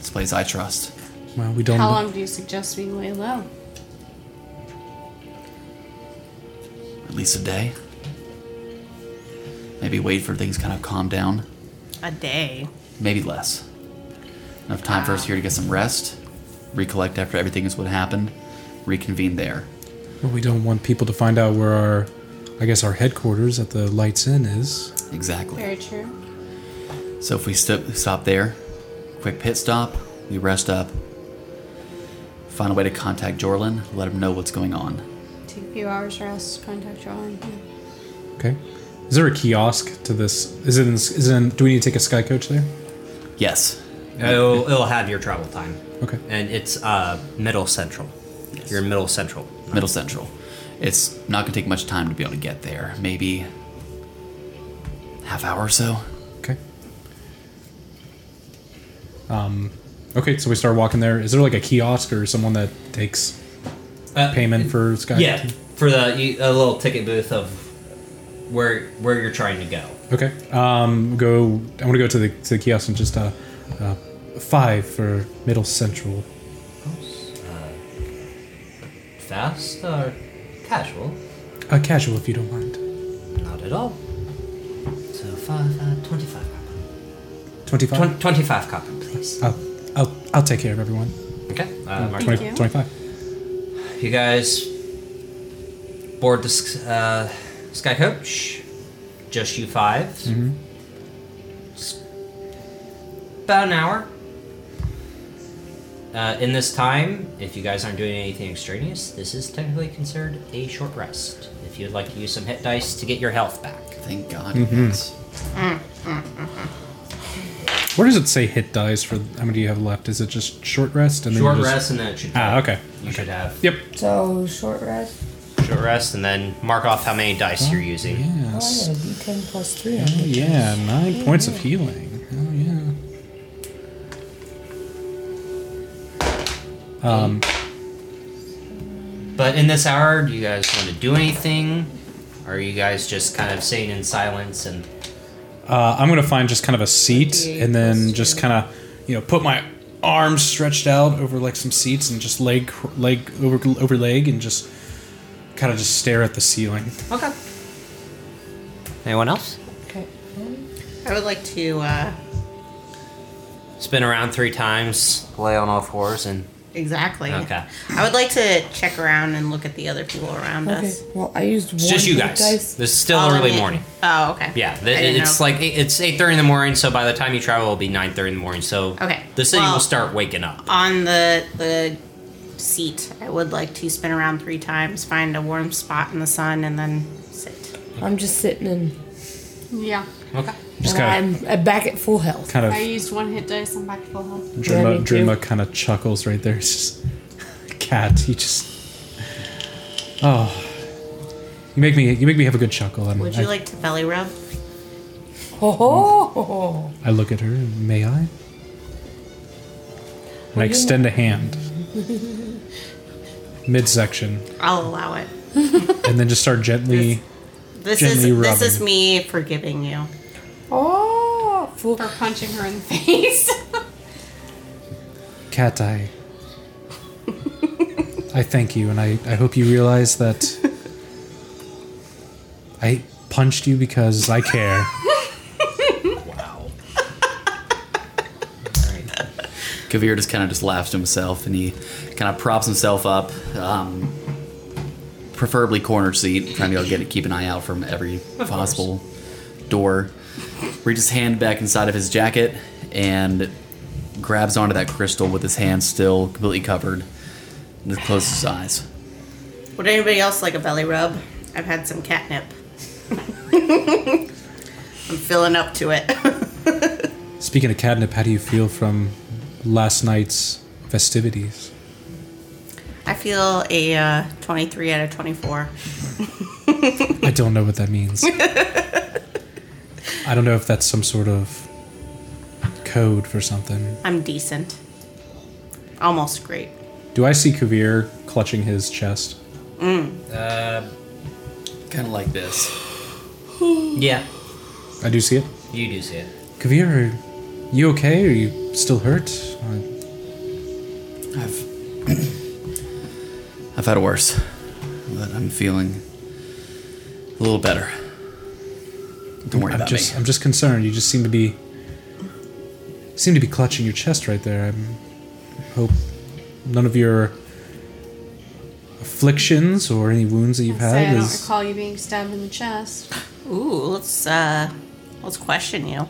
Speaker 5: It's a place I trust.
Speaker 2: Well, we don't
Speaker 3: How
Speaker 2: know.
Speaker 3: long do you suggest we lay low?
Speaker 5: At least a day. Maybe wait for things to kind of calm down.
Speaker 6: A day.
Speaker 5: Maybe less. Enough time for us here to get some rest, recollect after everything is what happened, reconvene there.
Speaker 2: But we don't want people to find out where our, I guess, our headquarters at the Lights Inn is.
Speaker 5: Exactly.
Speaker 3: Very true.
Speaker 5: So if we st- stop there, quick pit stop, we rest up, find a way to contact Jorlin, let him know what's going on.
Speaker 3: Take a few hours for us to contact your own.
Speaker 2: Okay. Is there a kiosk to this? Is it in? Is it in do we need to take a sky coach there?
Speaker 5: Yes.
Speaker 1: It'll, it'll have your travel time.
Speaker 2: Okay.
Speaker 1: And it's uh, middle central. You're in middle central.
Speaker 5: Middle Central. It's not gonna take much time to be able to get there. Maybe half hour or so.
Speaker 2: Okay. Um. Um, Okay, so we start walking there. Is there like a kiosk or someone that takes
Speaker 1: Uh,
Speaker 2: payment for sky?
Speaker 1: Yeah, for the you- a little ticket booth of where where you're trying to go.
Speaker 2: Okay. Um. Go. I want to go to the to the kiosk and just uh, uh, five for Middle Central.
Speaker 1: Fast or casual?
Speaker 2: Uh, casual, if you don't mind.
Speaker 1: Not at all. So five, uh, 25 copper.
Speaker 2: Twenty-five.
Speaker 1: Twen- 25 copper, please.
Speaker 2: I'll, I'll I'll take care of everyone.
Speaker 1: Okay. Uh, mark
Speaker 3: Thank
Speaker 2: Twenty-
Speaker 3: you.
Speaker 2: Twenty-five.
Speaker 1: You guys board the s- uh, Sky Coach. Just you 5
Speaker 2: Mm-hmm.
Speaker 1: S- About an hour. Uh, in this time, if you guys aren't doing anything extraneous, this is technically considered a short rest. If you'd like to use some hit dice to get your health back,
Speaker 5: Thank God. yes.
Speaker 2: Where does it say hit dice for how many do you have left? Is it just short rest and
Speaker 1: short
Speaker 2: then you just-
Speaker 1: rest, and then it should.
Speaker 2: Ah, okay.
Speaker 1: You should have
Speaker 2: Yep.
Speaker 8: So short rest.
Speaker 1: short rest, and then mark off how many dice you're using.
Speaker 8: Oh, I
Speaker 2: Yes.
Speaker 8: got a D10 plus three.
Speaker 2: Oh yeah, nine points of healing. Oh yeah.
Speaker 1: But in this hour, do you guys want to do anything? Or are you guys just kind of sitting in silence and
Speaker 2: Uh, I'm gonna find just kind of a seat and then
Speaker 8: plus
Speaker 2: just
Speaker 8: two.
Speaker 2: kind of, you know, put my arms stretched out over like some seats and just leg cr- leg over over leg and just kind of just stare at the ceiling.
Speaker 1: Okay. Anyone else?
Speaker 8: Okay.
Speaker 6: I would like to uh,
Speaker 1: Spin around three times, lay on all fours, and
Speaker 6: Exactly.
Speaker 1: Okay.
Speaker 6: I would like to check around and look at the other people around
Speaker 8: Okay.
Speaker 6: us.
Speaker 8: Well, I used one.
Speaker 1: it's just you
Speaker 8: hit
Speaker 1: guys.
Speaker 8: dice.
Speaker 1: This is still
Speaker 6: Oh,
Speaker 1: early
Speaker 6: yeah.
Speaker 1: morning.
Speaker 6: Oh, okay.
Speaker 1: Yeah, th-
Speaker 6: I didn't
Speaker 1: it's
Speaker 6: know.
Speaker 1: like eight- it's eight thirty in the morning. So by the time you travel, it'll be nine thirty in the morning. So
Speaker 6: Okay,
Speaker 1: the city will
Speaker 6: well-
Speaker 1: start waking up.
Speaker 6: on the the seat. I would like to spin around three times, find a warm spot in the sun, and then sit.
Speaker 8: I'm just sitting in.
Speaker 3: Yeah.
Speaker 1: Okay.
Speaker 2: Just kind
Speaker 8: and
Speaker 2: of
Speaker 8: I'm uh, back at full health.
Speaker 2: kind
Speaker 3: I
Speaker 2: of
Speaker 3: used one hit dice. I'm back to full health.
Speaker 2: Drima,
Speaker 8: me too.
Speaker 2: Drima kind of chuckles right there. It's just cat. He just oh, you make me you make me have a good chuckle. I'm,
Speaker 6: Would
Speaker 2: I,
Speaker 6: you like to belly rub?
Speaker 8: Ho ho ho, ho.
Speaker 2: I look at her. and May I? And I extend a hand, midsection,
Speaker 6: I'll allow it.
Speaker 2: and then just start gently.
Speaker 6: This
Speaker 2: Gently
Speaker 6: is this is
Speaker 2: rubbing.
Speaker 6: me forgiving you.
Speaker 8: Oh, full.
Speaker 3: For punching her in the face.
Speaker 2: Cat, I. I thank you, and I, I hope you realize that I punched you because I care.
Speaker 5: Kavir just kind of just laughs to himself and he kind of props himself up, um, preferably corner seat, trying to go get it, keep an eye out from every possible door. Reaches his hand back inside of his jacket and grabs onto that crystal with his hand still completely covered. And just closes his eyes.
Speaker 6: Would anybody else like a belly rub? I've had some catnip. I'm filling up to it.
Speaker 2: Speaking of catnip, how do you feel from last night's festivities?
Speaker 6: I feel a uh, 23 out of 24.
Speaker 2: I don't know what that means. I don't know if that's some sort of code for something.
Speaker 6: I'm decent. Almost great.
Speaker 2: Do I see Kavir clutching his chest?
Speaker 5: Kind of like this.
Speaker 1: Yeah,
Speaker 2: I do see it.
Speaker 1: you do see it.
Speaker 2: Kavir, are you okay? Are you still hurt? Uh,
Speaker 5: I've I've had worse, but I'm feeling a little better. Don't worry
Speaker 2: I'm
Speaker 5: about
Speaker 2: just,
Speaker 5: me.
Speaker 2: I'm just concerned. You just seem to be, seem to be clutching your chest right there. I hope none of your afflictions or any wounds that you've
Speaker 3: I'll say I
Speaker 2: had
Speaker 3: don't
Speaker 2: is.
Speaker 3: recall you being stabbed in the chest.
Speaker 6: Ooh, let's uh, let's question you.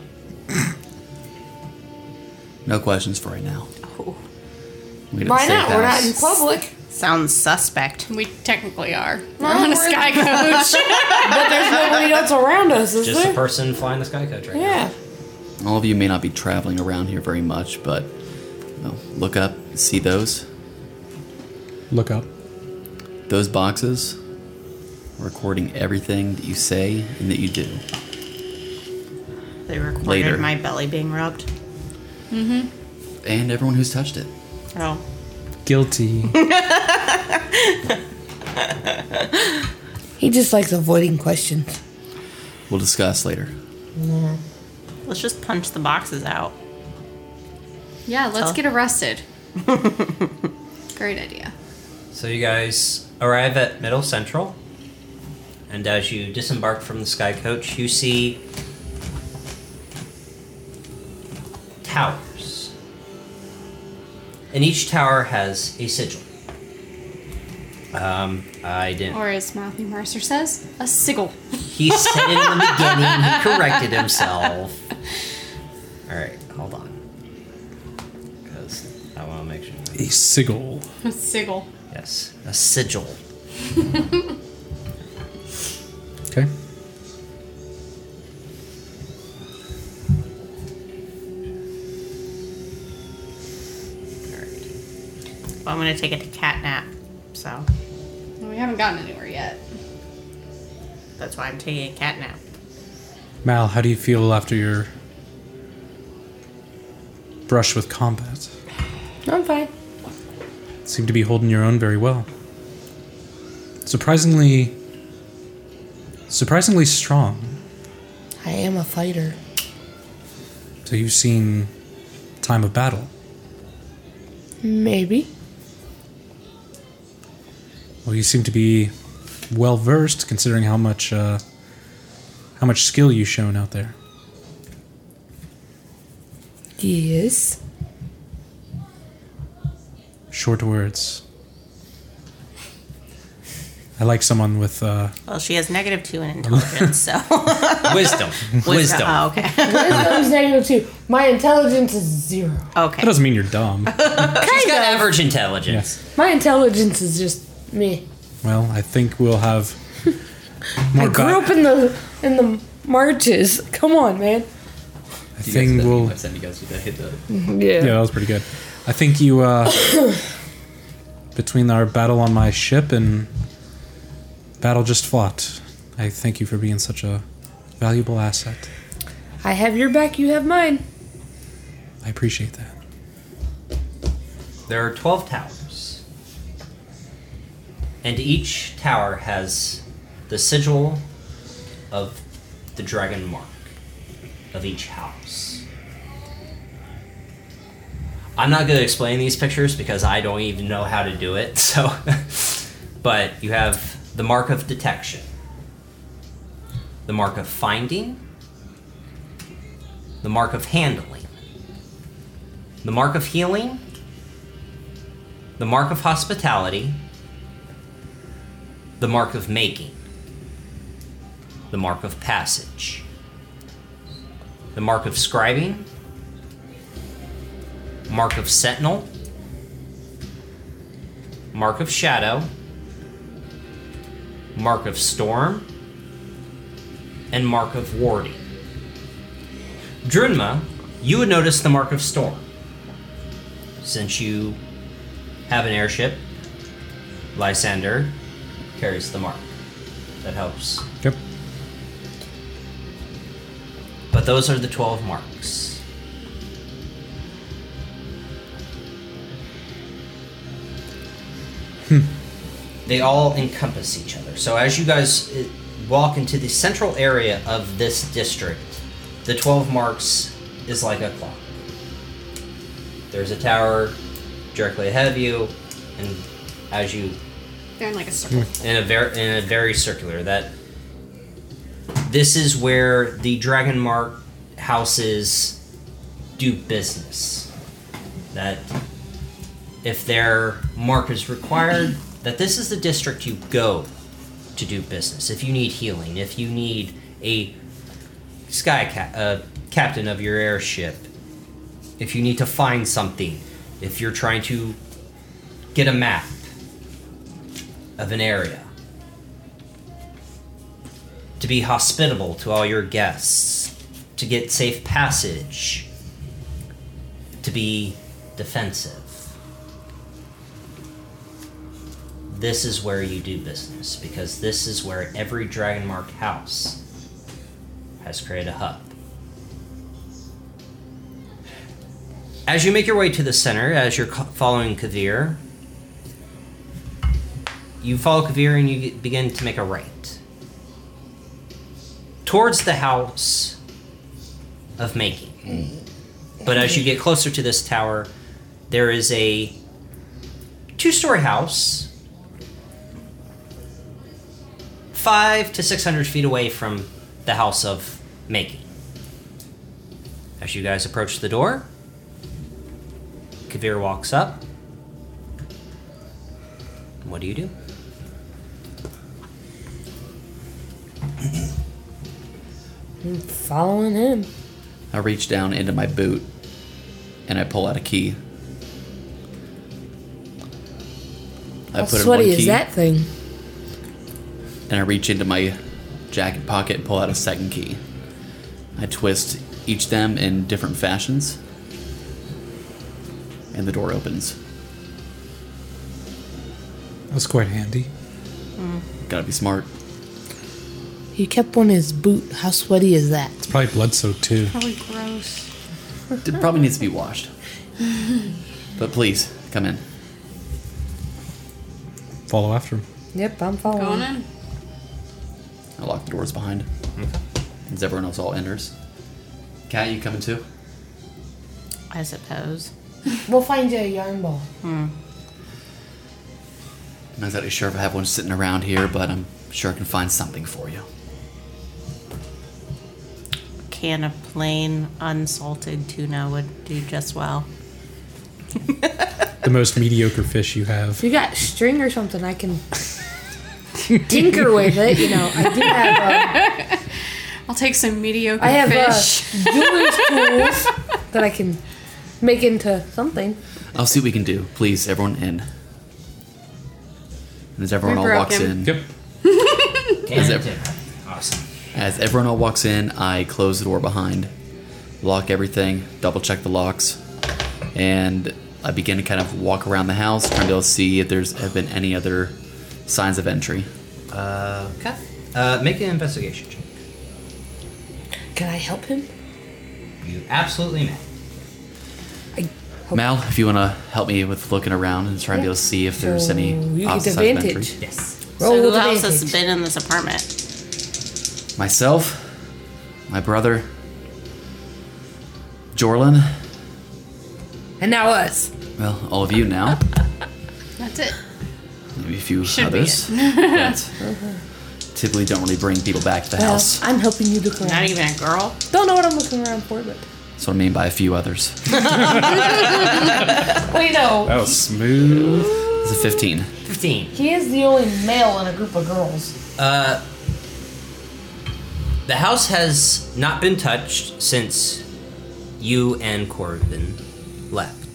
Speaker 5: No questions for right now.
Speaker 6: Ooh,
Speaker 5: We didn't
Speaker 4: Oh. Why
Speaker 5: save
Speaker 4: not? We're
Speaker 5: that.
Speaker 4: not in public.
Speaker 6: sounds suspect.
Speaker 3: We technically are. We're on a sky coach.
Speaker 4: But there's nobody else around us, is
Speaker 1: Just a
Speaker 4: there?
Speaker 1: person flying the sky coach right
Speaker 4: yeah.
Speaker 5: All of you may not be traveling around here very much, but you know, look up, see those
Speaker 2: Look up.
Speaker 5: those boxes. Recording everything that you say and that you do.
Speaker 6: They recorded
Speaker 5: Later.
Speaker 6: my belly being rubbed.
Speaker 5: And everyone who's touched it.
Speaker 6: Oh,
Speaker 2: Guilty.
Speaker 4: He just likes avoiding questions.
Speaker 5: We'll discuss later.
Speaker 6: let's just punch the boxes out.
Speaker 3: yeah, let's
Speaker 6: Oh.
Speaker 3: get arrested. Great idea.
Speaker 1: now. So you guys arrive at Middle Central, and as you disembark from the sky coach, you see towers, and each tower has a sigil. Um, I didn't
Speaker 3: Or as Matthew Mercer says, a sigil.
Speaker 1: He said it in the beginning. He corrected himself. All right, hold on, because oh, I want to make sure.
Speaker 2: a sigil.
Speaker 3: A sigil.
Speaker 1: Yes, a sigil.
Speaker 2: Okay.
Speaker 1: All right.
Speaker 6: Well, I'm gonna take it to catnap, so
Speaker 3: We haven't gotten anywhere yet.
Speaker 6: that's why I'm taking a catnap.
Speaker 2: Mal, how do you feel after your brush with combat?
Speaker 4: I'm fine.
Speaker 2: Seem to be holding your own very well. Surprisingly, surprisingly strong.
Speaker 4: I am a fighter.
Speaker 2: So you've seen time of battle.
Speaker 4: Maybe.
Speaker 2: Well, you seem to be well versed, considering how much uh, how much skill you've shown out there.
Speaker 4: Yes.
Speaker 2: Short words. I like someone with uh,
Speaker 6: Well, she has negative two in intelligence, so
Speaker 1: Wisdom. Wisdom.
Speaker 6: Oh, okay.
Speaker 8: Wisdom's negative two. My intelligence is zero.
Speaker 2: that
Speaker 6: Okay.
Speaker 2: doesn't mean you're dumb.
Speaker 1: She's got average intelligence.
Speaker 8: My intelligence is just me.
Speaker 2: Well, I think we'll have more.
Speaker 4: I grew
Speaker 2: ba-
Speaker 4: up in the in the marches. Come on, man.
Speaker 2: I think we'll.
Speaker 5: I sent you guys to hit the
Speaker 4: Yeah.
Speaker 2: Yeah, that was pretty good. I think you uh, between our battle on my ship and battle just fought. I thank you for being such a valuable asset.
Speaker 4: I have your back. You have mine.
Speaker 2: I appreciate that.
Speaker 1: There are twelve towers, and each tower has the sigil of the dragon mark of each house. I'm not going to explain these pictures because I don't even know how to do it. So, but you have the mark of detection, the mark of finding, the mark of handling, the mark of healing, the mark of hospitality, the mark of making, the mark of passage, the mark of scribing, mark of sentinel, mark of shadow, mark of storm, and mark of warding. Drunma, you would notice the mark of storm. Since you have an airship, Lysander carries the mark. That helps.
Speaker 2: Yep.
Speaker 1: But those are the 12 marks. They all encompass each other. So as you guys uh, walk into the central area of this district, the 12 marks is like a clock. There's a tower directly ahead of you, and as you
Speaker 3: They're in like a circle.
Speaker 1: in a very in a very circular that this is where the dragon mark houses do business that if their mark is required that this is the district you go to do business if you need healing if you need a sky ca- uh, captain of your airship if you need to find something if you're trying to get a map of an area. To be hospitable to all your guests. To get safe passage. To be defensive. This is where you do business because this is where every Dragon Mark house has created a hub. As you make your way to the center, as you're co- following Kavir, you follow Kavir and you get- begin to make a right towards the house of making. But as you get closer to this tower, there is a two-story house, five to six hundred feet away from the house of making. As you guys approach the door, Kavir walks up. What do you do?
Speaker 4: I'm following him.
Speaker 5: I reach down into my boot and I pull out a key. I
Speaker 4: How
Speaker 5: put in
Speaker 4: sweaty
Speaker 5: one
Speaker 4: is
Speaker 5: key
Speaker 4: that thing?
Speaker 5: and I reach into my jacket pocket and pull out a second key. I twist each them in different fashions and the door opens.
Speaker 2: That's quite handy.
Speaker 5: Gotta be smart.
Speaker 4: He kept on his boot. How sweaty is that?
Speaker 2: It's probably blood soaked too.
Speaker 3: Probably gross.
Speaker 5: It probably needs to be washed. But please, come in.
Speaker 2: Follow after him.
Speaker 4: Yep, I'm following.
Speaker 3: Going in.
Speaker 5: I lock the doors behind. As everyone else all enters. Kat, you coming too?
Speaker 6: I suppose.
Speaker 8: We'll find you a yarn ball.
Speaker 5: I'm not exactly sure if I have one sitting around here, but I'm sure I can find something for you.
Speaker 6: Can of plain unsalted tuna would do just well.
Speaker 2: The most mediocre fish you have.
Speaker 4: If you got string or something, I can tinker with it. You know, I do have. Uh,
Speaker 3: I'll take some mediocre
Speaker 4: I have
Speaker 3: fish.
Speaker 4: uh, jeweler's tools that I can make into something.
Speaker 5: I'll see what we can do. Please, everyone in. And as everyone
Speaker 3: We
Speaker 5: all
Speaker 3: broke
Speaker 5: walks
Speaker 3: him.
Speaker 5: in,
Speaker 2: Yep.
Speaker 5: Is it-
Speaker 1: Awesome.
Speaker 5: as everyone all walks in, I close the door behind, lock everything, double check the locks, and I begin to kind of walk around the house, trying to see if there's have been any other signs of entry.
Speaker 1: Uh, okay. Uh, make an investigation check.
Speaker 4: Can I help him?
Speaker 1: You absolutely may.
Speaker 5: Mal, if you want to help me with looking around and trying to be able to see if there's any
Speaker 4: you get
Speaker 5: obvious signs of
Speaker 4: advantage.
Speaker 5: entry.
Speaker 1: Yes.
Speaker 4: Roll
Speaker 6: so
Speaker 4: Oh, with
Speaker 6: who else has
Speaker 4: advantage.
Speaker 6: been in this apartment?
Speaker 5: myself, my brother, Jorlan,
Speaker 4: And now us.
Speaker 5: well, all of you now,
Speaker 3: That's it.
Speaker 5: maybe a few
Speaker 3: Should be
Speaker 5: others that typically don't really bring people back to the
Speaker 4: Well,
Speaker 5: house.
Speaker 4: I'm helping you look around.
Speaker 6: Not even a girl?
Speaker 4: Don't know what I'm looking around for, but
Speaker 5: It's That's what I mean by a few others.
Speaker 8: Wait, no.
Speaker 2: That was smooth.
Speaker 5: It's a 15.
Speaker 1: 15.
Speaker 8: He is the only male in a group of girls.
Speaker 1: Uh, the house has not been touched since you and Corbin left.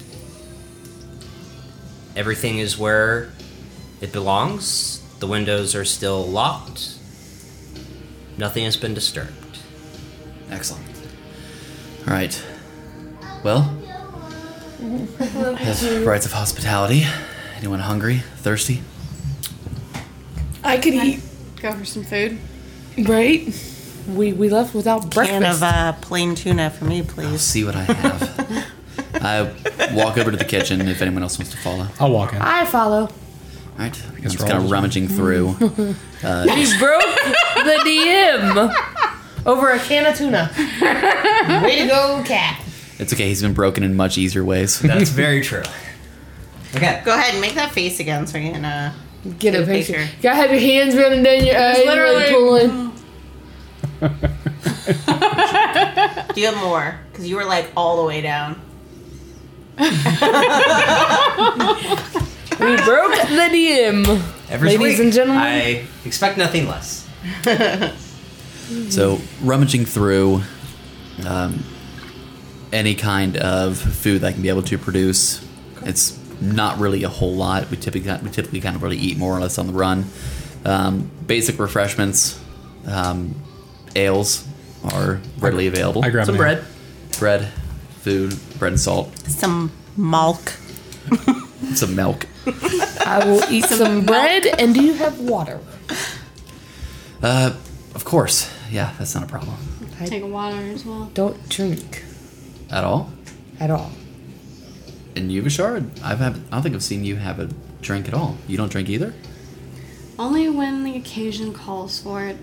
Speaker 1: Everything is where it belongs. The windows are still locked. Nothing has been disturbed.
Speaker 5: Excellent. All right. Well, I have rights of hospitality. Anyone hungry, thirsty?
Speaker 4: I could eat.
Speaker 3: Go for some food.
Speaker 4: Right? We we left without
Speaker 6: Can
Speaker 4: breakfast.
Speaker 6: of uh, plain tuna for me,
Speaker 5: I'll
Speaker 6: please.
Speaker 5: see what I have. I walk over to the kitchen if anyone else wants to follow. All
Speaker 2: I'll walk in.
Speaker 8: I follow.
Speaker 5: right. I'm
Speaker 2: guess
Speaker 5: just
Speaker 2: we're all
Speaker 5: kind of
Speaker 2: just-
Speaker 5: rummaging through.
Speaker 4: you broke the DM.
Speaker 8: Over a can of tuna. Way to go, cat.
Speaker 5: It's okay. He's been broken in much easier ways.
Speaker 1: That's very true. Okay.
Speaker 6: Go ahead and make that face again so you can. Uh,
Speaker 4: Get a
Speaker 6: Good
Speaker 4: picture.
Speaker 6: picture.
Speaker 4: Gotta have your hands running down your eyes. Literally
Speaker 3: literally-
Speaker 4: pulling.
Speaker 6: do you have more? Because you were like all the way down.
Speaker 4: We broke the DM.
Speaker 1: Every
Speaker 4: Ladies
Speaker 1: week,
Speaker 4: and gentlemen.
Speaker 1: I expect nothing less.
Speaker 5: So rummaging through um, any kind of food that I can be able to produce. It's not really a whole lot. We typically we typically kind of really eat more or less on the run. Um, basic refreshments, um, ales are readily available.
Speaker 2: I grab
Speaker 5: some
Speaker 2: an ale.
Speaker 5: bread, bread, food, bread and salt,
Speaker 6: Some malk.
Speaker 5: some milk.
Speaker 4: I will eat some bread. And do you have water?
Speaker 5: Uh, of course, yeah, that's not a problem
Speaker 3: Take water as well.
Speaker 4: Don't drink
Speaker 5: at all.
Speaker 4: at all.
Speaker 5: And you, Bashar, I've had, I don't think I've seen you have a drink at all. You don't drink either.
Speaker 3: Only when the occasion calls for it.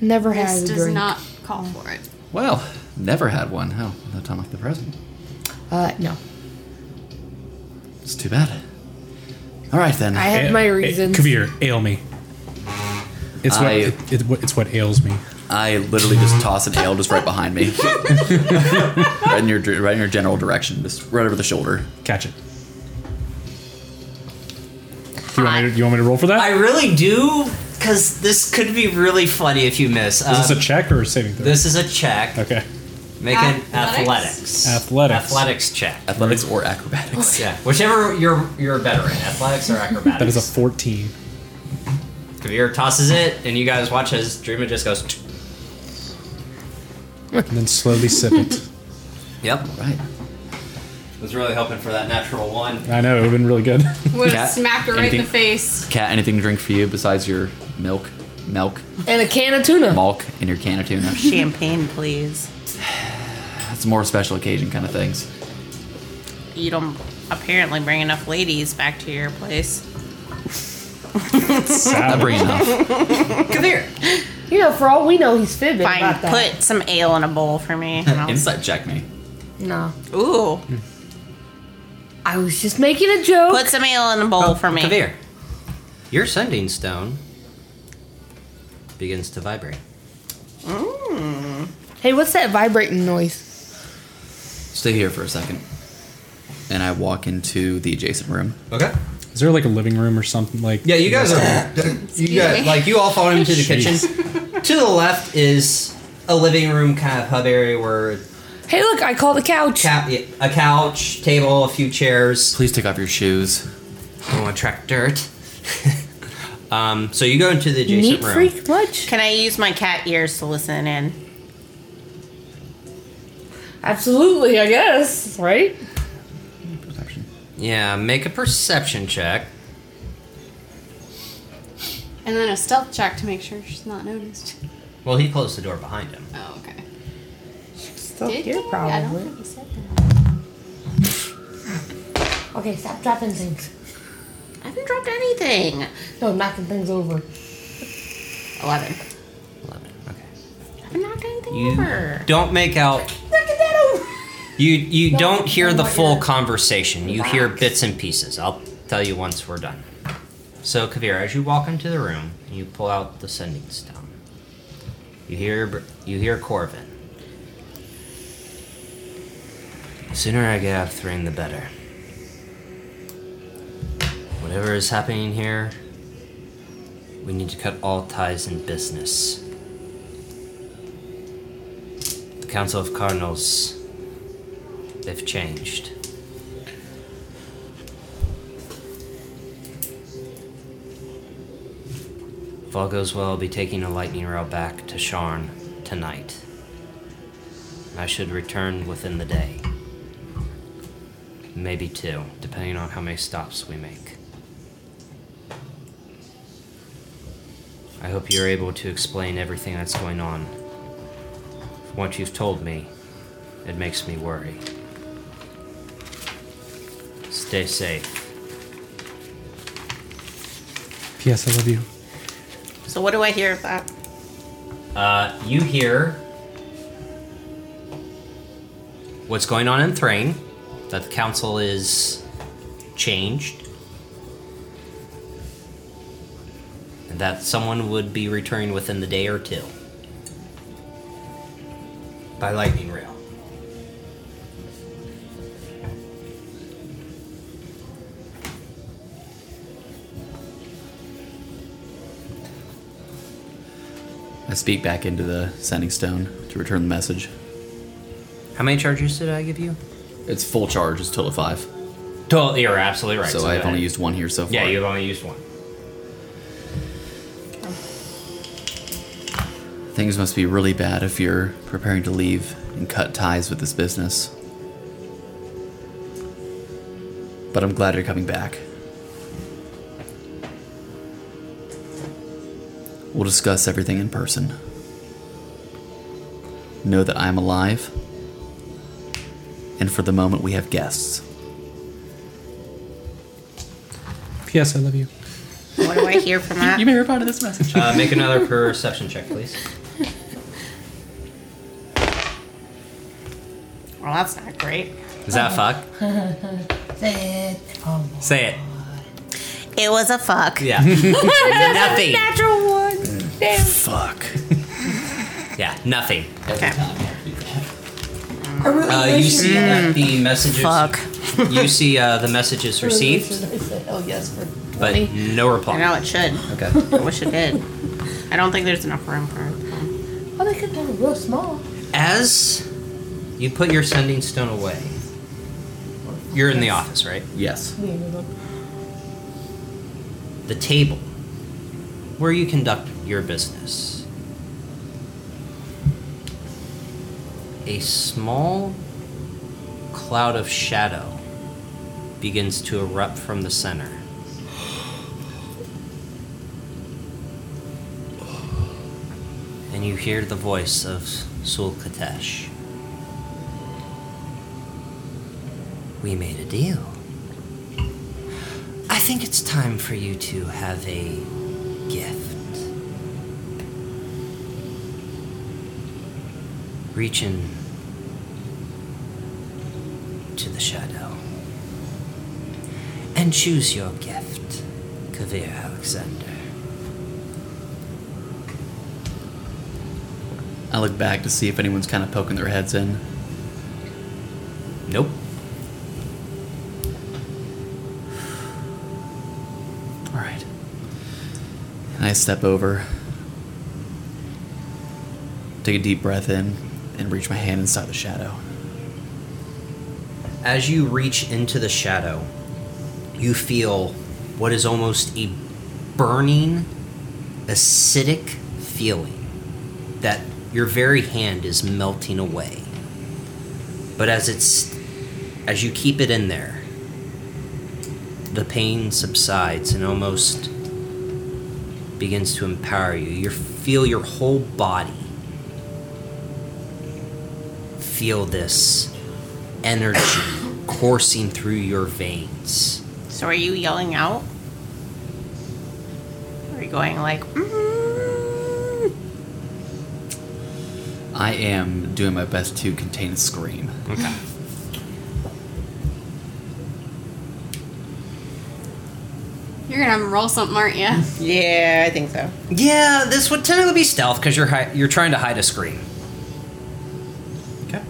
Speaker 4: Never
Speaker 3: This
Speaker 4: had a
Speaker 3: does
Speaker 4: drink.
Speaker 3: not call for it.
Speaker 5: Well, never had one. Oh, no time like the present.
Speaker 4: Uh, no.
Speaker 5: It's too bad. All right then.
Speaker 4: I have
Speaker 2: Eh,
Speaker 4: my
Speaker 2: eh,
Speaker 4: reasons.
Speaker 2: Kavir, ail me. It's what,
Speaker 5: I-
Speaker 2: it, it, what- it's what ails me.
Speaker 5: I literally just toss an ale just right behind me, right in your dir- right in your general direction, just right over the shoulder.
Speaker 2: Catch it. Do you want me to, you want me to roll for
Speaker 1: I
Speaker 2: that?
Speaker 1: really do, because this could be really funny if you miss. Uh,
Speaker 2: Is this a check or a saving throw?
Speaker 1: this is a check.
Speaker 2: okay.
Speaker 1: Make an
Speaker 3: Athletics?
Speaker 1: athletics.
Speaker 2: Athletics.
Speaker 1: Athletics check.
Speaker 5: Athletics or acrobatics.
Speaker 3: Oh.
Speaker 1: Yeah, whichever you're you're better in, athletics or acrobatics.
Speaker 2: That is a 14.
Speaker 1: Kavir tosses it, and you guys watch as Dreamer just goes. "Tch."
Speaker 2: And then slowly sip it.
Speaker 1: Yep.
Speaker 5: Right.
Speaker 1: Was really hoping for that natural one.
Speaker 2: I know, it would have been really good.
Speaker 3: Would have
Speaker 5: Cat,
Speaker 3: smacked her right in
Speaker 5: anything?
Speaker 3: the face.
Speaker 5: Cat, anything to drink for you besides your milk, milk,
Speaker 4: And a can of tuna.
Speaker 5: malk, and your can of tuna?
Speaker 6: Champagne, please.
Speaker 5: That's more special occasion kind of things.
Speaker 6: You don't apparently bring enough ladies back to your place.
Speaker 5: I bring enough.
Speaker 1: Kavir.
Speaker 8: You know, for all we know, he's fibbing
Speaker 6: Fine,
Speaker 8: about that.
Speaker 6: put some ale in a bowl for me. and I'll-
Speaker 5: Insight check me.
Speaker 8: No.
Speaker 6: Ooh,
Speaker 8: I was just making a joke.
Speaker 6: put some ale in a bowl
Speaker 1: Oh,
Speaker 6: for me.
Speaker 1: Kavir. Your sending stone begins to vibrate.
Speaker 4: Hey, what's that vibrating noise?
Speaker 5: Stay here for a second. And I walk into the adjacent room.
Speaker 1: Okay.
Speaker 2: Is there like a living room or something? Like
Speaker 1: Yeah, you guys are. You guys like you all followed him to the kitchen. to the left is a living room kind of hub area where
Speaker 4: Hey, look, I call the couch.
Speaker 1: cap- a couch, table, a few chairs.
Speaker 5: Please take off your shoes.
Speaker 1: I want to track dirt. um, so you go into the adjacent
Speaker 4: Neat
Speaker 1: room.
Speaker 4: freak much?
Speaker 6: Can I use my cat ears to listen in?
Speaker 8: Absolutely, I guess. Right?
Speaker 5: Perception.
Speaker 1: Yeah, make a perception check.
Speaker 3: And then a stealth check to make sure she's not noticed.
Speaker 1: Well, he closed the door behind him.
Speaker 3: Oh, okay.
Speaker 5: Oh,
Speaker 8: Still
Speaker 3: Did
Speaker 8: here,
Speaker 3: he? I don't
Speaker 8: probably.
Speaker 3: think he said that.
Speaker 8: Okay, stop dropping things.
Speaker 6: I haven't dropped anything.
Speaker 8: No, knocking things over.
Speaker 6: Eleven.
Speaker 1: Eleven. Okay.
Speaker 6: I haven't knocked anything
Speaker 1: You
Speaker 6: over.
Speaker 1: don't make out.
Speaker 8: Look at that over.
Speaker 1: You you don't hear the
Speaker 8: what
Speaker 1: full
Speaker 8: you're-
Speaker 1: conversation. You hear
Speaker 8: Relax.
Speaker 1: bits and pieces. I'll tell you once we're done. So, Kavir, as you walk into the room, you pull out the sending stone. You hear Br- you hear Corvin. The sooner I get out of Thrain, the better. Whatever is happening here, we need to cut all ties in business. The Council of Cardinals, they've changed. If all goes well, I'll be taking a lightning rail back to Sharn tonight. I should return within the day. Maybe two, depending on how many stops we make. I hope you're able to explain everything that's going on. From what you've told me, it makes me worry. Stay safe.
Speaker 2: P.S. I love you.
Speaker 6: So what do I hear about?
Speaker 1: Uh, you hear what's going on in Thrain, that the council is changed, and that someone would be returning within the day or two by lightning rail.
Speaker 5: I speak back into the sending stone to return the message.
Speaker 1: How many charges did I give you?
Speaker 5: It's full charge, it's total of five.
Speaker 1: Totally, you're absolutely right.
Speaker 5: so,
Speaker 1: go
Speaker 5: I've
Speaker 1: ahead.
Speaker 5: only used one here so far.
Speaker 1: Yeah, you've only used one.
Speaker 5: Things must be really bad if you're preparing to leave and cut ties with this business. But I'm glad you're coming back. We'll discuss everything in person. Know that I'm alive, and for the moment, we have guests.
Speaker 2: P.S. I love you.
Speaker 6: What do I hear from that?
Speaker 5: You may reply to this message.
Speaker 1: Uh, make another perception check, please.
Speaker 6: Well, that's not great.
Speaker 1: Is that a fuck?
Speaker 8: Say it. Oh,
Speaker 1: Say it.
Speaker 6: It was a fuck.
Speaker 1: Yeah. nothing.
Speaker 6: Natural one.
Speaker 5: Fuck.
Speaker 1: Yeah, nothing.
Speaker 5: Every
Speaker 6: Okay.
Speaker 5: time I have to do that.
Speaker 8: I really
Speaker 1: Uh, you
Speaker 8: wish
Speaker 1: see
Speaker 8: you
Speaker 1: that the messages.
Speaker 6: Fuck.
Speaker 1: You see uh, the messages received,
Speaker 8: I said hell yes for
Speaker 1: but
Speaker 8: money.
Speaker 1: no
Speaker 6: I know
Speaker 1: reply.
Speaker 6: it should.
Speaker 1: Okay.
Speaker 6: I wish it did. I don't think there's enough room for it.
Speaker 8: Oh, they could have been real small.
Speaker 1: As you put your sending stone away, you're in the office, right?
Speaker 5: Yes.
Speaker 8: We ain't gonna-
Speaker 1: The table where you conduct your business. A small cloud of shadow begins to erupt from the center. And you hear the voice of Sul Katesh. We made a deal. I think it's time for you to have a gift. Reach in to the shadow and choose your gift, Kavir Alexander.
Speaker 5: I look back to see if anyone's kind of poking their heads in.
Speaker 1: Nope.
Speaker 5: All right. And I step over, take a deep breath in, and reach my hand inside the shadow.
Speaker 1: As you reach into the shadow, you feel what is almost a burning, acidic feeling that your very hand is melting away. But as it's as you keep it in there, the pain subsides and almost begins to empower you. You feel your whole body feel this energy coursing through your veins.
Speaker 6: So are you yelling out? Or are you going like, mm-hmm? mm
Speaker 5: I am doing my best to contain a scream.
Speaker 1: Okay.
Speaker 3: You're gonna have him roll something, aren't you?
Speaker 6: Yeah, I think so.
Speaker 1: Yeah, this would technically be stealth because you're hi- you're trying to hide a scream.
Speaker 5: Okay.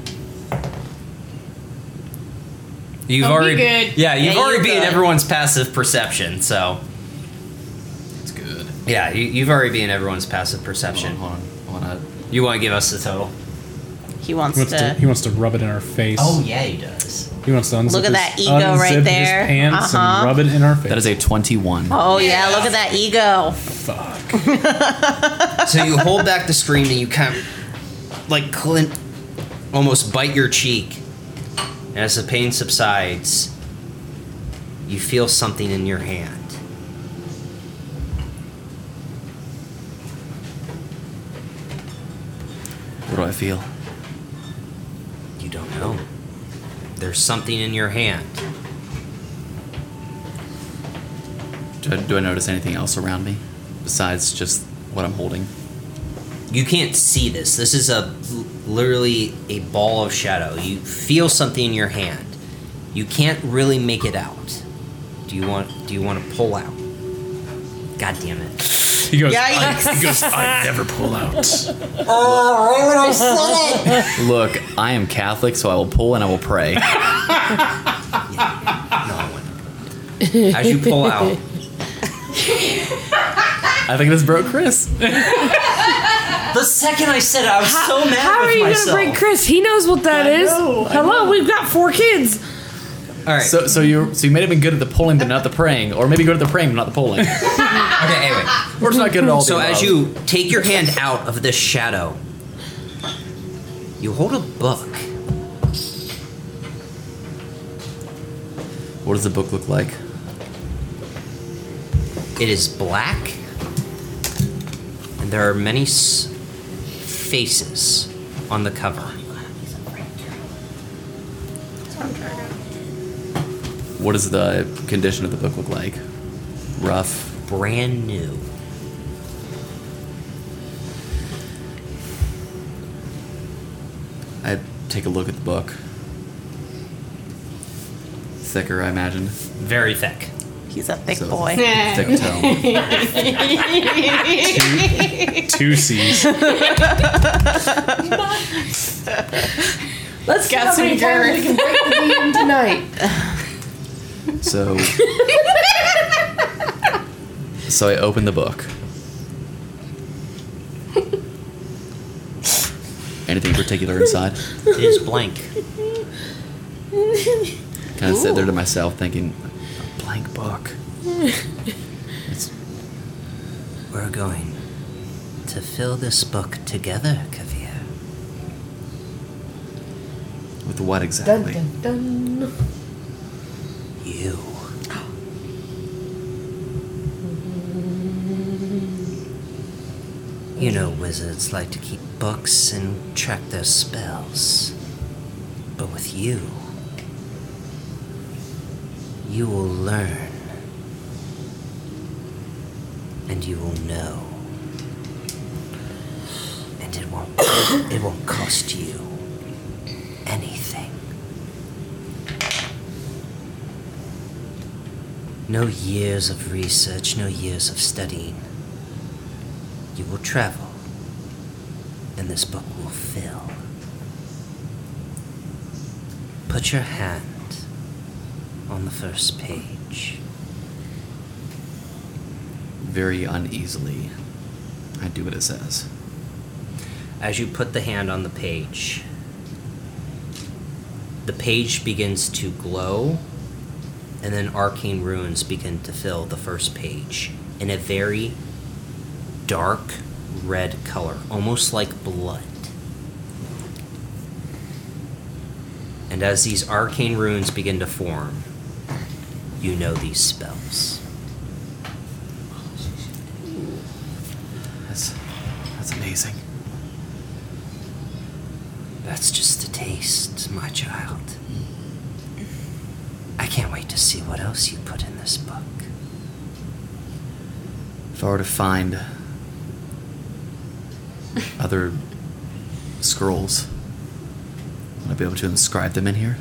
Speaker 1: You've
Speaker 3: Oh, we
Speaker 1: already
Speaker 3: good.
Speaker 1: Yeah, you've
Speaker 3: Yeah,
Speaker 1: already
Speaker 3: you're
Speaker 1: beaten
Speaker 3: good.
Speaker 1: everyone's passive perception, so
Speaker 5: It's good.
Speaker 1: yeah, you, you've already beaten everyone's passive perception.
Speaker 5: Hold on, hold on. Hold on.
Speaker 1: You want to give us the total?
Speaker 6: He wants,
Speaker 2: He wants, to,
Speaker 6: to.
Speaker 2: he wants to rub it in our face.
Speaker 1: Oh, yeah, he does.
Speaker 2: He wants to unzip
Speaker 6: Oh. Look at
Speaker 2: his-
Speaker 6: that ego right
Speaker 2: unzip his
Speaker 6: there.
Speaker 2: pants
Speaker 6: Uh-huh.
Speaker 2: and rub it in our face.
Speaker 5: That is a 21.
Speaker 6: Oh yeah, look at that ego.
Speaker 2: fuck.
Speaker 1: so you hold back the scream and you kind of like clint almost bite your cheek and as the pain subsides you feel something in your hand
Speaker 5: What do I feel?
Speaker 1: you don't know there's something in your hand
Speaker 5: Do I, do I notice anything else around me besides just what I'm holding?
Speaker 1: you can't see this this is a literally a ball of shadow you feel something in your hand you can't really make it out do you want do you want to pull out god damn it
Speaker 2: He goes,
Speaker 6: Yikes.
Speaker 2: I, he goes, I never pull out.
Speaker 5: Look, I am Catholic, so I will pull and I will pray.
Speaker 1: Ah! as you pull out
Speaker 5: I think this broke Chris.
Speaker 1: The second I said it, I was so mad
Speaker 4: How
Speaker 1: with
Speaker 4: are you
Speaker 1: myself.
Speaker 4: gonna break Chris? He knows what that is. Hello, we've got four kids.
Speaker 1: All right.
Speaker 5: So, so you so you may have been good at the pulling, but not the praying, or maybe good at the praying, but not the pulling.
Speaker 1: okay. Anyway.
Speaker 5: We're just not good at all.
Speaker 1: So
Speaker 5: the
Speaker 1: as you
Speaker 5: above.
Speaker 1: take your hand out of this shadow, you hold a book.
Speaker 5: what does the book look like?
Speaker 1: It is black, and there are many s- faces on the cover.
Speaker 5: What does the condition of the book look like? Rough.
Speaker 1: Brand new.
Speaker 5: I take a look at the book. Thicker, I imagine.
Speaker 1: Very thick.
Speaker 6: He's a thick
Speaker 5: So-
Speaker 6: boy.
Speaker 5: Thick tome.
Speaker 2: Two C's.
Speaker 8: Let's see
Speaker 3: Got
Speaker 8: how many
Speaker 3: some
Speaker 8: times we can break the DM tonight.
Speaker 5: So. so I open the book. Anything particular inside?
Speaker 1: It is blank.
Speaker 5: Kind of sit there to myself thinking, a blank book. It's,
Speaker 1: We're going to fill this book together, Kavir.
Speaker 5: with what
Speaker 8: Dun
Speaker 5: exactly?
Speaker 8: dun dun.
Speaker 1: You. You know, wizards like to keep books and track their spells. But with you, you will learn. And you will know. And it won't it won't cost you anything. No years of research, no years of studying. You will travel, and this book will fill. Put your hand on the first page.
Speaker 5: Very uneasily, I do what it says.
Speaker 1: As you put the hand on the page, the page begins to glow, and then arcane runes begin to fill the first page in a very dark red color, almost like blood. And as these arcane runes begin to form, you know these spells.
Speaker 5: That's, that's amazing.
Speaker 1: That's just a taste, my child. I can't wait to see what else you put in this book.
Speaker 5: If I were to find other scrolls, would I be able to inscribe them in here?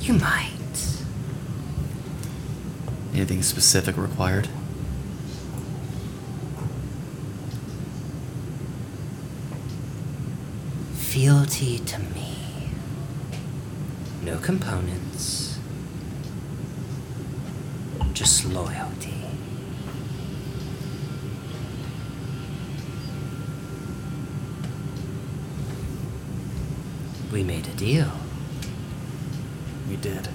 Speaker 1: You might.
Speaker 5: Anything specific required?
Speaker 1: Fealty to me. No components. Just loyalty. We made a deal.
Speaker 5: We did.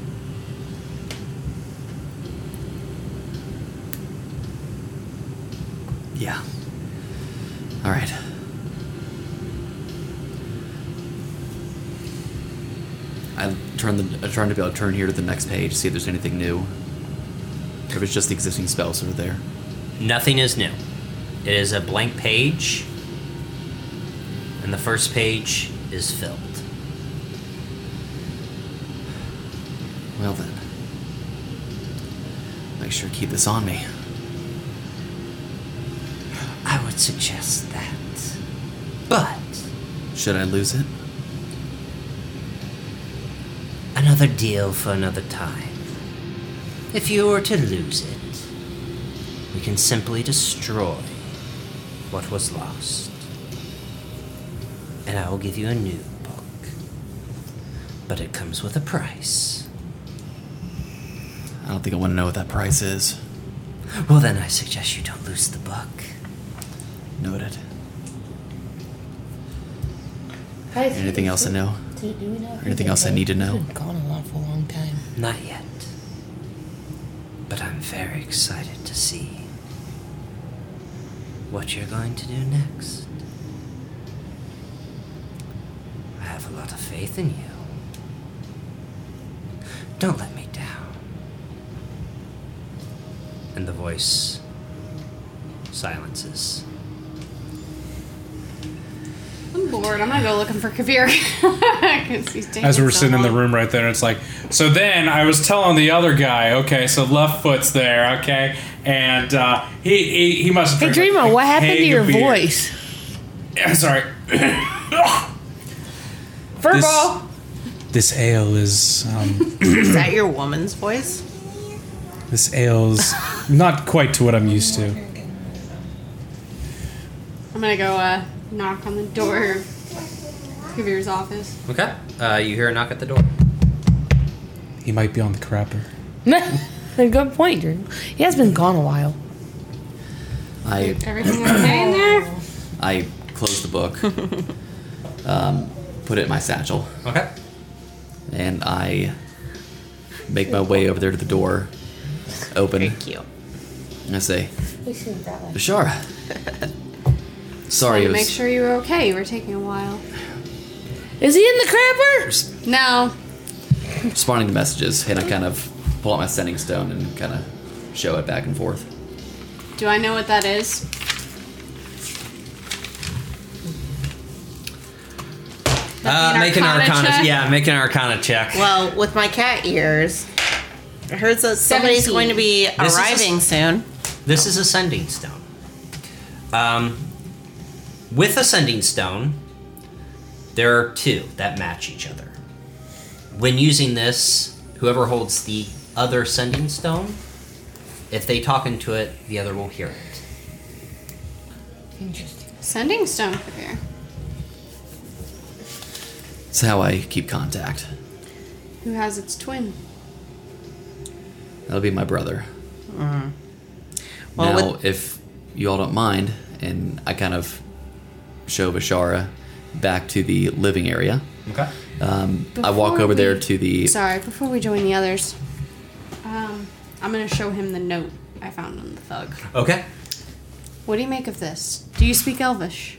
Speaker 5: Yeah. All right. I turn the I turn to be able to turn here to the next page, see if there's anything new. Or if it's just the existing spells that are there.
Speaker 1: Nothing is new. It is a blank page, and the first page is filled.
Speaker 5: Well then. Make sure to keep this on me.
Speaker 1: I would suggest that. But
Speaker 5: Should I lose it?
Speaker 1: another deal for another time. If you were to lose it, we can simply destroy what was lost. And I will give you a new book. But it comes with a price.
Speaker 5: I don't think I want to know what that price is.
Speaker 1: Well, then I suggest you don't lose the book.
Speaker 5: Noted.
Speaker 8: Guys,
Speaker 5: Anything else I know?
Speaker 8: Do, do we know?
Speaker 5: Anything else I need to know?
Speaker 4: Gone a lot for a long time.
Speaker 1: Not yet. But I'm very excited to see what you're going to do next. I have a lot of faith in you. Don't let me down. And the voice silences.
Speaker 3: I'm bored. I'm gonna go looking for Kavir. 'Cause he's taking
Speaker 2: As we're
Speaker 3: so
Speaker 2: sitting in the
Speaker 3: long.
Speaker 2: room right there, it's like, so then I was telling the other guy, okay, so left foot's there, okay, and uh, he, he he must.
Speaker 4: Hey,
Speaker 2: drink, like,
Speaker 4: Dreamer,
Speaker 2: a
Speaker 4: what happened to
Speaker 2: keg
Speaker 4: your
Speaker 2: of beer.
Speaker 4: voice?
Speaker 2: I'm sorry.
Speaker 4: Furball.
Speaker 2: This ale is um,
Speaker 6: Is that your woman's voice?
Speaker 2: this ale's not quite to what I'm used to.
Speaker 3: I'm gonna go uh, knock on the door of Kavir's office.
Speaker 1: Okay. Uh, you hear a knock at the door.
Speaker 2: He might be on the crapper.
Speaker 4: Good point, Dreamer. He has been gone a while.
Speaker 5: I
Speaker 3: Everything okay in there?
Speaker 5: I close the book, um, put it in my satchel,
Speaker 1: Okay.
Speaker 5: and I make my way over there to the door, open,
Speaker 6: Thank you.
Speaker 5: and I say,
Speaker 8: We should have brought that.
Speaker 5: Bashara. Sorry,
Speaker 3: Wanted
Speaker 5: it
Speaker 3: to make
Speaker 5: was,
Speaker 3: sure you were okay. You were taking a while.
Speaker 4: Is he in the crapper?
Speaker 3: No,
Speaker 5: responding to messages, and I kind of pull out my sending stone and kind of show it back and forth.
Speaker 3: do I know what that is?
Speaker 1: Uh,
Speaker 3: an
Speaker 1: make an
Speaker 3: arcana
Speaker 1: arcana.
Speaker 3: check?
Speaker 1: Yeah, make an arcana check.
Speaker 6: Well, with my cat ears, I heard that somebody's
Speaker 3: Seventeen.
Speaker 6: going to be
Speaker 1: is a-
Speaker 6: arriving soon.
Speaker 1: This is a sending stone. Um, with a sending stone, there are two that match each other. When using this, whoever holds the other sending stone, if they talk into it, the other will hear it.
Speaker 8: Interesting.
Speaker 3: Sending stone Kavir.
Speaker 5: It's how I keep contact.
Speaker 3: Who has its twin?
Speaker 5: That'll be my brother.
Speaker 6: Well,
Speaker 5: now,
Speaker 6: with-
Speaker 5: if you all don't mind, and I kind of show Bashara back to the living area,
Speaker 1: Okay.
Speaker 5: um, I walk
Speaker 3: Before
Speaker 5: over there
Speaker 3: we-
Speaker 5: to the.
Speaker 3: Sorry, before we join the others, um, I'm gonna show him the note I found on the thug.
Speaker 1: Okay.
Speaker 3: What do you make of this? Do you speak Elvish?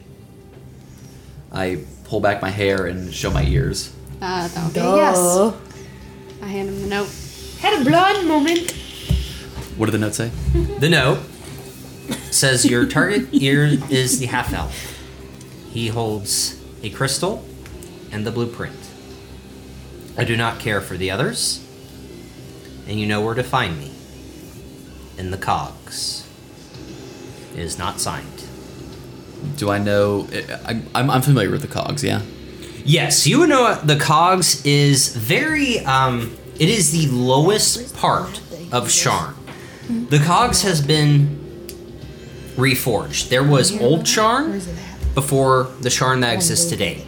Speaker 5: I pull back my hair and show my ears.
Speaker 3: Uh, that would be a yes.
Speaker 4: Duh.
Speaker 3: I hand him the note.
Speaker 4: Had a blonde moment.
Speaker 5: What did the note say?
Speaker 1: The note says your target ear is the half elf. He holds a crystal and the blueprint. I do not care for the others, and you know where to find me. In the cogs. It is not signed.
Speaker 5: Do I know? I, I'm, I'm familiar with the cogs, yeah?
Speaker 1: Yes, you would know what the cogs is very um it is the lowest part of Sharn. The cogs has been reforged. There was old Sharn before the Sharn that exists today.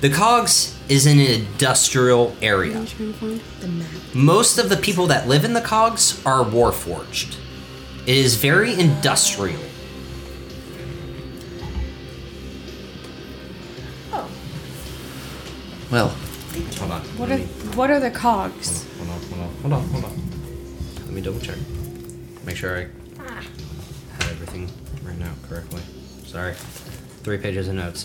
Speaker 1: The Cogs is an industrial area.
Speaker 3: Trying to find.
Speaker 1: Most of the people that live in the Cogs are warforged. It is very industrial.
Speaker 5: Well,
Speaker 1: Hold on.
Speaker 3: What are
Speaker 1: let me-
Speaker 3: what are the cogs?
Speaker 1: Hold on, hold on, hold on, hold on. Let me double check. Make sure I
Speaker 3: Ah.
Speaker 1: have everything written out correctly. Sorry. Three pages of notes.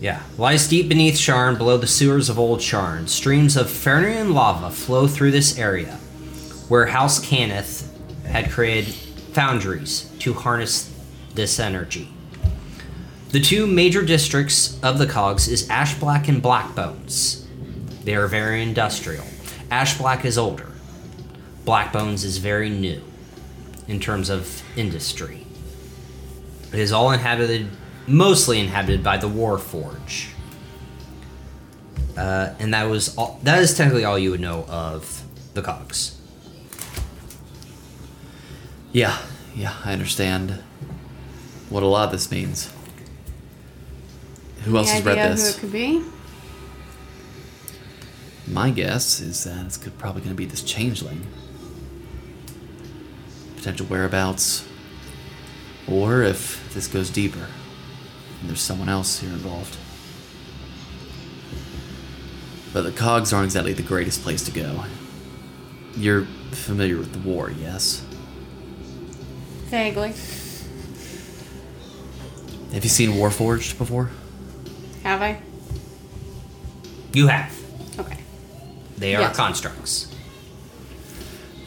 Speaker 1: Yeah. Lies deep beneath Sharn, below the sewers of old Sharn. Streams of Fernian lava flow through this area, where House Caneth had created foundries to harness this energy. The two major districts of the cogs is Ash Black and Black Bones. They are very industrial. Ash Black is older. Black Bones is very new in terms of industry. It is all inhabited, mostly inhabited by the Warforge. Uh, and that was all, that is technically all you would know of the cogs.
Speaker 5: yeah, yeah, I understand what a lot of this means. Who else
Speaker 3: Any
Speaker 5: has read
Speaker 3: idea
Speaker 5: this?
Speaker 3: Who it could be?
Speaker 5: My guess is that it's good- probably going to be this changeling. Potential whereabouts. Or if this goes deeper and there's someone else here involved. But the cogs aren't exactly the greatest place to go. You're familiar with the war, yes?
Speaker 3: Vaguely.
Speaker 5: Have you seen Warforged before?
Speaker 3: Have I?
Speaker 1: You have.
Speaker 3: Okay.
Speaker 1: They are
Speaker 3: Yes.
Speaker 1: constructs.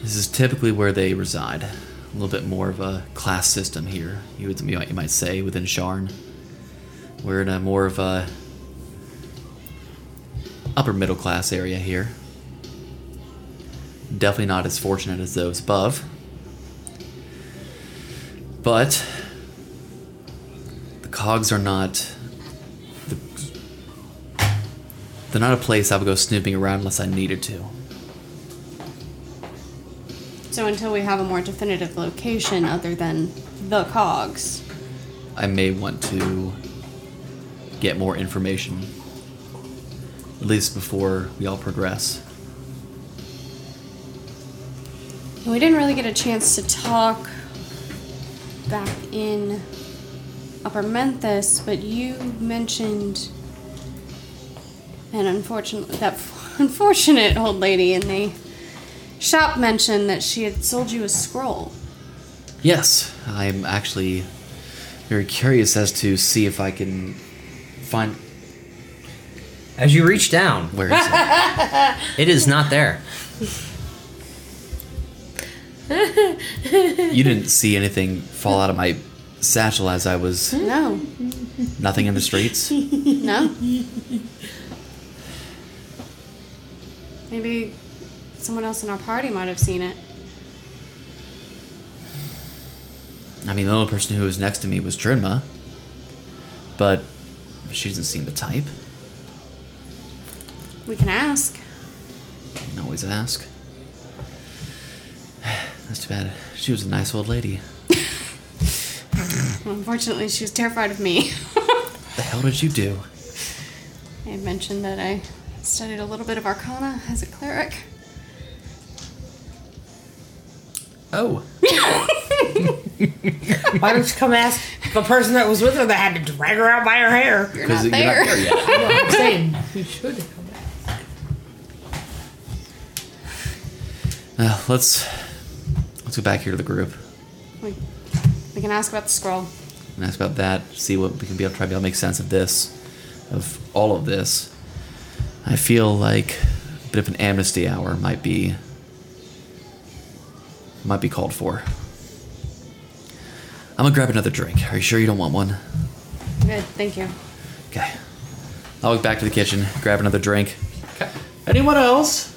Speaker 5: This is typically where they reside. A little bit more of a class system here, you, would, you, might, you might say, within Sharn. We're in a more of a upper middle class area here. Definitely not as fortunate as those above. But the cogs are not. The, they're not a place I would go snooping around unless I needed to.
Speaker 3: So until we have a more definitive location other than the cogs,
Speaker 5: I may want to get more information. At least before we all progress.
Speaker 3: we didn't really get a chance to talk back in Upper Memphis, but you mentioned an unfortunate that unfortunate old lady in the shop mentioned that she had sold you a scroll.
Speaker 5: Yes, I'm actually very curious as to see if I can find
Speaker 1: As you reach down,
Speaker 5: where is it?
Speaker 1: it is not there.
Speaker 5: you didn't see anything fall out of my satchel as I was
Speaker 3: No,
Speaker 5: nothing in the streets.
Speaker 3: no. Maybe someone else in our party might have seen it.
Speaker 5: I mean, the only person who was next to me was Trinma, but she doesn't seem the type.
Speaker 3: We can ask.
Speaker 5: You can always ask. That's too bad. She was a nice old lady.
Speaker 3: Unfortunately, she was terrified of me.
Speaker 5: What the hell did you do?
Speaker 3: I had mentioned that I studied a little bit of Arcana as a cleric.
Speaker 5: Oh.
Speaker 4: Why don't you come ask the person that was with her that had to drag her out by her hair?
Speaker 3: You're not
Speaker 5: Because you're
Speaker 3: there.
Speaker 5: not there yet.
Speaker 8: I'm saying we should come back.
Speaker 5: Uh, let's let's go back here to the group
Speaker 3: we, we can ask about the scroll.
Speaker 5: and ask about that. See what we can be able to try to be able to make sense of this, of all of this. I feel like a bit of an amnesty hour might be might be called for. I'm gonna grab another drink. Are you sure you don't want one?
Speaker 3: Good, thank you.
Speaker 5: Okay. I'll go back to the kitchen, grab another drink. Anyone else?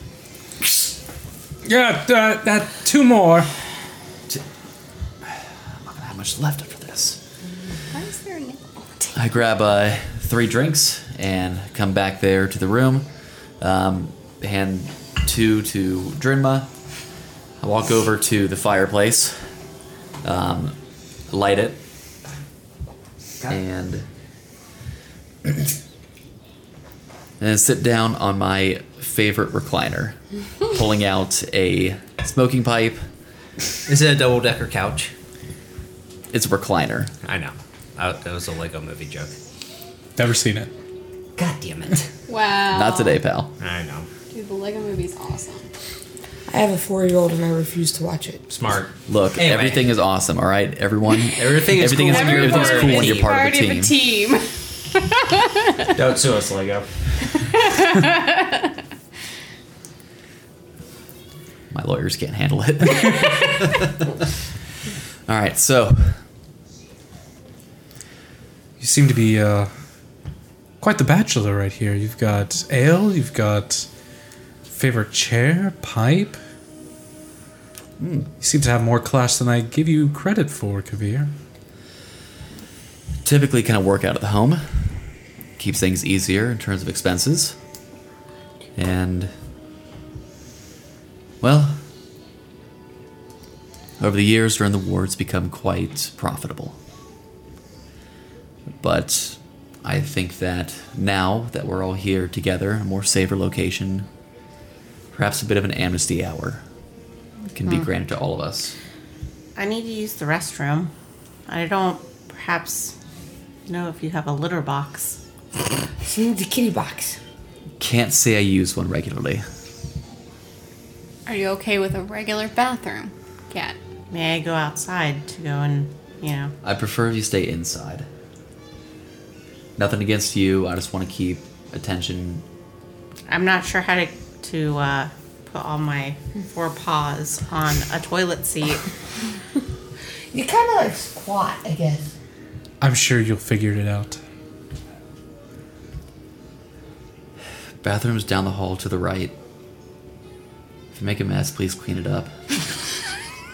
Speaker 2: Yeah, uh, that two more.
Speaker 5: I'm not gonna have much left after this.
Speaker 3: Why is there a nickel?
Speaker 5: I grab uh, three drinks and come back there to the room. Um, hand two to Drinma. I walk over to the fireplace, um, light it, and and then sit down on my favorite recliner, pulling out a smoking pipe.
Speaker 1: Is it a double decker couch?
Speaker 5: It's a recliner.
Speaker 1: I know. I, that was a Lego movie joke.
Speaker 2: Never seen it.
Speaker 1: God damn it.
Speaker 3: Wow.
Speaker 5: Not today, pal.
Speaker 1: I know.
Speaker 3: Dude, the Lego movie's awesome.
Speaker 4: I have a four year old and I refuse to watch it.
Speaker 1: Smart.
Speaker 5: Look,
Speaker 1: Anyway.
Speaker 5: everything is awesome. All right, everyone.
Speaker 1: Everything is
Speaker 5: everything
Speaker 1: cool.
Speaker 5: is everything's
Speaker 1: Everyone
Speaker 5: cool when
Speaker 1: is
Speaker 5: you're part of a team.
Speaker 3: team.
Speaker 1: Don't sue us, Lego.
Speaker 5: My lawyers can't handle it. all right, so
Speaker 2: You seem to be uh, quite the bachelor right here. You've got ale, you've got favorite chair, pipe. Hmm, You seem to have more class than I give you credit for, Kavir.
Speaker 5: typically kind of work out of the home. Keeps things easier in terms of expenses. And well, over the years during the war it's become quite profitable. But I think that now that we're all here together, a more safer location, perhaps a bit of an amnesty hour can be granted to all of us.
Speaker 6: I need to use the restroom. I don't perhaps know if you have a litter box.
Speaker 8: She needs a kitty box.
Speaker 5: Can't say I use one regularly.
Speaker 3: Are you okay with a regular bathroom? Cat.
Speaker 6: May I go outside to go and, you know,
Speaker 5: I prefer if you stay inside. Nothing against you. I just want to keep attention.
Speaker 6: I'm not sure how to to uh, put all my four paws on a toilet seat.
Speaker 8: You kind of like squat, I guess.
Speaker 2: I'm sure you'll figure it out.
Speaker 5: Bathroom's down the hall to the right. If you make a mess, please clean it up.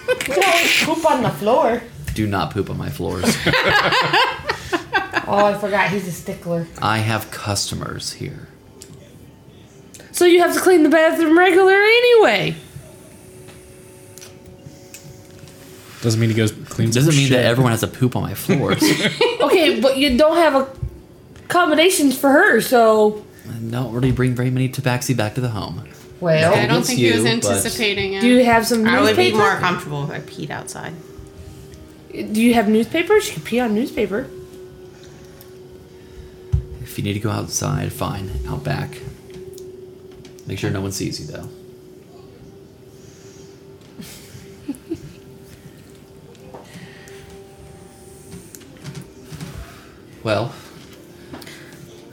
Speaker 8: You can always poop on the floor.
Speaker 5: Do not poop on my floors.
Speaker 8: Oh, I forgot. He's a stickler.
Speaker 5: I have customers here.
Speaker 4: So you have to clean the bathroom regular anyway.
Speaker 2: Doesn't mean he goes cleans. up
Speaker 5: Doesn't mean that
Speaker 2: shit.
Speaker 5: everyone has to poop on my floors.
Speaker 4: Okay, but you don't have accommodations for her, so
Speaker 5: I don't really bring very many tabaxi back to the home.
Speaker 8: Well,
Speaker 3: I don't
Speaker 5: Against
Speaker 3: think he was
Speaker 5: Oh, you, but-
Speaker 3: anticipating it.
Speaker 4: do you have some
Speaker 6: I would be
Speaker 4: newspaper?
Speaker 6: more comfortable if I peed outside.
Speaker 4: Do you have newspapers? She could pee on newspaper.
Speaker 5: If you need to go outside, fine. Out back. Make sure no one sees you though. Well, I
Speaker 6: All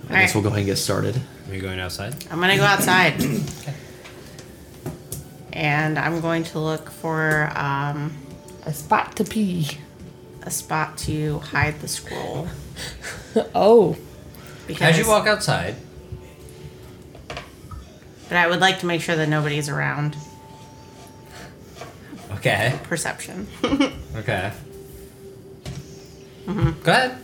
Speaker 5: guess
Speaker 6: right.
Speaker 5: we'll go ahead and get started.
Speaker 1: Are you going outside?
Speaker 6: I'm gonna go outside, and I'm going to look for um,
Speaker 4: A spot to pee.
Speaker 6: a spot to hide the scroll.
Speaker 4: Oh.
Speaker 6: Because,
Speaker 1: As you walk outside,
Speaker 6: but I would like to make sure that nobody's around.
Speaker 1: okay,
Speaker 6: Perception.
Speaker 1: okay. Go ahead.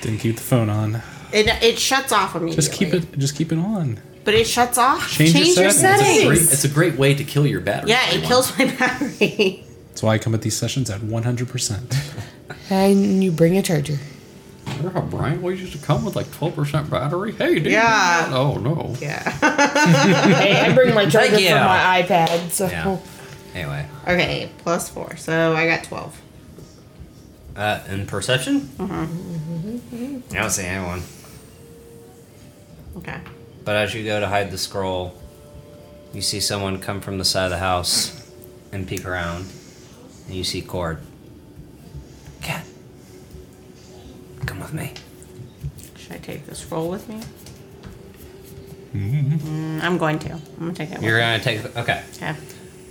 Speaker 2: Didn't keep the phone on.
Speaker 6: it, it shuts off immediately.
Speaker 2: Just keep it. Just keep it on.
Speaker 6: But it shuts off.
Speaker 2: Change, your, settings.
Speaker 5: It's a, great, it's a great way to kill your battery.
Speaker 6: yeah, it
Speaker 5: everyone.
Speaker 6: kills my battery.
Speaker 2: That's why I come at these sessions at 100. percent
Speaker 4: And you bring a charger.
Speaker 5: Remember how Brian we used to come with like 12% battery? Hey, dude.
Speaker 6: Yeah.
Speaker 5: Oh, no.
Speaker 6: yeah.
Speaker 4: Hey, I bring my charger
Speaker 1: you.
Speaker 4: for my iPad, so
Speaker 1: Yeah. Anyway,
Speaker 6: Okay, plus four. So I got 12.
Speaker 1: uh, in perception, I don't see anyone.
Speaker 6: Okay.
Speaker 1: But as you go to hide the scroll, you see someone come from the side of the house and peek around, and you see Cord. Cat, come with me.
Speaker 6: Should I take the scroll with me? Mm, I'm going to. I'm going to take it
Speaker 1: Mm-hmm. You're gonna
Speaker 6: with
Speaker 1: take okay.
Speaker 6: me. Okay.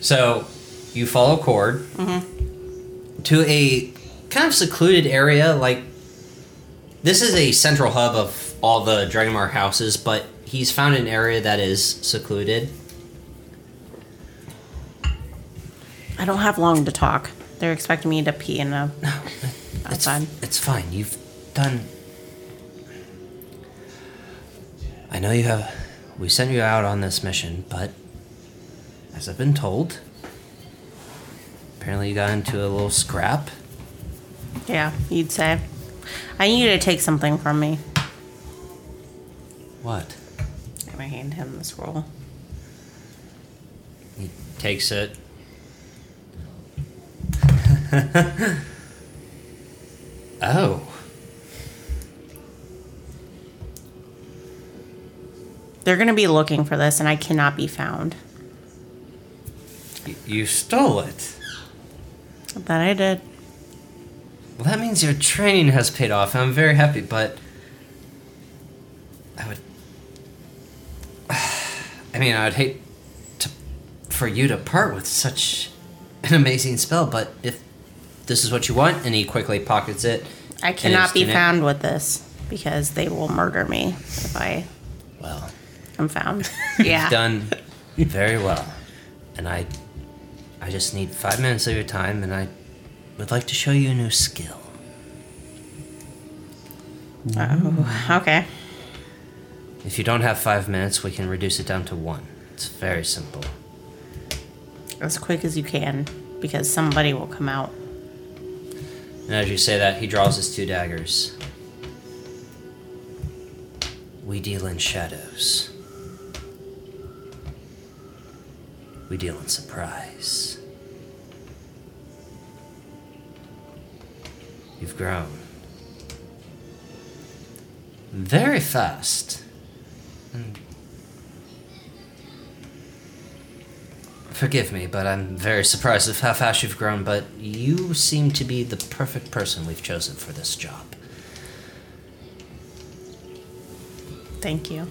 Speaker 1: So you follow Cord to a kind of secluded area. Like this is a central hub of all the Dragonmark houses, but he's found an area that is secluded.
Speaker 6: I don't have long to talk. They're expecting me to pee in a. That's fine.
Speaker 1: It's fine. You've done. I know you have. We sent you out on this mission, but as I've been told, apparently you got into a little scrap.
Speaker 6: Yeah, you'd say. I need you to take something from me.
Speaker 1: What?
Speaker 6: I'm gonna hand him the scroll.
Speaker 1: He takes it. oh.
Speaker 6: They're gonna be looking for this, and I cannot be found.
Speaker 1: y- You stole it.
Speaker 6: That I did.
Speaker 1: Well, that means your training has paid off, and I'm very happy, but. I would. I mean, I would hate to, for you to part with such an amazing spell, but if this is what you want, and he quickly pockets it.
Speaker 6: I
Speaker 1: and
Speaker 6: cannot
Speaker 1: is
Speaker 6: be
Speaker 1: gonna-
Speaker 6: found with this because they will murder me if I
Speaker 1: Well,
Speaker 6: am found.
Speaker 1: you've
Speaker 6: Yeah.
Speaker 1: done very well, and I, I just need five minutes of your time, and I would like to show you a new skill.
Speaker 6: oh, okay.
Speaker 1: If you don't have five minutes, we can reduce it down to one. It's very simple.
Speaker 6: As quick as you can because somebody will come out.
Speaker 1: And as you say that, he draws his two daggers. We deal in shadows. We deal in surprise. You've grown. Very fast. And Forgive me, but I'm very surprised of how fast you've grown, but you seem to be the perfect person we've chosen for this job.
Speaker 6: Thank you.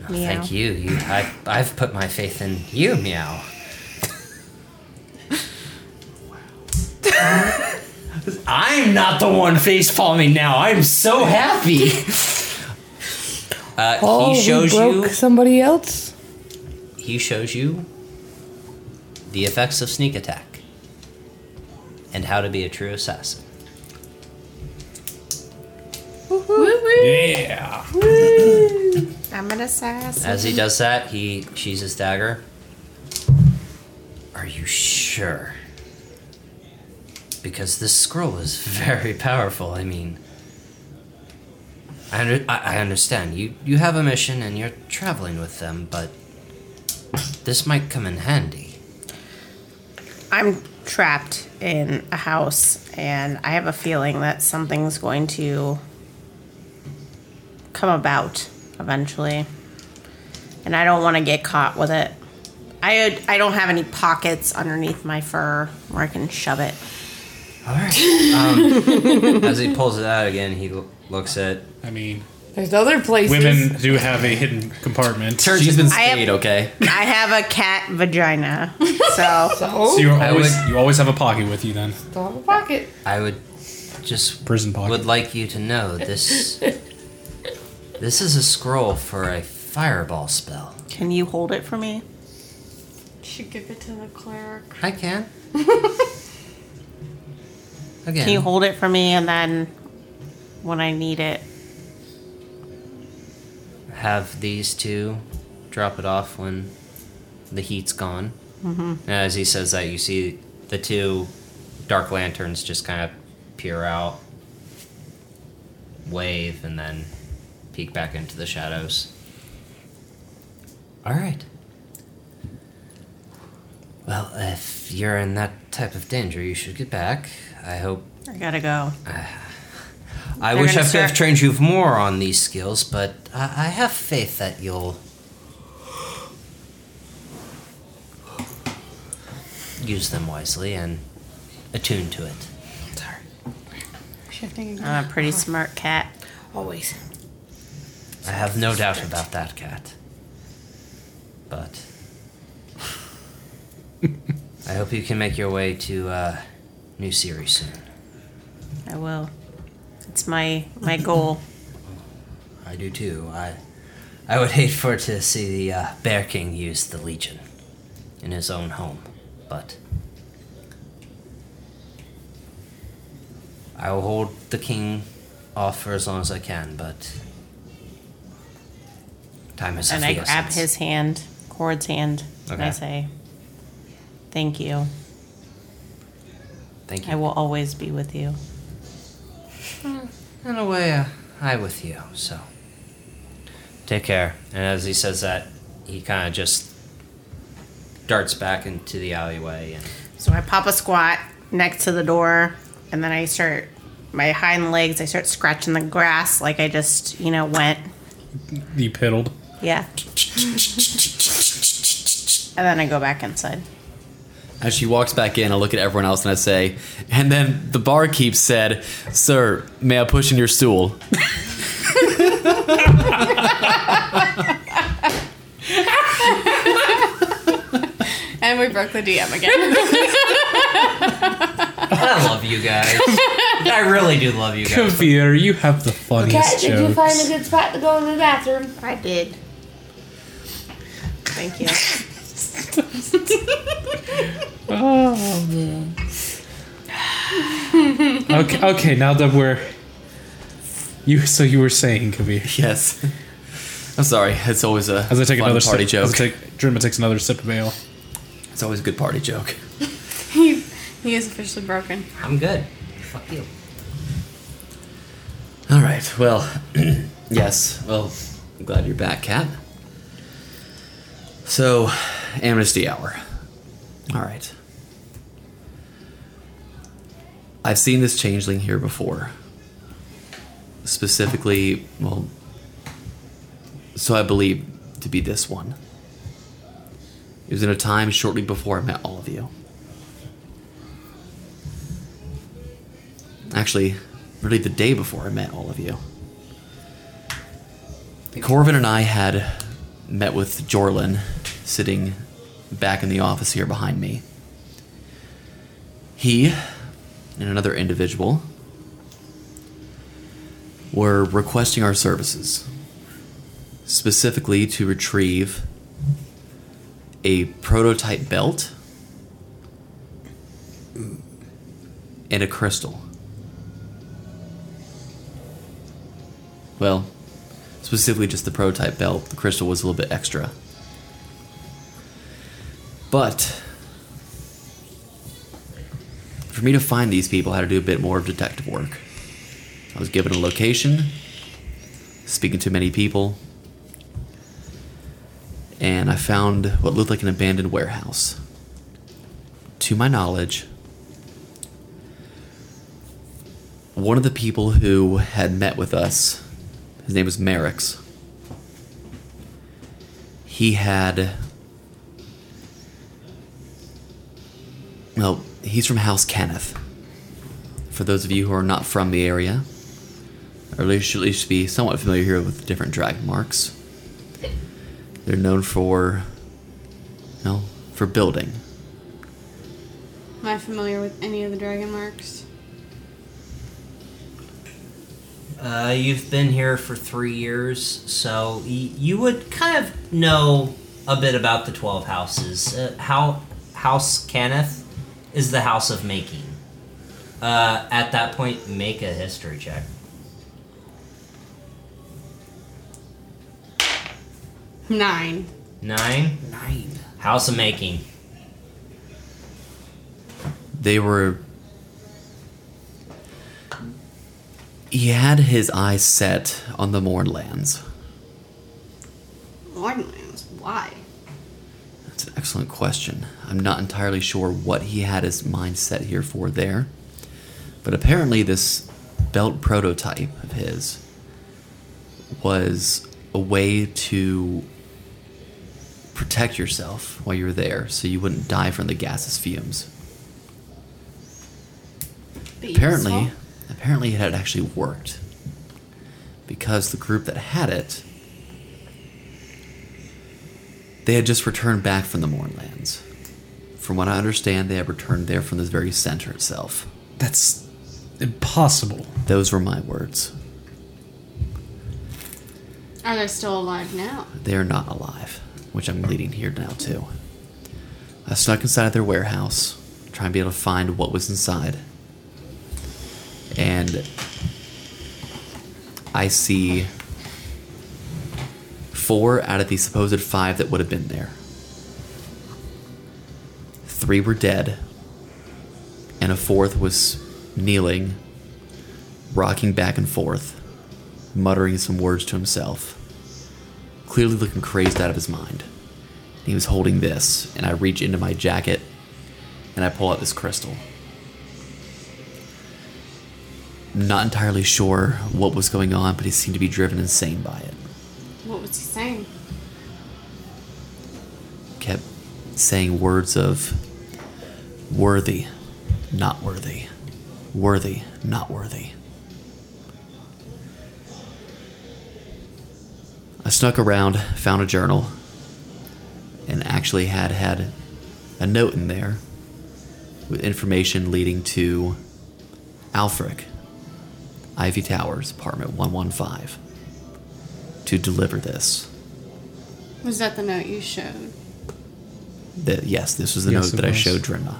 Speaker 1: No,
Speaker 6: Meow.
Speaker 1: Thank you. you I, I've put my faith in you, Meow. I'm not the one face palming now. I'm so happy. Uh, he shows you.
Speaker 4: Oh, somebody else.
Speaker 1: He shows you the effects of sneak attack and how to be a true assassin.
Speaker 2: Yeah.
Speaker 6: I'm an assassin.
Speaker 1: As he does that, he she's his dagger. Are you sure? Because this scroll is very powerful. I mean, I, under, I, I understand. You, you have a mission and you're traveling with them, but this might come in handy.
Speaker 6: I'm trapped in a house, and I have a feeling that something's going to come about eventually, and I don't want to get caught with it. I I don't have any pockets underneath my fur where I can shove it.
Speaker 1: All right. Um, as he pulls it out again, he l- looks at.
Speaker 2: I mean,
Speaker 4: There's other places.
Speaker 2: women do have a hidden compartment.
Speaker 5: She's been
Speaker 6: I am-
Speaker 5: stayed, okay?
Speaker 6: I have a cat vagina, so
Speaker 2: So
Speaker 4: Oh,
Speaker 2: you
Speaker 1: I
Speaker 2: always
Speaker 1: would-
Speaker 2: you always have a pocket with you then.
Speaker 4: don't have a pocket.
Speaker 1: I would just
Speaker 2: Prison pocket.
Speaker 1: would like you to know this this is a scroll for a fireball spell
Speaker 6: can you hold it for me?
Speaker 3: Should give it to the cleric.
Speaker 1: i can again
Speaker 6: Can you hold it for me, and then when I need it,
Speaker 1: have these two drop it off when the heat's gone mm-hmm. as he says that you see the two dark lanterns just kind of peer out wave and then peek back into the shadows all right well if you're in that type of danger you should get back i hope
Speaker 6: I gotta go.
Speaker 1: I
Speaker 6: They're
Speaker 1: wish I
Speaker 6: gonna
Speaker 1: could have
Speaker 6: start-
Speaker 1: trained you more on these skills, but I, I have faith that you'll. Use them wisely and attune to it.
Speaker 3: Shifting again.
Speaker 6: I'm a pretty smart cat.
Speaker 8: Always.
Speaker 1: I have no doubt about that, cat. But I hope you can make your way to uh, new series soon.
Speaker 6: I will. It's my my goal.
Speaker 1: I do too. I, I would hate for to see the uh, Bear King use the Legion in his own home, but I will hold the King off for as long as I can. But time is of
Speaker 6: and
Speaker 1: the
Speaker 6: I grab
Speaker 1: essence.
Speaker 6: his hand, Cord's hand, and I
Speaker 1: Okay.
Speaker 6: say, "Thank you.
Speaker 1: Thank you.
Speaker 6: I will always be with you."
Speaker 1: In a way, uh, I with you. So take care. And as he says that, he kind of just darts back into the alleyway. And
Speaker 6: So I pop a squat next to the door, and then I start my hind legs. I start scratching the grass like I just, you know, went.
Speaker 2: You piddled.
Speaker 6: Yeah. And then I go back inside.
Speaker 5: As she walks back in, I look at everyone else and I say, and then the barkeep said, Sir, may I push in your stool?
Speaker 3: And we broke the DM again.
Speaker 1: I love you guys. I really do love you guys.
Speaker 2: Kavir, you have the funniest
Speaker 8: Cat, did you find a
Speaker 2: jokes.
Speaker 8: good spot to go in the bathroom?
Speaker 6: I did. Thank you.
Speaker 2: Oh man. okay, okay. Now that we're you, so you were saying Kavir.
Speaker 5: Yes. I'm sorry. It's always a
Speaker 2: As I take
Speaker 5: fun
Speaker 2: another
Speaker 5: party
Speaker 2: sip,
Speaker 5: joke.
Speaker 2: As I take, Drima takes another sip of ale.
Speaker 5: it's always a good party joke.
Speaker 3: he, he is officially broken.
Speaker 1: I'm good. Fuck you.
Speaker 5: All right. Well, yes. Well, I'm glad you're back, Kat. So, amnesty hour. All right. I've seen this changeling here before. Specifically, well, so I believe to be this one. It was in a time shortly before I met all of you. Actually, really the day before I met all of you. Corvin and I had met with Jorlin sitting back in the office here behind me. He and another individual were requesting our services, specifically to retrieve a prototype belt and a crystal. Well, specifically just the prototype belt. The crystal was a little bit extra. But for me to find these people, I had to do a bit more of detective work. I was given a location, speaking to many people, and I found what looked like an abandoned warehouse. To my knowledge, one of the people who had met with us, his name was Merricks. He had. Well, he's from House Kenneth. For those of you who are not from the area, or at least should at least be somewhat familiar here with different drag marks, they're known for. Well, for building.
Speaker 3: Am I familiar with any of the dragon marks?
Speaker 1: Uh, you've been here for three years, so y- you would kind of know a bit about the twelve houses. Uh, how House Caneth is the house of making. Uh, at that point, make a history check.
Speaker 3: Nine.
Speaker 1: Nine. Nine. House of making.
Speaker 5: they were he had his eyes set on the moorlands
Speaker 3: Lordlands. Why?
Speaker 5: that's an excellent question i'm not entirely sure what he had his mind set here for there but apparently this belt prototype of his was a way to protect yourself while you were there so you wouldn't die from the gaseous fumes
Speaker 3: That you
Speaker 5: apparently
Speaker 3: saw?
Speaker 5: apparently it had actually worked because the group that had it they had just returned back from the moorlands from what i understand they had returned there from this very center itself
Speaker 2: That's impossible.
Speaker 5: those were my words
Speaker 3: Are they still alive now?
Speaker 5: they're not alive which i'm leading here now too i snuck inside their warehouse trying to be able to find what was inside and I see four out of the supposed five that would have been there. Three were dead, and a fourth was kneeling, rocking back and forth, muttering some words to himself, clearly looking crazed out of his mind. He was holding this, and I reach into my jacket and I pull out this crystal. Not entirely sure what was going on, but he seemed to be driven insane by it.
Speaker 3: What was he saying?
Speaker 5: kept saying words of worthy, not worthy, worthy, not worthy. I snuck around, found a journal, and actually had had a note in there with information leading to Alfric, Ivy Towers, apartment 115, to deliver this.
Speaker 3: Was that the note you showed?
Speaker 5: that yes, this was the
Speaker 2: Yes,
Speaker 5: note
Speaker 2: it
Speaker 5: that I
Speaker 2: was.
Speaker 5: showed Drimna.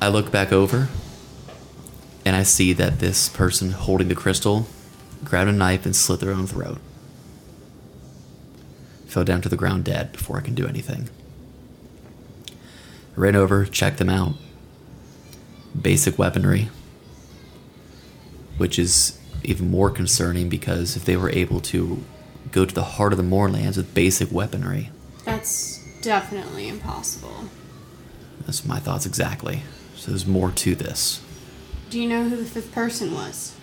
Speaker 5: I look back over and I see that this person holding the crystal grabbed a knife and slit their own throat. Fell down to the ground dead before I can do anything. I ran over, checked them out. Basic weaponry, which is even more concerning because if they were able to go to the heart of the moorlands with basic weaponry,
Speaker 3: That's definitely impossible.
Speaker 5: that's my thoughts exactly. So there's more to this.
Speaker 3: Do you know who the fifth person was?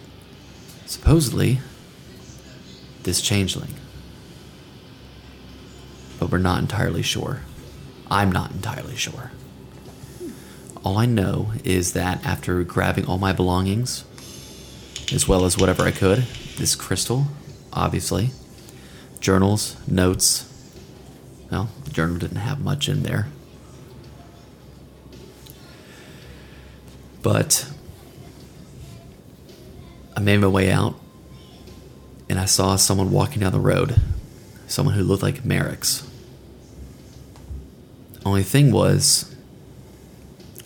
Speaker 5: Supposedly, this changeling. But we're not entirely sure. I'm not entirely sure. All I know is that after grabbing all my belongings, as well as whatever I could, this crystal, obviously, journals, notes. Well, the journal didn't have much in there. But I made my way out and I saw someone walking down the road. Someone who looked like Merrick's. Only thing was,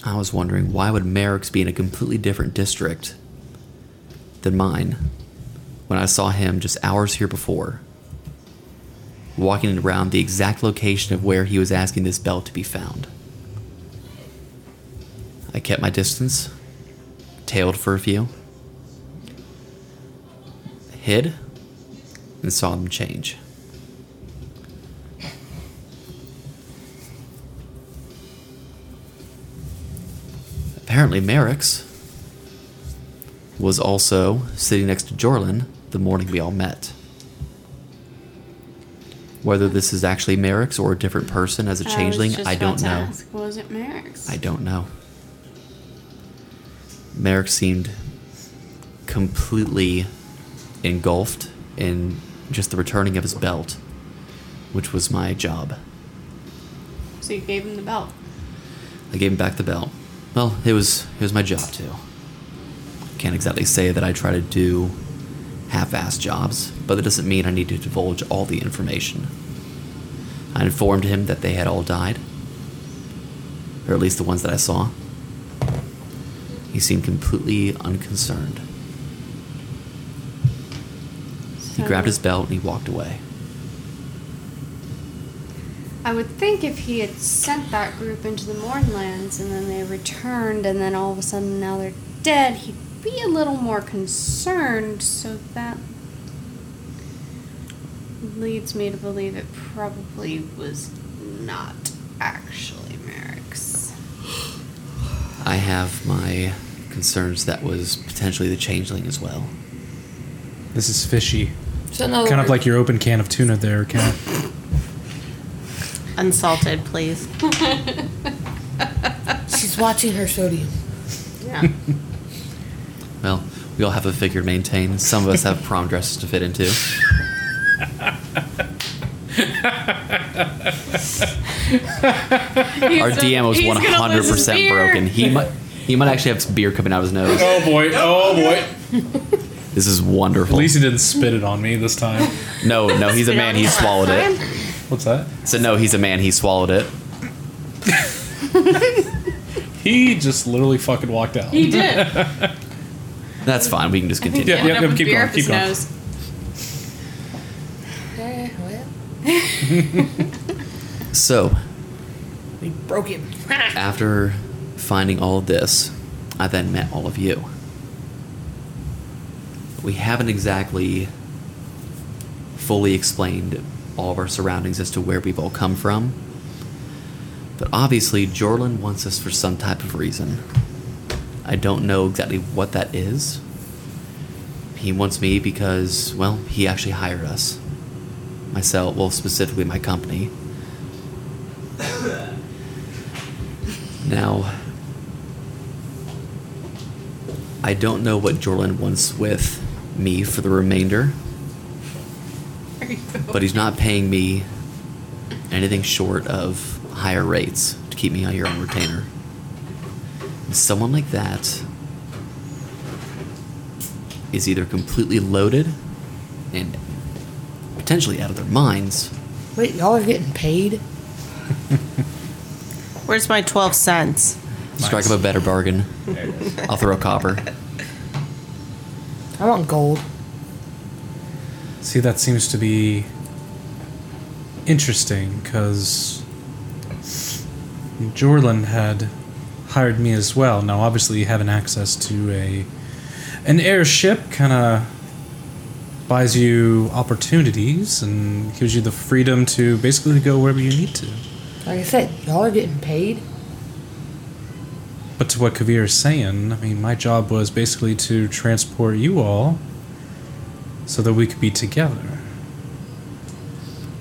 Speaker 5: I was wondering why would Merrick's be in a completely different district than mine when I saw him just hours here before walking around the exact location of where he was asking this bell to be found. I kept my distance, tailed for a few hid and saw them change. Apparently, Merrick's was also sitting next to Jorlin the morning we all met. Whether this is actually Merrick's or a different person as a changeling, I,
Speaker 3: about
Speaker 5: don't
Speaker 3: to
Speaker 5: know.
Speaker 3: ask, Was it Merrick's?
Speaker 5: I don't know. Merrick seemed completely engulfed in just the returning of his belt, which was my job.
Speaker 3: so you gave him the belt.
Speaker 5: I gave him back the belt. Well, it was it was my job too. Can't exactly say that I try to do half-assed jobs, but that doesn't mean I need to divulge all the information. I informed him that they had all died, or at least the ones that I saw. He seemed completely unconcerned. He
Speaker 3: So-
Speaker 5: grabbed his belt and he walked away.
Speaker 3: I would think if he had sent that group into the Mornlands and then they returned and then all of a sudden now they're dead, he'd be a little more concerned, so that leads me to believe it probably was not actually Merrick's.
Speaker 5: I have my concerns that was potentially the changeling as well.
Speaker 2: This is fishy.
Speaker 4: So another
Speaker 2: Kind of like your open can of tuna there, Ken.
Speaker 6: Unsalted, please.
Speaker 8: She's watching her sodium.
Speaker 3: Yeah.
Speaker 5: Well, we all have a figure to maintain. Some of us have prom dresses to fit into. Our DM was one hundred percent broken. He might he might actually have beer coming out of his nose.
Speaker 2: Oh boy! Oh boy!
Speaker 5: This is wonderful.
Speaker 2: At least he didn't spit it on me this time.
Speaker 5: no, no, he's a man. He swallowed it.
Speaker 2: What's that?
Speaker 5: So no, he's a man. He swallowed it.
Speaker 2: He just literally fucking walked out.
Speaker 3: He did.
Speaker 5: That's fine. We can just continue.
Speaker 2: Yeah, yeah, yeah, keep going, keep going.
Speaker 8: Eh, well,
Speaker 5: So
Speaker 8: we broke him.
Speaker 5: after finding all of this, I then met all of you. We haven't exactly fully explained all of our surroundings as to where we've all come from. But obviously, Jorlin wants us for some type of reason. I don't know exactly what that is. He wants me because, well, he actually hired us. Myself, well, specifically my company. now, I don't know what Jorlin wants with me for the remainder but he's not paying me anything short of higher rates to keep me on your own retainer. And someone like that is either completely loaded and potentially out of their minds.
Speaker 8: Wait, y'all are getting paid?
Speaker 6: Where's my 12 cents?
Speaker 5: Strike up a better bargain. I'll throw a copper.
Speaker 8: I want gold.
Speaker 2: See, that seems to be interesting because Jorlin had hired me as well. Now, obviously, having access to a an airship kind of buys you opportunities and gives you the freedom to basically go wherever you need to.
Speaker 8: Like I said, y'all are getting paid.
Speaker 2: But to what Kavir is saying, I mean, my job was basically to transport you all so that we could be together.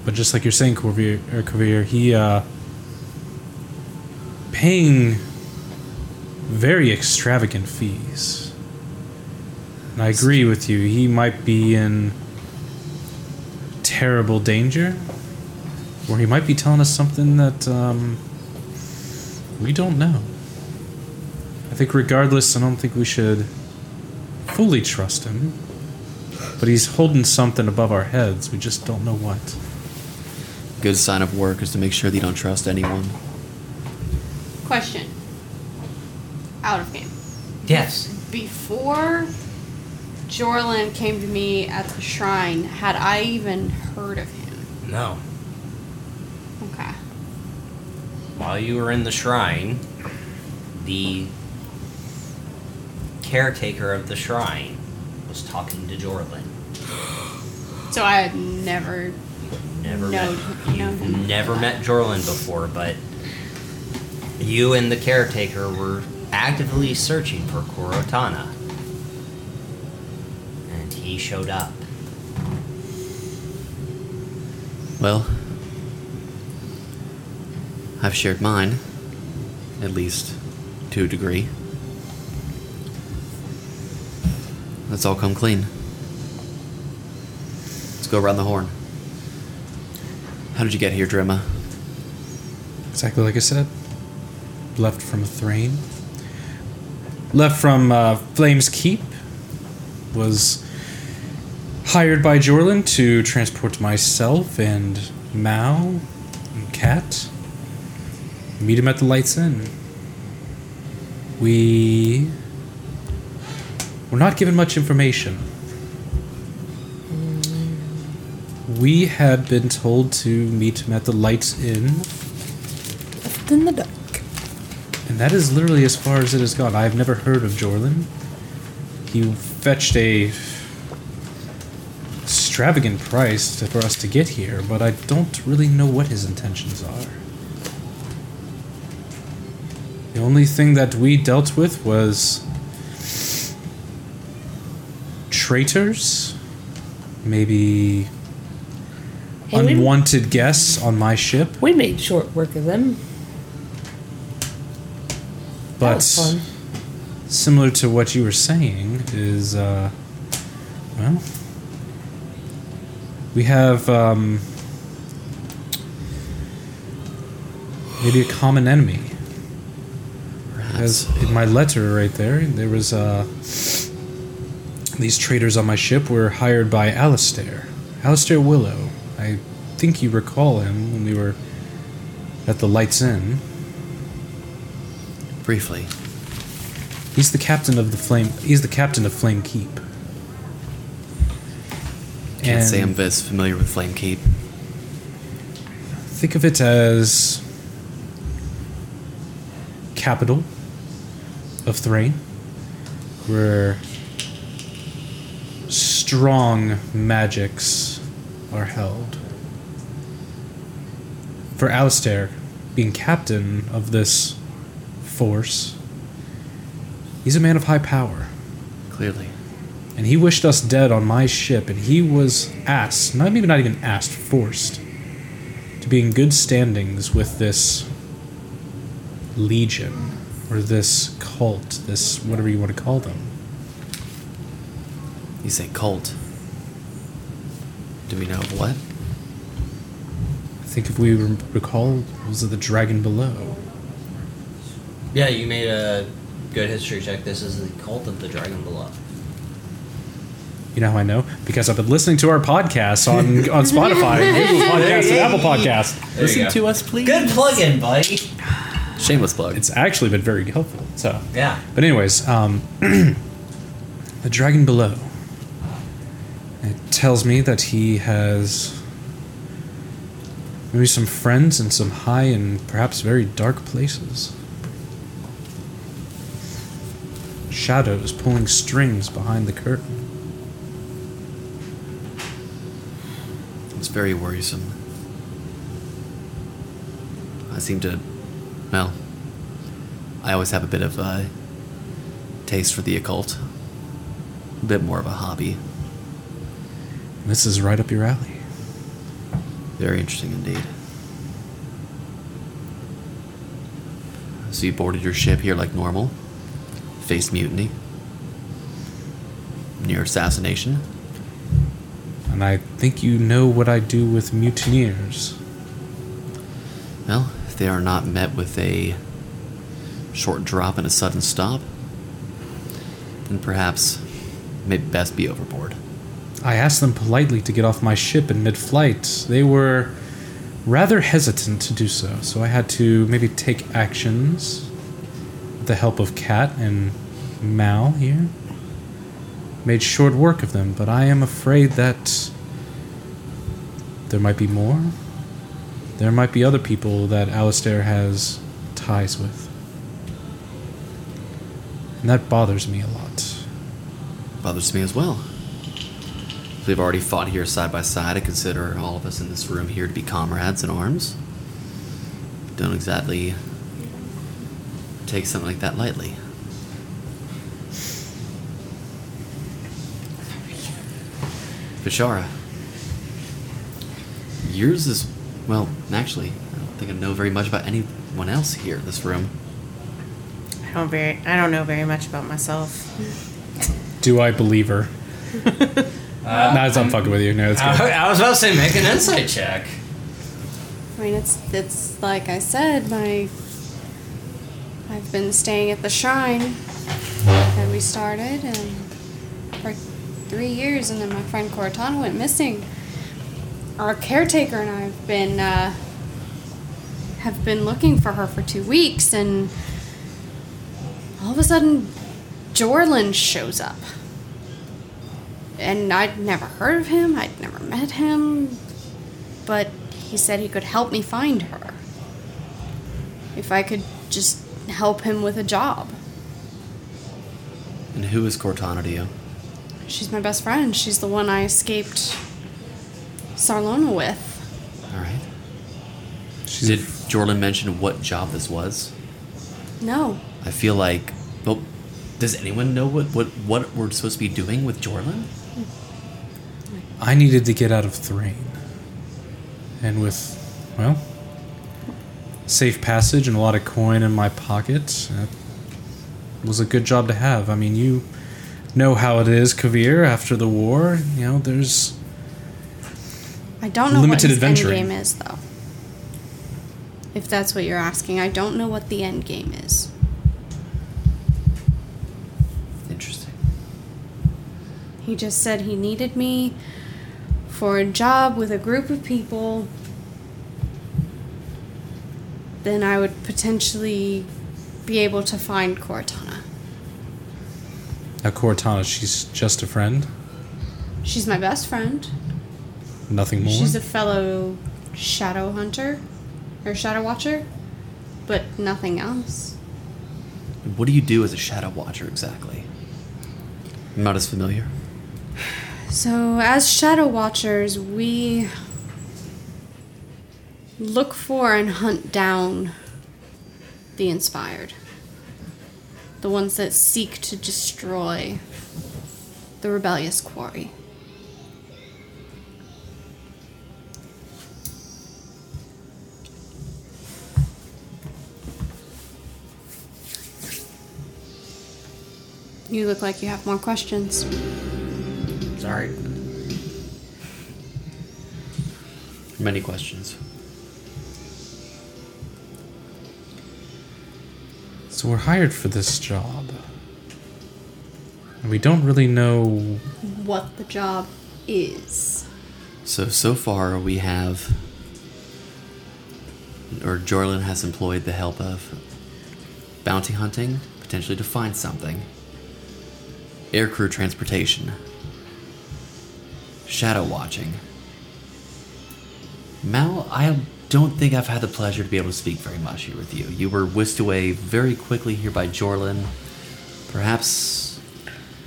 Speaker 2: But just like you're saying, Kavir, or Kavir he, uh, paying very extravagant fees. And I agree with you, he might be in terrible danger, or he might be telling us something that, um, we don't know. I think, regardless, I don't think we should fully trust him. But he's holding something above our heads. We just don't know what.
Speaker 5: Good sign of work is to make sure that you don't trust anyone.
Speaker 3: Question. Out of game.
Speaker 1: Yes.
Speaker 3: Before Jorlin came to me at the shrine, had I even heard of him?
Speaker 1: No.
Speaker 3: Okay.
Speaker 1: While you were in the shrine, the caretaker of the shrine was talking to Jorlin.
Speaker 3: So I had never.
Speaker 1: Never
Speaker 3: No,
Speaker 1: met
Speaker 3: no.
Speaker 1: you've never met Jorlin before, but you and the caretaker were actively searching for Korotana. And he showed up.
Speaker 5: Well, I've shared mine, at least to a degree. Let's all come clean. Let's go around the horn. How did you get here, Drema?
Speaker 2: Exactly like I said. Left from Thrain. Left from uh, Flames Keep. Was hired by Jorlin to transport myself and Mao and Kat. Meet him at the Lights Inn. We were not given much information. We had been told to meet him at the Lights Inn
Speaker 8: Left in the dark.
Speaker 2: and that is literally as far as it has gone. I have never heard of Jorlin. He fetched a extravagant price to- for us to get here, but I don't really know what his intentions are. The only thing that we dealt with was traitors, maybe
Speaker 8: And we-
Speaker 2: unwanted guests on my ship,
Speaker 8: We made short work of them.
Speaker 2: but.
Speaker 8: was fun.
Speaker 2: similar to what you were saying is uh, well we have um, maybe a common enemy as in my letter right there there was uh, these traders on my ship were hired by Alistair Alistair Willow I think you recall him when we were at the Lights Inn
Speaker 5: Briefly.
Speaker 2: He's the captain of the flame. He's the captain of Flame Keep.
Speaker 5: Can't
Speaker 2: and
Speaker 5: say I'm this familiar with Flame Keep.
Speaker 2: think of it as capital of Thrain. where strong magics are held. For Alistair, being captain of this force, he's a man of high power
Speaker 5: Clearly.
Speaker 2: and he wished us dead on my ship, and he was asked, not maybe not even asked, forced to be in good standings with this legion or this cult, this whatever you want to call them.
Speaker 5: You say cult. Do we know of what?
Speaker 2: I think if we re- recall, was it the dragon below?
Speaker 1: Yeah, you made a good history check. This is the cult of the dragon below.
Speaker 2: You know how I know? Because I've been listening to our podcasts on, on Spotify, and Google Podcasts, and Apple Podcasts.
Speaker 1: There you go.
Speaker 5: to us, please.
Speaker 1: Good plug-in, buddy.
Speaker 5: Shameless plug.
Speaker 2: It's actually been very helpful. So
Speaker 1: Yeah.
Speaker 2: But anyways, um, the dragon below. It tells me that he has maybe some friends in some high and perhaps very dark places. Shadows pulling strings behind the curtain.
Speaker 5: It's very worrisome. I seem to. Well, I always have a bit of a taste for the occult. A bit more of a hobby.
Speaker 2: This is right up your alley.
Speaker 5: Very interesting indeed. So you boarded your ship here like normal, faced mutiny, near assassination.
Speaker 2: And I think you know what I do with mutineers.
Speaker 5: Well, if they are not met with a short drop and a sudden stop, then perhaps it may best be overboard.
Speaker 2: I asked them politely to get off my ship in mid flight. They were rather hesitant to do so, so I had to maybe take actions with the help of Kat and Mal here. Made short work of them, but I am afraid that there might be more. There might be other people that Alistair has ties with. And that bothers me a lot.
Speaker 5: Bothers me as well. We've already fought here side by side. I consider all of us in this room here to be comrades in arms. Don't exactly take something like that lightly. Bashara, yours is, well, actually, I don't think I know very much about anyone else here in this room.
Speaker 6: I don't very. I don't know very much about myself.
Speaker 2: Do I believe her? no, it's not fucking with you. No, it's good.
Speaker 1: I, I was about to say make an insight check.
Speaker 3: I mean, it's it's like I said, my I've been staying at the shrine that we started, and for three years, and then my friend Cortana went missing. Our caretaker and I have been uh, have been looking for her for two weeks, and all of a sudden, Jorlin shows up. And I'd never heard of him. I'd never met him but he said he could help me find her. If I could just help him with a job.
Speaker 5: And who is Cortana to you?
Speaker 3: She's my best friend. She's the one I escaped Sarlona with.
Speaker 5: All right.
Speaker 2: She's
Speaker 5: Did Jordan mention what job this was?
Speaker 3: No.
Speaker 5: I feel like, well, does anyone know what, what, what we're supposed to be doing with Jorlin?
Speaker 2: I needed to get out of Thrain. And with, well, safe passage and a lot of coin in my pocket, that was a good job to have. I mean, you know how it is, Kavir, after the war. You know, there's.
Speaker 3: I don't know
Speaker 2: Limited
Speaker 3: what his
Speaker 2: adventuring.
Speaker 3: end game is though. If that's what you're asking, I don't know what the end game is.
Speaker 5: Interesting.
Speaker 3: He just said he needed me for a job with a group of people. Then I would potentially be able to find Cortana.
Speaker 2: Now, Cortana, she's just a friend,
Speaker 3: She's my best friend.
Speaker 2: nothing more.
Speaker 3: She's a fellow shadow hunter or shadow watcher, but nothing else.
Speaker 5: What do you do as a Shadow Watcher exactly? I'm not as familiar.
Speaker 3: So, as Shadow Watchers, we look for and hunt down the inspired. The ones that seek to destroy the rebellious quarry. You look like you have more questions.
Speaker 1: Sorry.
Speaker 5: Many questions.
Speaker 2: So we're hired for this job. And we don't really know.
Speaker 3: what the job is.
Speaker 5: So, so far we have, or Jorlin has employed the help of bounty hunting, potentially to find something, aircrew transportation, shadow watching. Mal, I don't think I've had the pleasure to be able to speak very much here with you. You were whisked away very quickly here by Jorlin. Perhaps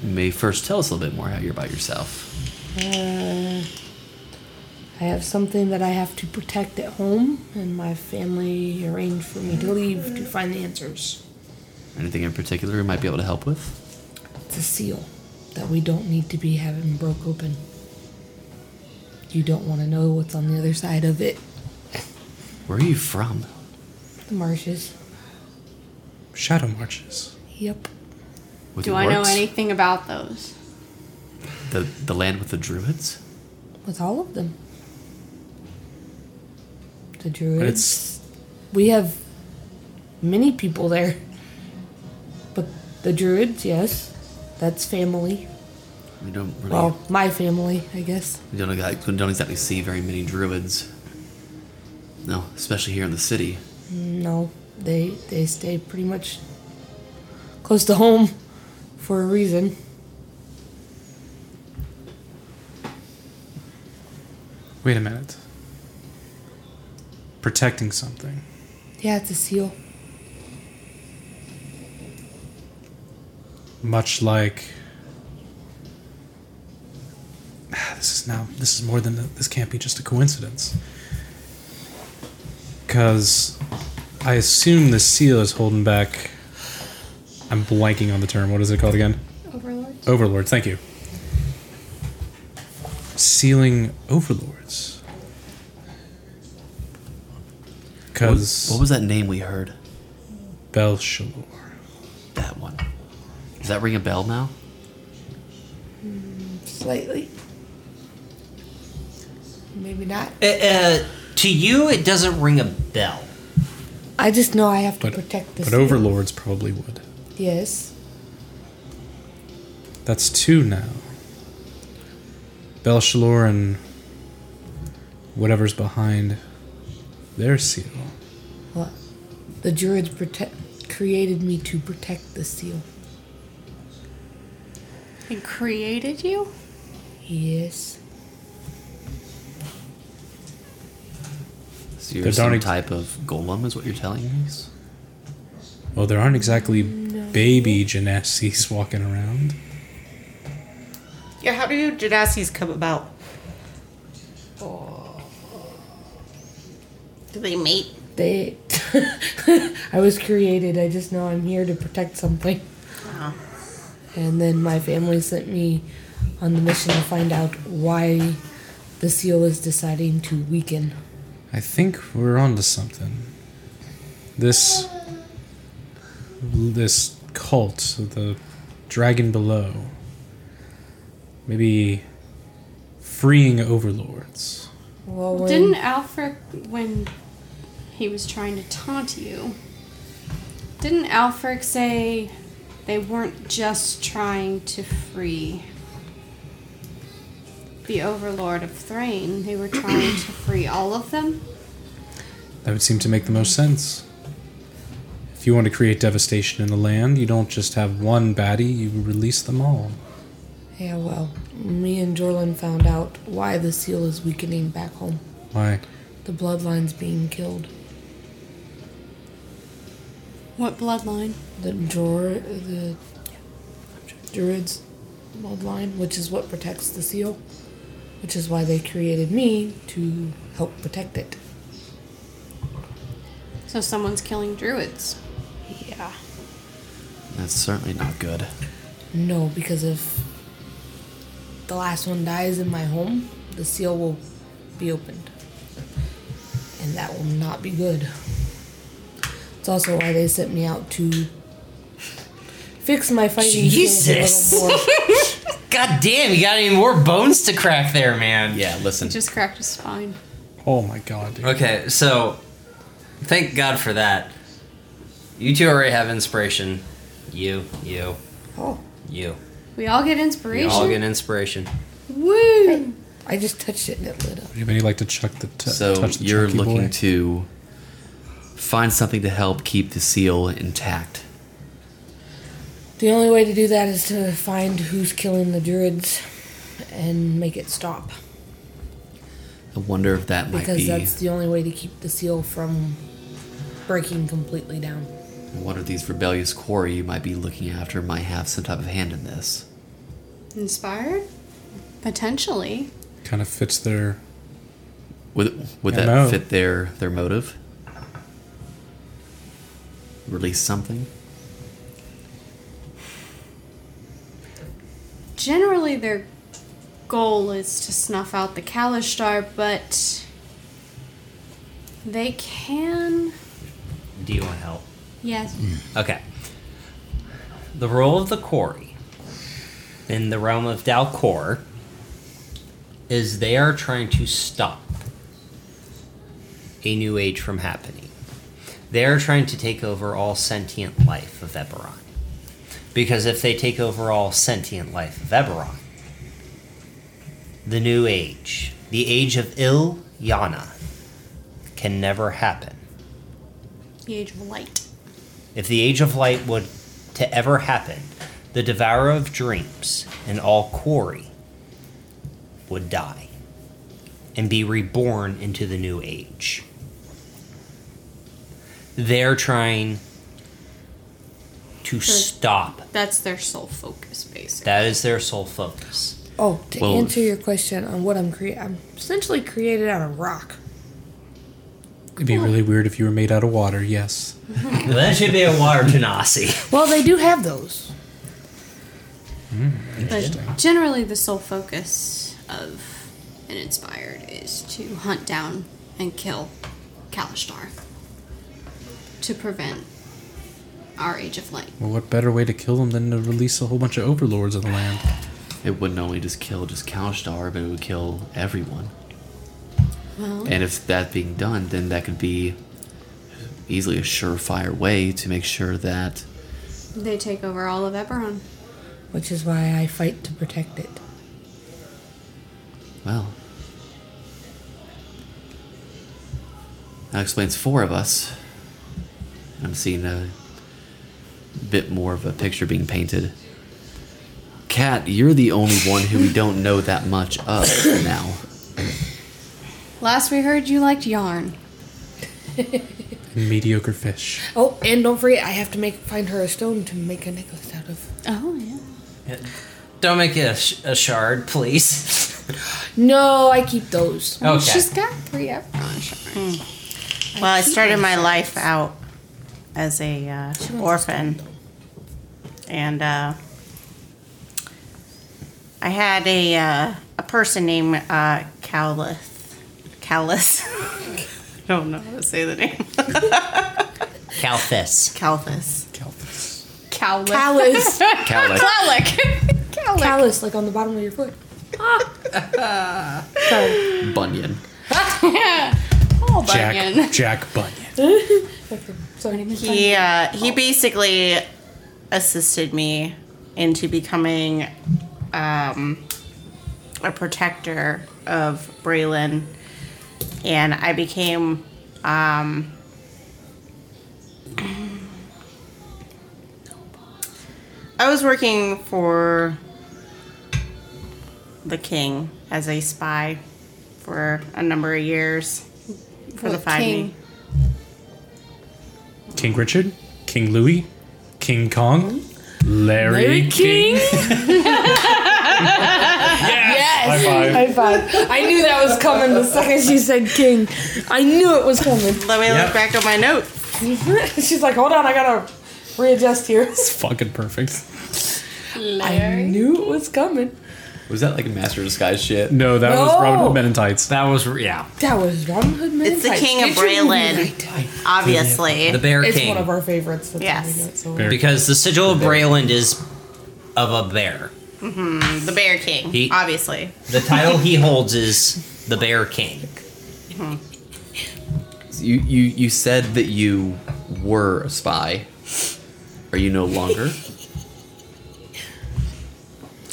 Speaker 5: you may first tell us a little bit more how you're by yourself.
Speaker 4: I have something that I have to protect at home, and my family arranged for me to leave to find the answers.
Speaker 5: Anything in particular you might be able to help with?
Speaker 4: It's a seal that we don't need to be having broke open. You don't want to know what's on the other side of it.
Speaker 5: Where are you from?
Speaker 4: The marshes.
Speaker 2: Shadow marches.
Speaker 4: Yep.
Speaker 5: With
Speaker 3: Do
Speaker 5: the
Speaker 3: I know
Speaker 5: orcs?
Speaker 3: anything about those?
Speaker 5: The, the land with the druids?
Speaker 4: With all of them. The
Speaker 2: But
Speaker 4: druids.
Speaker 2: it's
Speaker 4: We have many people there. But the druids, yes. That's family.
Speaker 5: We don't really,
Speaker 4: Well, my family, I guess.
Speaker 5: we don't, exactly, we don't exactly see very many druids. No, especially here in the city.
Speaker 4: No, they they stay pretty much close to home for a reason.
Speaker 2: Wait a minute. Protecting something.
Speaker 4: Yeah, it's a seal.
Speaker 2: Much like. Ah, This is now. This is more than. This can't be just a coincidence. Because I assume the seal is holding back. I'm blanking on the term. What is it called again?
Speaker 3: Overlord?
Speaker 2: Overlords, thank you. Sealing overlords.
Speaker 5: What,
Speaker 2: Because
Speaker 5: what was that name we heard?
Speaker 2: Belshalor.
Speaker 5: That one. Does that ring a bell now?
Speaker 8: Slightly. Maybe not.
Speaker 1: Uh, uh, to you, it doesn't ring a bell.
Speaker 4: I just know I have to
Speaker 2: But,
Speaker 4: protect the
Speaker 2: but
Speaker 4: seal.
Speaker 2: overlords probably would.
Speaker 4: Yes.
Speaker 2: That's two now. Belshalor and whatever's behind their seal.
Speaker 4: What? The druids protect created me to protect the seal.
Speaker 3: They created you?
Speaker 4: Yes.
Speaker 5: So you're
Speaker 2: They don't
Speaker 5: some
Speaker 2: ex-
Speaker 5: type of golem, is what you're telling us?
Speaker 2: Well, Oh, there aren't exactly
Speaker 4: Mm,
Speaker 2: baby Genessees walking around.
Speaker 6: Yeah, how do Jadassi's come about?
Speaker 3: Oh.
Speaker 6: Do they mate?
Speaker 4: They I was created, I just know I'm here to protect something. And then my family sent me on the mission to find out why the seal is deciding to weaken.
Speaker 2: I think we're onto something. This this cult of the dragon below. Maybe freeing overlords.
Speaker 4: Well, when-
Speaker 3: Didn't Alfric, when he was trying to taunt you, didn't Alfric say they weren't just trying to free the Overlord of Thrain, they were trying to free all of them?
Speaker 2: That would seem to make the most sense. If you want to create devastation in the land, you don't just have one baddie, you release them all.
Speaker 4: Yeah, well, me and Jorlin found out why the seal is weakening back home.
Speaker 2: Why?
Speaker 4: The bloodline's being killed.
Speaker 3: What bloodline?
Speaker 4: The Jor, the druids. bloodline, which is what protects the seal, which is why they created me to help protect it.
Speaker 3: So someone's killing druids. Yeah.
Speaker 5: That's certainly not good.
Speaker 4: No, because if the last one dies in my home, the seal will be opened. And that will not be good. It's also why they sent me out to fix my fighting
Speaker 8: Jesus.
Speaker 4: skills a little more.
Speaker 8: God damn, you got any more bones to crack there, man.
Speaker 5: Yeah, listen.
Speaker 3: Just cracked his spine.
Speaker 2: Oh my god, dude.
Speaker 8: Okay, so thank God for that. You two already have inspiration. You, you,
Speaker 4: Oh,
Speaker 8: you.
Speaker 3: We all get
Speaker 8: You
Speaker 3: inspiration.
Speaker 8: all get inspiration.
Speaker 3: Woo!
Speaker 4: I just touched it and it lit up.
Speaker 2: Anybody like to chuck the t-
Speaker 5: So
Speaker 2: touch the
Speaker 5: you're
Speaker 2: chunky
Speaker 5: looking
Speaker 2: boy?
Speaker 5: to find something to help keep the seal intact.
Speaker 4: The only way to do that is to find who's killing the druids and make it stop.
Speaker 5: I wonder if that might
Speaker 4: Because
Speaker 5: be.
Speaker 4: that's the only way to keep the seal from breaking completely down.
Speaker 5: One of these rebellious quarry you might be looking after might have some type of hand in this.
Speaker 3: Inspired? Potentially.
Speaker 2: Kind of fits their.
Speaker 5: Would would
Speaker 2: Yeah,
Speaker 5: that
Speaker 2: no.
Speaker 5: fit their their motive? Release something.
Speaker 3: Generally, their goal is to snuff out the Kalishtar, but they can.
Speaker 8: Do you want help?
Speaker 3: Yes.
Speaker 8: Okay. The role of the quarry in the realm of Dalcor is they are trying to stop a new age from happening. They are trying to take over all sentient life of Eberron. Because if they take over all sentient life of Eberron, the new age, the age of Il Yana, can never happen
Speaker 3: The Age of Light.
Speaker 8: if the Age of Light would to ever happen, the Devourer of Dreams and all quarry would die and be reborn into the new age. They're trying to
Speaker 1: Hmm.
Speaker 8: stop.
Speaker 3: That's their sole focus, basically.
Speaker 8: That is their sole focus.
Speaker 4: Oh, to
Speaker 5: Well,
Speaker 4: answer your question on what I'm creating, I'm essentially created out of rock.
Speaker 2: It'd be really weird if you were made out of water. Yes.
Speaker 8: Well, that should be a water genasi.
Speaker 4: Well, they do have those.
Speaker 3: But generally, the sole focus of an inspired is to hunt down and kill Kalishtar to prevent our Age of Light.
Speaker 2: Well, what better way to kill them than to release a whole bunch of overlords of the land?
Speaker 5: It wouldn't only just kill just Kalstar, but it would kill everyone.
Speaker 3: Well,
Speaker 5: And if that being done, then that could be easily a surefire way to make sure that
Speaker 3: they take over all of Eberron.
Speaker 4: Which is why I fight to protect it.
Speaker 5: well. That explains four of us. I'm seeing a bit more of a picture being painted. Kat, you're the only one who we don't know that much of now.
Speaker 3: Last we heard, you liked yarn.
Speaker 2: Mediocre fish.
Speaker 4: Oh, and don't forget, I have to make find her a stone to make a necklace out of.
Speaker 3: Oh, yeah.
Speaker 8: Don't make it a, sh- a shard, please.
Speaker 4: No, I keep those.
Speaker 8: Okay. Oh,
Speaker 3: She's got three Eberron shards.
Speaker 6: Well, I started my life out as a uh, orphan, and uh, I had a uh, a person named uh, Cowlith. Cowlith. I don't know how to say the name.
Speaker 8: Calthus.
Speaker 6: Calthus.
Speaker 3: Cowlick.
Speaker 4: Callus.
Speaker 5: Kat, like,
Speaker 3: Cowlick.
Speaker 4: Callus, like on the bottom of your foot. Sorry.
Speaker 5: Bunyan.
Speaker 3: Paul Bunyan.
Speaker 2: Jack. Jack Bunyan.
Speaker 4: Sorry.
Speaker 6: He uh, he basically assisted me into becoming um, a protector of Braylon, and I became um, I was working for the king as a spy for a number of years for the
Speaker 3: What
Speaker 6: five
Speaker 3: king?
Speaker 2: King Richard. King Louis. King Kong. Larry, King. High five.
Speaker 4: High five. I knew that was coming the second she said king. I knew it was coming.
Speaker 6: Let me
Speaker 2: Yep.
Speaker 6: look back at my notes.
Speaker 4: She's like, hold on, I gotta readjust here.
Speaker 2: It's fucking perfect.
Speaker 4: I knew it was coming.
Speaker 5: Was that like Master of Disguise shit?
Speaker 2: No, that was
Speaker 4: No.
Speaker 2: Robin Hood Men in Tights.
Speaker 9: That was yeah.
Speaker 4: That was Robin Hood Men in
Speaker 6: It's the
Speaker 4: Tights.
Speaker 6: King of
Speaker 4: Did you really like
Speaker 6: Braylon,
Speaker 4: that?
Speaker 6: obviously.
Speaker 1: The Bear
Speaker 4: It's
Speaker 1: King.
Speaker 4: one of our favorites. That's why we
Speaker 6: Yes.
Speaker 4: know it so
Speaker 2: Bear-
Speaker 1: because the sigil of Brayland is of a bear.
Speaker 6: The Bear King,
Speaker 1: He-
Speaker 6: obviously.
Speaker 1: The title he holds is the Bear King.
Speaker 5: You, you you said that you were a spy. Are you no longer?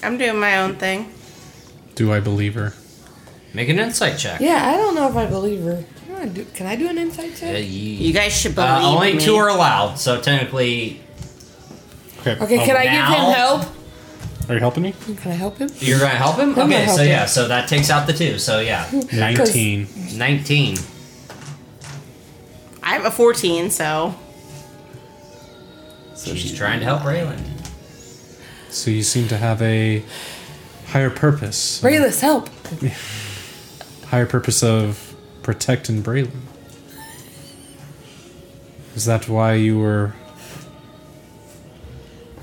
Speaker 6: I'm doing my own thing.
Speaker 2: Do I believe her?
Speaker 1: Make an insight check.
Speaker 4: Yeah, I don't know if I believe her. Can I do, can I do an insight
Speaker 1: Uh,
Speaker 4: check?
Speaker 6: You
Speaker 1: you-
Speaker 6: guys should believe
Speaker 1: uh, only
Speaker 6: me.
Speaker 1: two are allowed, so technically
Speaker 4: Okay,
Speaker 6: Oh,
Speaker 4: can I give
Speaker 1: now?
Speaker 4: him help?
Speaker 2: Oh, Are you helping me?
Speaker 4: Can I help him?
Speaker 1: you're gonna help him.
Speaker 4: gonna
Speaker 1: Okay,
Speaker 4: help
Speaker 1: so
Speaker 4: him.
Speaker 1: yeah, so that takes out the two. So yeah,
Speaker 2: 19.
Speaker 1: nineteen.
Speaker 6: I have a 14, so
Speaker 5: So
Speaker 1: She's
Speaker 5: you-
Speaker 1: trying to help Rayland.
Speaker 2: So you seem to have a higher purpose.
Speaker 4: Brayless, help.
Speaker 2: Higher purpose of protecting Braylon. Is that why you were.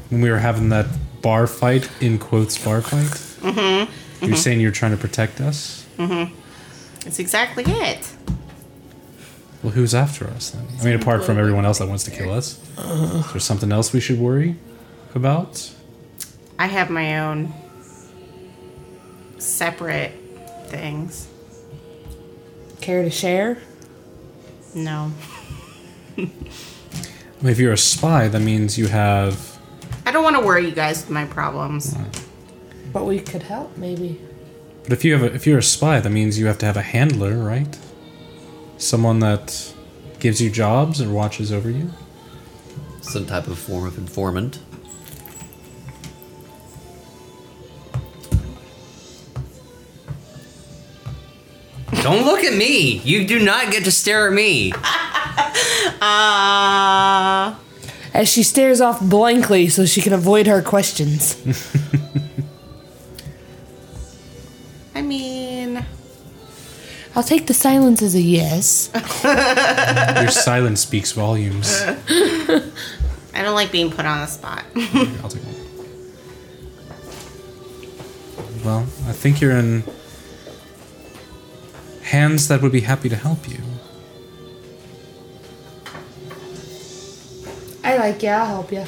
Speaker 2: When we were having that bar fight, in quotes, bar fight? Mm-hmm. You're saying you're trying to protect us?
Speaker 6: it's exactly it.
Speaker 2: Well, who's after us then? I mean, apart from everyone else that wants to kill us, is there something else we should worry about?
Speaker 6: I have my own separate things.
Speaker 4: Care to share?
Speaker 6: No.
Speaker 2: I mean, if you're a spy, that means you have.
Speaker 6: I don't want to worry you guys with my problems.
Speaker 4: But we could help, maybe.
Speaker 2: But if you have, a, if you're a spy, that means you have to have a handler, right? Someone that gives you jobs and watches over you.
Speaker 5: some type of form of informant.
Speaker 1: Don't look at me. You do not get to stare at me.
Speaker 6: Uh,
Speaker 4: As she stares off blankly so she can avoid her questions.
Speaker 6: I mean,
Speaker 4: I'll take the silence as a yes.
Speaker 2: Your silence speaks volumes.
Speaker 6: I don't like being put on the spot.
Speaker 2: I'll take one. Well, I think you're in hands that would be happy to help you.
Speaker 8: I like you. I'll help you.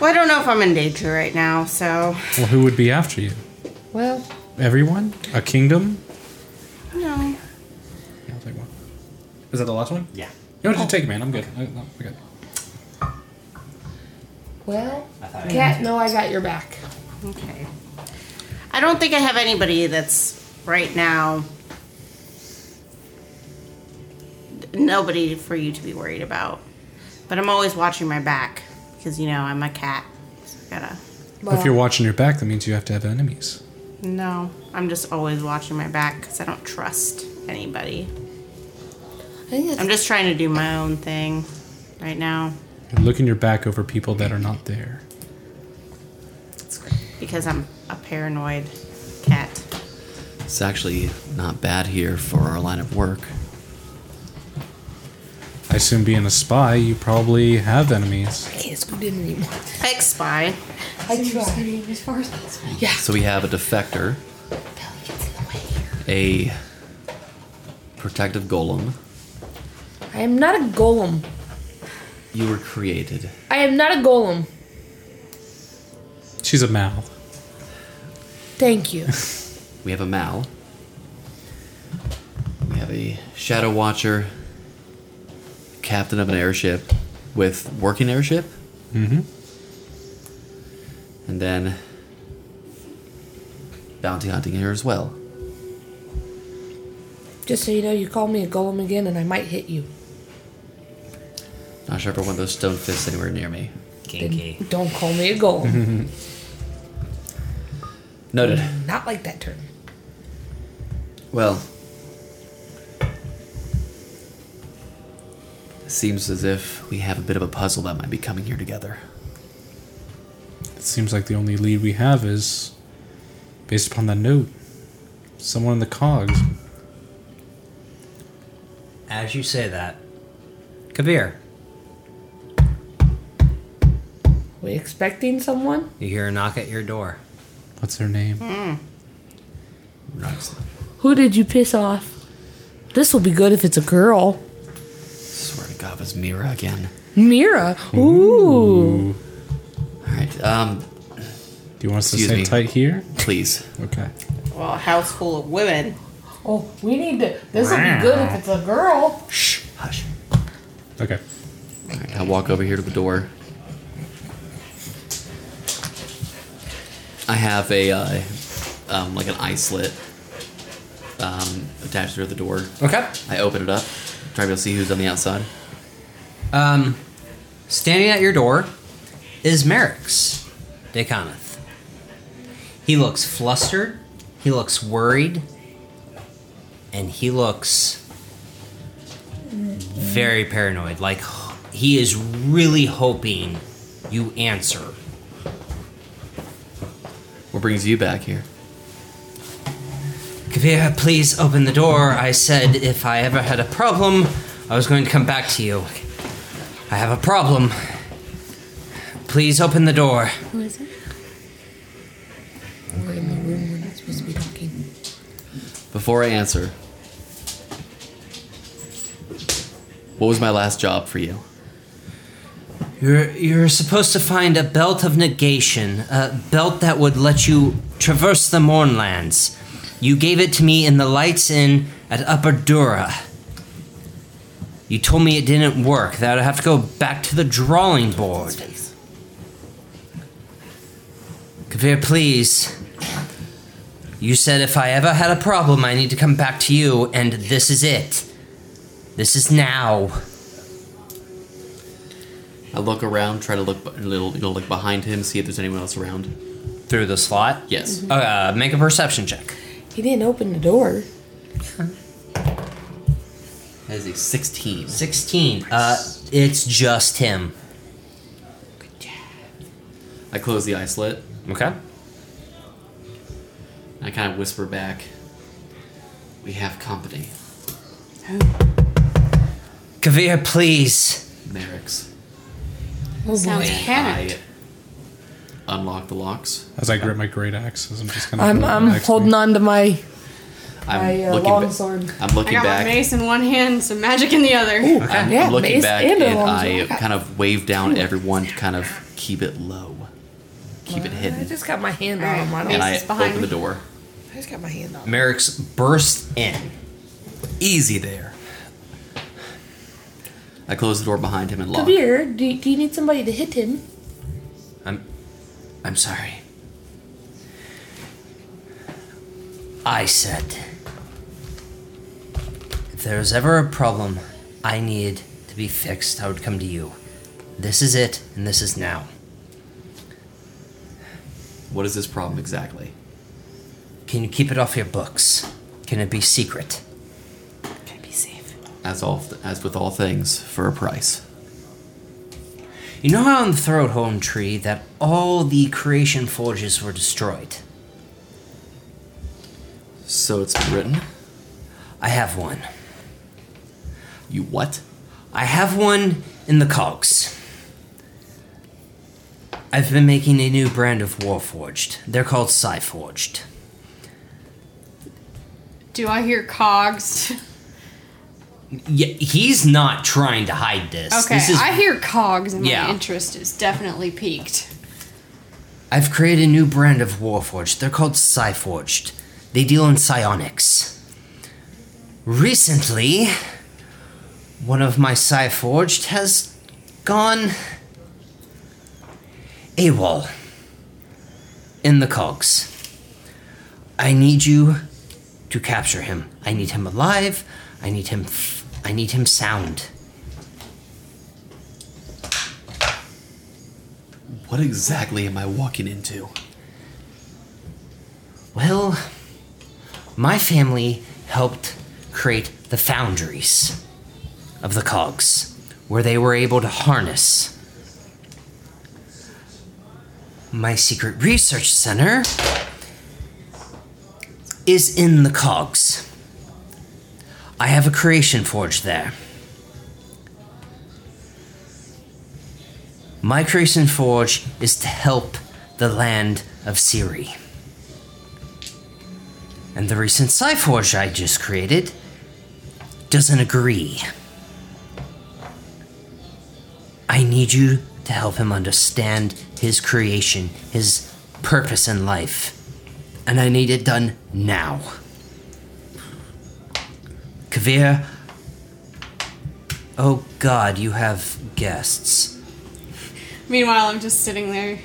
Speaker 6: well, I don't know if I'm in danger right now, so
Speaker 2: Well, who would be after you?
Speaker 8: Well,
Speaker 2: Everyone? A kingdom?
Speaker 6: no.
Speaker 2: Yeah, I'll take one. Oh. Is that the last one?
Speaker 1: Yeah,
Speaker 2: No, just take it, man. I'm good. I, no, I got it.
Speaker 8: well,
Speaker 1: I thought I-
Speaker 8: cat. No, I got your back.
Speaker 6: Okay. I don't think I have anybody that's right now. Nobody for you to be worried about. But I'm always watching my back because, you know, I'm a cat. So I gotta.
Speaker 2: But if you're watching your back, that means you have to have enemies.
Speaker 6: No, I'm just always watching my back because I don't trust anybody.
Speaker 8: I think that's
Speaker 6: I'm just trying to do my own thing right now
Speaker 2: You're looking your back over people that are not there.
Speaker 6: because I'm a paranoid cat.
Speaker 5: It's actually not bad here for our line of work.
Speaker 2: I assume being a spy, you probably have enemies.
Speaker 4: I can't scoot in anymore.
Speaker 6: Ex spy.
Speaker 4: I try.
Speaker 5: So we have a defector, a protective golem.
Speaker 4: I am not a golem.
Speaker 5: You were created.
Speaker 4: I am not a golem.
Speaker 2: She's a mouth.
Speaker 4: Thank you.
Speaker 5: We have a Mal. We have a Shadow Watcher, captain of an airship with working airship. Mm-hmm. And then bounty hunting here as well.
Speaker 4: Just so you know, you call me a golem again and I might hit you.
Speaker 5: Not sure if I want those stone fists anywhere near me.
Speaker 1: kinky.
Speaker 4: Don't call me a golem.
Speaker 5: Noted.
Speaker 4: not like that term.
Speaker 5: Well, seems as if we have a bit of a puzzle that might be coming here together.
Speaker 2: It seems like the only lead we have is based upon that note. Someone in the cogs.
Speaker 8: As you say that, Kabir,
Speaker 4: We expecting someone?
Speaker 8: you hear a knock at your door.
Speaker 2: What's their name?
Speaker 8: Knocks.
Speaker 4: Who did you piss off? This will be good if it's a girl.
Speaker 5: Swear to God, it's Mira again.
Speaker 4: Mira. Ooh.
Speaker 5: All right. Um,
Speaker 2: Do you want us to
Speaker 5: Excuse
Speaker 2: stay
Speaker 5: me.
Speaker 2: tight here?
Speaker 5: please.
Speaker 2: Okay.
Speaker 6: Well, a house full of women.
Speaker 10: Oh, we need to. This will be good if it's a girl.
Speaker 5: Shh. Hush.
Speaker 2: Okay.
Speaker 5: All right, I walk over here to the door. I have a uh, um, like an eye slit um, attached to the door.
Speaker 8: Okay.
Speaker 5: I open it up, try to see who's on the outside.
Speaker 8: Um, standing at your door is Merrick's Decaneth. He looks flustered, he looks worried, and he looks very paranoid. Like he is really hoping you answer.
Speaker 5: What brings you back here?
Speaker 8: Kavir, please open the door. I said if I ever had a problem, I was going to come back to you. I have a problem. Please open the door.
Speaker 3: Who is it?
Speaker 4: We're in the room we're not supposed to be talking.
Speaker 5: Before I answer, what was my last job for you?
Speaker 8: You're you're supposed to find a belt of negation, a belt that would let you traverse the Mornlands. You gave it to me in the Lights Inn at Upper Dura. You told me it didn't work. That I'd have to go back to the drawing board. Kavir, please. You said if I ever had a problem, I need to come back to you, and this is it. This is now.
Speaker 5: I look around, try to look a little, you know, look behind him, see if there's anyone else around.
Speaker 8: Through the slot?
Speaker 5: Yes.
Speaker 3: Mm-hmm.
Speaker 8: Uh, make a perception check.
Speaker 4: He didn't open the door.
Speaker 5: That is a 16.
Speaker 8: 16. Uh, it's just him.
Speaker 5: I close the eye slit.
Speaker 8: Okay.
Speaker 5: I kind of whisper back, "We have company,
Speaker 8: Kavir, please.
Speaker 5: Merrick's."
Speaker 4: Oh
Speaker 3: Sounds
Speaker 4: boy.
Speaker 3: panicked.
Speaker 5: I unlock the locks.
Speaker 2: As I grip my great axe, as I'm just kind of.
Speaker 4: I'm I'm holding on to my
Speaker 5: I'm
Speaker 10: My uh,
Speaker 5: looking
Speaker 10: long
Speaker 5: ba-
Speaker 10: sword.
Speaker 5: I'm
Speaker 3: I
Speaker 5: looking
Speaker 3: got
Speaker 5: back.
Speaker 3: my mace in one hand, some magic in the other.
Speaker 5: I'm,
Speaker 4: Yeah,
Speaker 5: I'm looking
Speaker 4: mace
Speaker 5: back
Speaker 4: and
Speaker 5: and,
Speaker 4: a long
Speaker 5: I
Speaker 4: sword.
Speaker 5: kind of wave down everyone to kind of keep it low, keep it
Speaker 4: I
Speaker 5: hidden,
Speaker 4: just got my hand on him. I don't
Speaker 5: and I
Speaker 3: Mace is behind
Speaker 5: open
Speaker 3: me.
Speaker 5: the door.
Speaker 4: I just got my hand on him.
Speaker 8: Merrick's burst in.
Speaker 5: Easy there. I close the door behind him and lock.
Speaker 4: Kabir, do, do you need somebody to hit him?
Speaker 8: I'm I'm sorry. I said if there was ever a problem I needed to be fixed, I would come to you. This is it, and this is now.
Speaker 5: What is this problem exactly?
Speaker 8: Can you keep it off your books? Can it be secret?
Speaker 6: Can be safe.
Speaker 5: As all as with all things, for a price.
Speaker 8: You know how on the Throatholm tree that all the creation forges were destroyed?
Speaker 5: So it's been written.
Speaker 8: I have one.
Speaker 5: You what?
Speaker 8: I have one in the cogs. I've been making a new brand of Warforged. They're called Cyforged.
Speaker 3: Do I hear cogs?
Speaker 8: Yeah, he's not trying to hide this.
Speaker 3: Okay,
Speaker 8: This is-
Speaker 3: I hear cogs, and
Speaker 8: Yeah.
Speaker 3: my interest is definitely peaked.
Speaker 8: I've created a new brand of Warforged. They're called Cyforged. They deal in psionics. Recently, one of my Cyforged has gone AWOL in the cogs. I need you to capture him. I need him alive. I need him. F- I need him sound.
Speaker 5: What exactly am I walking into?
Speaker 8: Well, my family helped create the foundries of the cogs, where they were able to harness
Speaker 1: My secret research center is in the cogs. I have a creation forge there. My creation forge is to help the land of Siri. And the recent Psy Forge I just created doesn't agree. I need you to help him understand his creation, his purpose in life. And I need it done now. Kavir, oh god, you have guests.
Speaker 3: Meanwhile, I'm just sitting there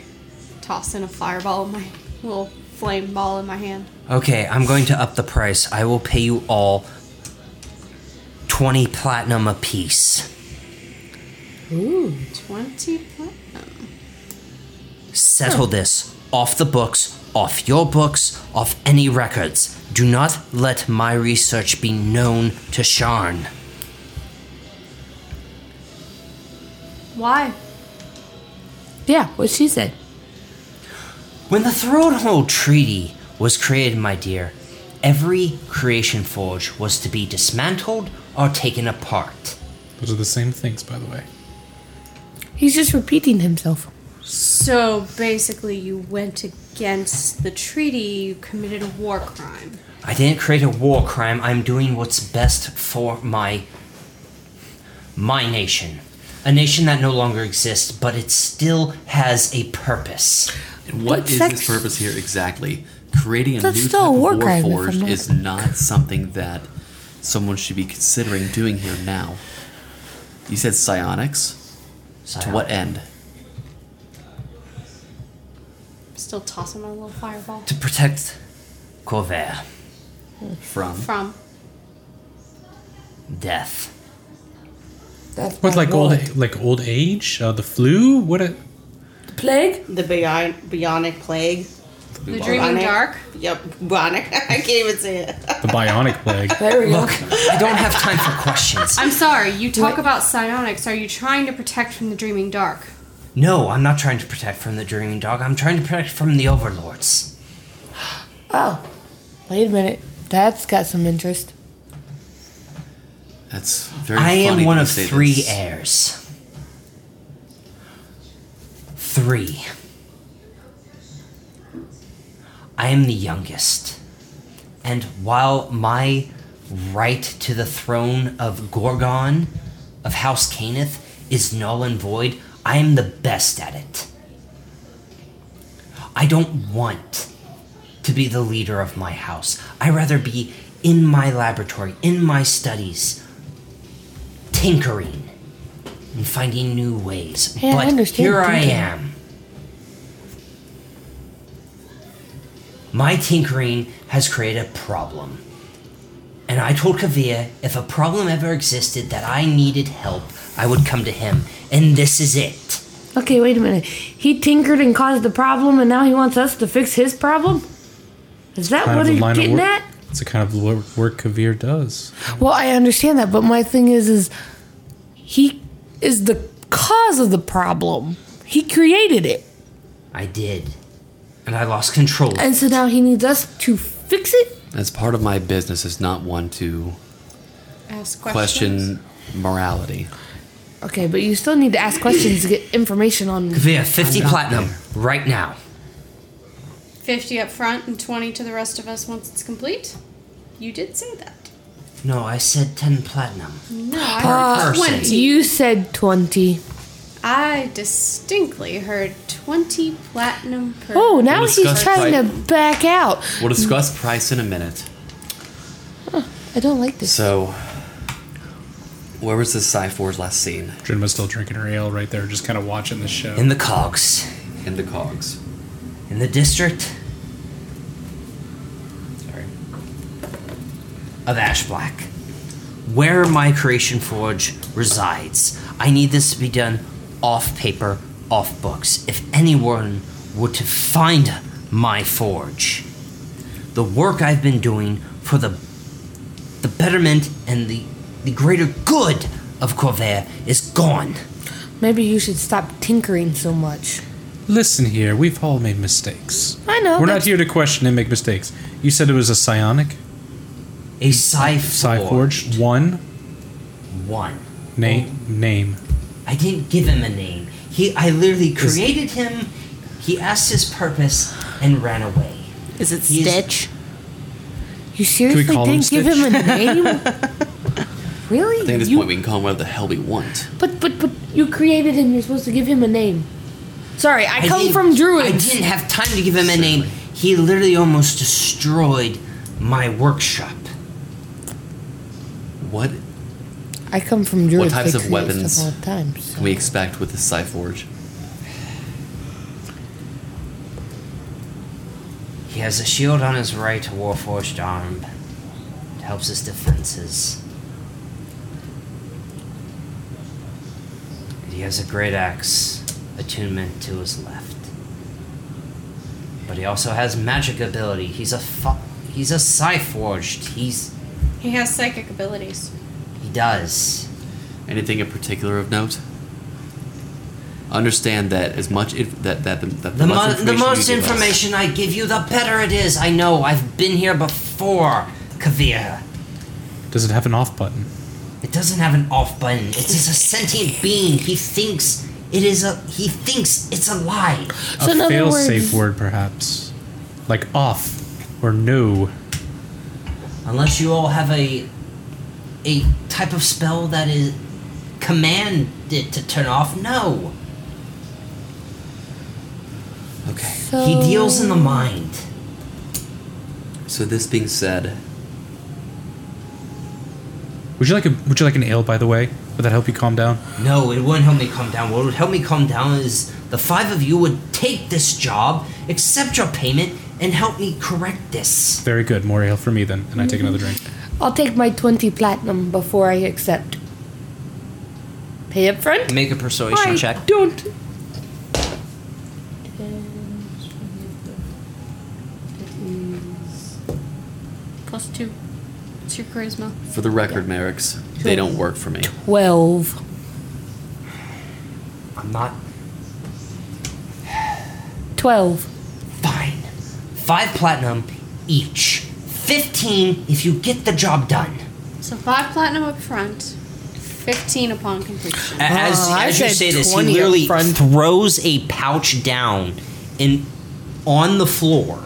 Speaker 3: tossing a fireball, in my little flame ball in my hand.
Speaker 1: Okay, I'm going to up the price. I will pay you all 20 platinum apiece.
Speaker 3: 20 platinum.
Speaker 1: Settle this off the books, off your books, off any records. Do not let my research be known to Sharn.
Speaker 3: Why?
Speaker 4: Yeah, what she said.
Speaker 1: When the Thronehold Treaty was created, my dear, every creation forge was to be dismantled or taken apart.
Speaker 2: Those are the same things, by the way.
Speaker 4: He's just repeating himself.
Speaker 3: So basically, you went against the treaty, you committed a war crime.
Speaker 1: I didn't create a war crime. I'm doing what's best for my my nation. A nation that no longer exists, but it still has a purpose.
Speaker 5: And what
Speaker 4: But
Speaker 5: is
Speaker 4: sex-
Speaker 5: its purpose here exactly? Creating a
Speaker 4: That's
Speaker 5: new
Speaker 4: still
Speaker 5: type
Speaker 4: a war
Speaker 5: of war
Speaker 4: crime, if
Speaker 5: forge
Speaker 4: I'm not-
Speaker 5: is not something that someone should be considering doing here now. You said psionics. To what end?
Speaker 3: Still tossing my little fireball.
Speaker 1: To protect Corvair.
Speaker 5: From?
Speaker 3: From.
Speaker 1: Death.
Speaker 8: That's
Speaker 2: What,
Speaker 8: my
Speaker 2: like
Speaker 4: Oh,
Speaker 8: lord.
Speaker 2: old, like old age, uh, the flu? What? A,
Speaker 8: plague?
Speaker 9: The bion- bionic plague.
Speaker 3: The Dreaming
Speaker 9: Bionic.
Speaker 3: Dark.
Speaker 9: Yep, bionic. I can't even say it.
Speaker 2: the bionic plague.
Speaker 8: There we
Speaker 1: Look, I don't have time for questions.
Speaker 3: I'm sorry, you talk about psionics. Are you trying to protect from the Dreaming Dark?
Speaker 1: No, I'm not trying to protect from the dreaming dog. I'm trying to protect from the overlords.
Speaker 8: go. Oh,
Speaker 4: Wait a minute. That's got some interest.
Speaker 5: That's very
Speaker 1: I
Speaker 5: funny
Speaker 1: am one
Speaker 5: to
Speaker 1: of
Speaker 5: say
Speaker 1: three
Speaker 5: this.
Speaker 1: heirs. Three. I am the youngest. And while my right to the throne of Gorgon, of House Caneth, is null and void, I am the best at it. I don't want to be the leader of my house. I rather be in my laboratory, in my studies, tinkering and finding new ways.
Speaker 4: Yeah, I
Speaker 1: but
Speaker 4: understand
Speaker 1: here I
Speaker 4: tinkering.
Speaker 1: am. My tinkering has created a problem. And I told Kavir if a problem ever existed that I needed help, I would come to him. And this is it.
Speaker 4: Okay, wait a minute. He tinkered and caused the problem, and now he wants us to fix his problem? Is that
Speaker 2: Kind
Speaker 4: what
Speaker 2: of the
Speaker 4: he's
Speaker 2: line of
Speaker 4: getting
Speaker 2: work-
Speaker 4: at?
Speaker 2: It's the kind of wor- work Kavir does.
Speaker 4: Well, I understand that, but my thing is, is he is the cause of the problem. He created it,
Speaker 1: I did. And I lost control.
Speaker 4: and so now he needs us to fix it.
Speaker 5: As part of my business is not one to
Speaker 3: Ask questions.
Speaker 5: question morality.
Speaker 4: Okay, but you still need to ask questions to get information on.
Speaker 1: Kavir, 50
Speaker 5: I'm not
Speaker 1: platinum right now.
Speaker 3: 50 up front and 20 to the rest of us once it's complete? You did say that.
Speaker 1: No, I said 10 platinum.
Speaker 3: No, I heard
Speaker 1: person.
Speaker 3: 20.
Speaker 4: uh, You said twenty.
Speaker 3: I distinctly heard 20 platinum per.
Speaker 4: Oh, now
Speaker 5: We'll
Speaker 4: he's
Speaker 5: discuss
Speaker 4: trying to
Speaker 5: price.
Speaker 4: back out.
Speaker 5: We'll discuss price in a minute.
Speaker 4: I don't like this.
Speaker 5: So, where was this Cyfor's last scene?
Speaker 2: Drinma's still drinking her ale right there, just kind of watching the show.
Speaker 1: In the cogs.
Speaker 5: In the cogs.
Speaker 1: In the district
Speaker 5: Sorry.
Speaker 1: of Ash Black. Where my creation forge resides. I need this to be done off paper, off books. If anyone were to find my forge, the work I've been doing for the the betterment and the the greater good of Corvair is gone.
Speaker 4: Maybe you should stop tinkering so much.
Speaker 2: Listen here, we've all made mistakes.
Speaker 6: I know.
Speaker 4: Oh,
Speaker 2: We're
Speaker 6: but
Speaker 2: not here to question and make mistakes. You said it was a psionic,
Speaker 1: A Psy
Speaker 2: Psyforged, one
Speaker 1: One.
Speaker 2: name, name.
Speaker 1: I didn't give him a name. He, I literally created him. He asked his purpose and ran away.
Speaker 6: Is it
Speaker 1: He's-
Speaker 6: Stitch?
Speaker 4: You seriously
Speaker 2: call him
Speaker 4: didn't give
Speaker 2: Stitch?
Speaker 4: him a name? really?
Speaker 5: I think at this
Speaker 4: you,
Speaker 5: point we can call him whatever the hell we want.
Speaker 4: But but but you created him. You're supposed to give him a name. Sorry, I, come
Speaker 1: didn't-
Speaker 4: from
Speaker 1: I
Speaker 4: druids.
Speaker 1: didn't have time to give him a name. He literally almost destroyed my workshop.
Speaker 5: What
Speaker 4: I come from druids.
Speaker 5: types
Speaker 4: they
Speaker 5: of
Speaker 4: create
Speaker 5: weapons?
Speaker 4: stuff all the time. so-
Speaker 5: can we expect with this Psyforge?
Speaker 1: He has a shield on his right warforged arm. It helps his defenses. And He has a great axe attunement to his left. But he also has magic ability. He's a fu- he's a psi forged. He's
Speaker 3: He has psychic abilities.
Speaker 1: he does.
Speaker 5: Anything in particular of note? Understand that as much if, that that the, that
Speaker 1: The,
Speaker 5: less
Speaker 1: mo- the
Speaker 5: information you
Speaker 1: most
Speaker 5: give us-
Speaker 1: information I give you, the better it is. I know. I've been here before, Kavir.
Speaker 2: Does it have an off button?
Speaker 1: It doesn't have an off button. It is a sentient being. He thinks it is a. He thinks it's alive.
Speaker 4: So
Speaker 2: a
Speaker 4: in other
Speaker 2: fail
Speaker 4: words-
Speaker 2: safe word, perhaps. Like off or no.
Speaker 1: Unless you all have a, a type of spell that is, command it to turn off. No.
Speaker 5: Okay.
Speaker 1: He deals in the mind.
Speaker 5: So this being said,
Speaker 2: Would you like a Would you like an ale, by the way? Would that help you calm down?
Speaker 1: No, it wouldn't help me calm down. What would help me calm down is the five of you would take this job, accept your payment, and help me correct this.
Speaker 2: Very good. More ale for me then, and I take another drink.
Speaker 4: I'll take my twenty platinum before I accept. Pay up front.
Speaker 1: Make a persuasion check.
Speaker 4: Don't.
Speaker 3: Plus two. It's your charisma.
Speaker 5: for the record, Merricks, they don't work for me.
Speaker 4: Twelve.
Speaker 1: I'm not
Speaker 4: Twelve.
Speaker 1: Fine. Five platinum each. Fifteen if you get the job done.
Speaker 3: So five platinum up front, fifteen upon completion.
Speaker 1: As,
Speaker 4: Oh, I
Speaker 1: as you
Speaker 4: said
Speaker 1: say this, he
Speaker 4: 20 up
Speaker 1: literally
Speaker 4: front.
Speaker 1: throws a pouch down in, on the floor.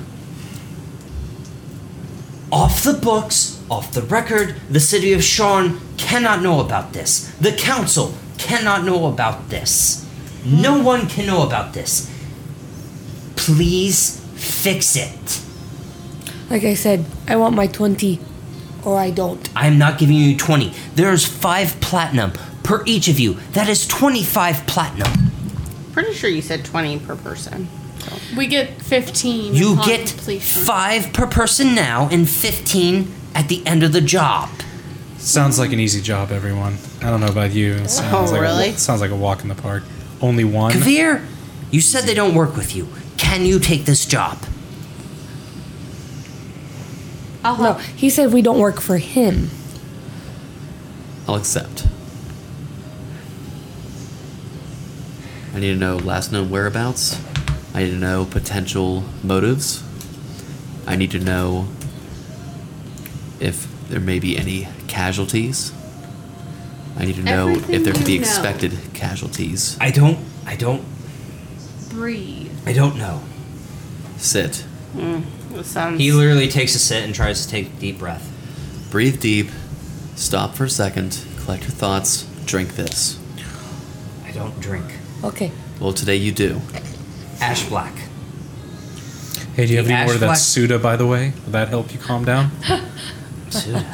Speaker 1: Off the books, off the record, the city of Sharn cannot know about this. The council cannot know about this. No
Speaker 4: Hmm.
Speaker 1: one can know about this. Please fix it.
Speaker 4: Like I said, I want my twenty, or I don't.
Speaker 1: I'm not giving you 20. There's 5 platinum per each of you. That is 25 platinum.
Speaker 6: Pretty sure you said 20 per person.
Speaker 3: We get fifteen.
Speaker 1: You
Speaker 3: upon
Speaker 1: get
Speaker 3: completion.
Speaker 1: 5 per person now and 15 at the end of the job.
Speaker 2: Sounds like an easy job, everyone. I don't know about you. It sounds
Speaker 6: Oh,
Speaker 2: like
Speaker 6: really?
Speaker 2: A, sounds like a walk in the park. Only one.
Speaker 1: Kavir, you said they don't work with you. Can you take this job?
Speaker 3: I'll
Speaker 4: No,
Speaker 3: help.
Speaker 4: he said we don't work for him.
Speaker 5: I'll accept. I need to know last known whereabouts. I need to know potential motives. I need to know if there may be any casualties. I need to know if
Speaker 3: Everything
Speaker 5: there could be
Speaker 3: you know.
Speaker 5: expected casualties.
Speaker 1: I don't I don't
Speaker 3: Breathe.
Speaker 1: I don't know.
Speaker 5: Sit.
Speaker 6: That sounds.
Speaker 1: He literally takes a sit and tries to take a deep breath.
Speaker 5: Breathe deep. Stop for a second. Collect your thoughts. Drink this.
Speaker 1: I don't drink.
Speaker 4: Okay.
Speaker 5: Well, today you do.
Speaker 1: Ash black.
Speaker 2: Hey, do you have
Speaker 1: The
Speaker 2: any more of
Speaker 1: ash
Speaker 2: that
Speaker 1: black-
Speaker 2: Suda, by the way? Will that help you calm down?
Speaker 1: Suda.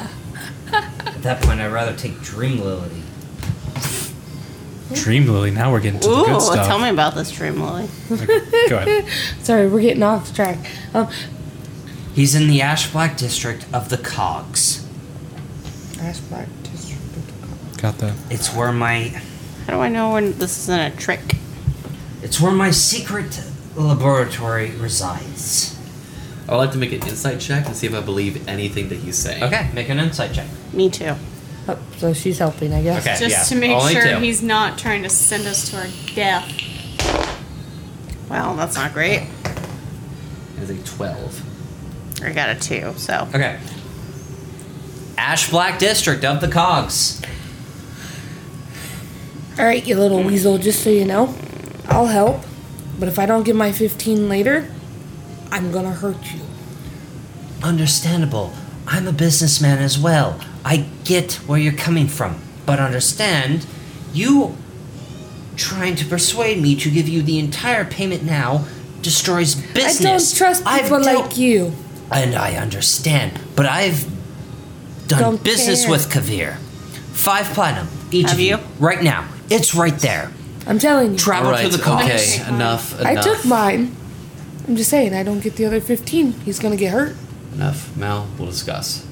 Speaker 1: At that point I'd rather take dream lily.
Speaker 2: Dream Lily. Now we're getting to the
Speaker 6: Ooh,
Speaker 2: good stuff.
Speaker 6: tell me about this dream, Lily.
Speaker 2: Okay, go ahead.
Speaker 4: Sorry, we're getting off track. Um,
Speaker 1: He's in the ash black district of the cogs.
Speaker 8: Ash Black District.
Speaker 2: Got that.
Speaker 1: It's where my
Speaker 6: How do I know when this isn't a trick?
Speaker 1: it's where my secret laboratory resides.
Speaker 5: I would like to make an insight check and see if I believe anything that he's saying.
Speaker 1: Okay, make an insight check.
Speaker 6: Me too.
Speaker 4: oh, so she's helping, I guess.
Speaker 1: Okay,
Speaker 3: Just
Speaker 1: Uh, yeah.
Speaker 3: to make
Speaker 1: Only
Speaker 3: sure
Speaker 1: two.
Speaker 3: he's not trying to send us to our death.
Speaker 6: Well, that's not great.
Speaker 5: It is a 12.
Speaker 6: I got a two, so.
Speaker 1: Okay. Ash Black District of the Cogs.
Speaker 4: All right, you little weasel, just so you know, I'll help. But if I don't get my 15 later, I'm gonna hurt you.
Speaker 1: Understandable. I'm a businessman as well. I get where you're coming from. But understand, you trying to persuade me to give you the entire payment now destroys business.
Speaker 4: I don't trust
Speaker 1: I've
Speaker 4: people
Speaker 1: dealt-
Speaker 4: like you.
Speaker 1: And I understand, but I've done
Speaker 4: Don't
Speaker 1: business
Speaker 4: care.
Speaker 1: with Kavir. Five platinum, each
Speaker 6: Have
Speaker 1: of you.
Speaker 6: you?
Speaker 1: Right now. It's right there.
Speaker 4: I'm telling you.
Speaker 1: Travel
Speaker 5: Alright,
Speaker 1: to the cogs.
Speaker 5: okay, enough, enough.
Speaker 4: I took mine. I'm just saying, I don't get the other 15. He's gonna get hurt.
Speaker 5: Enough, Mal. We'll discuss.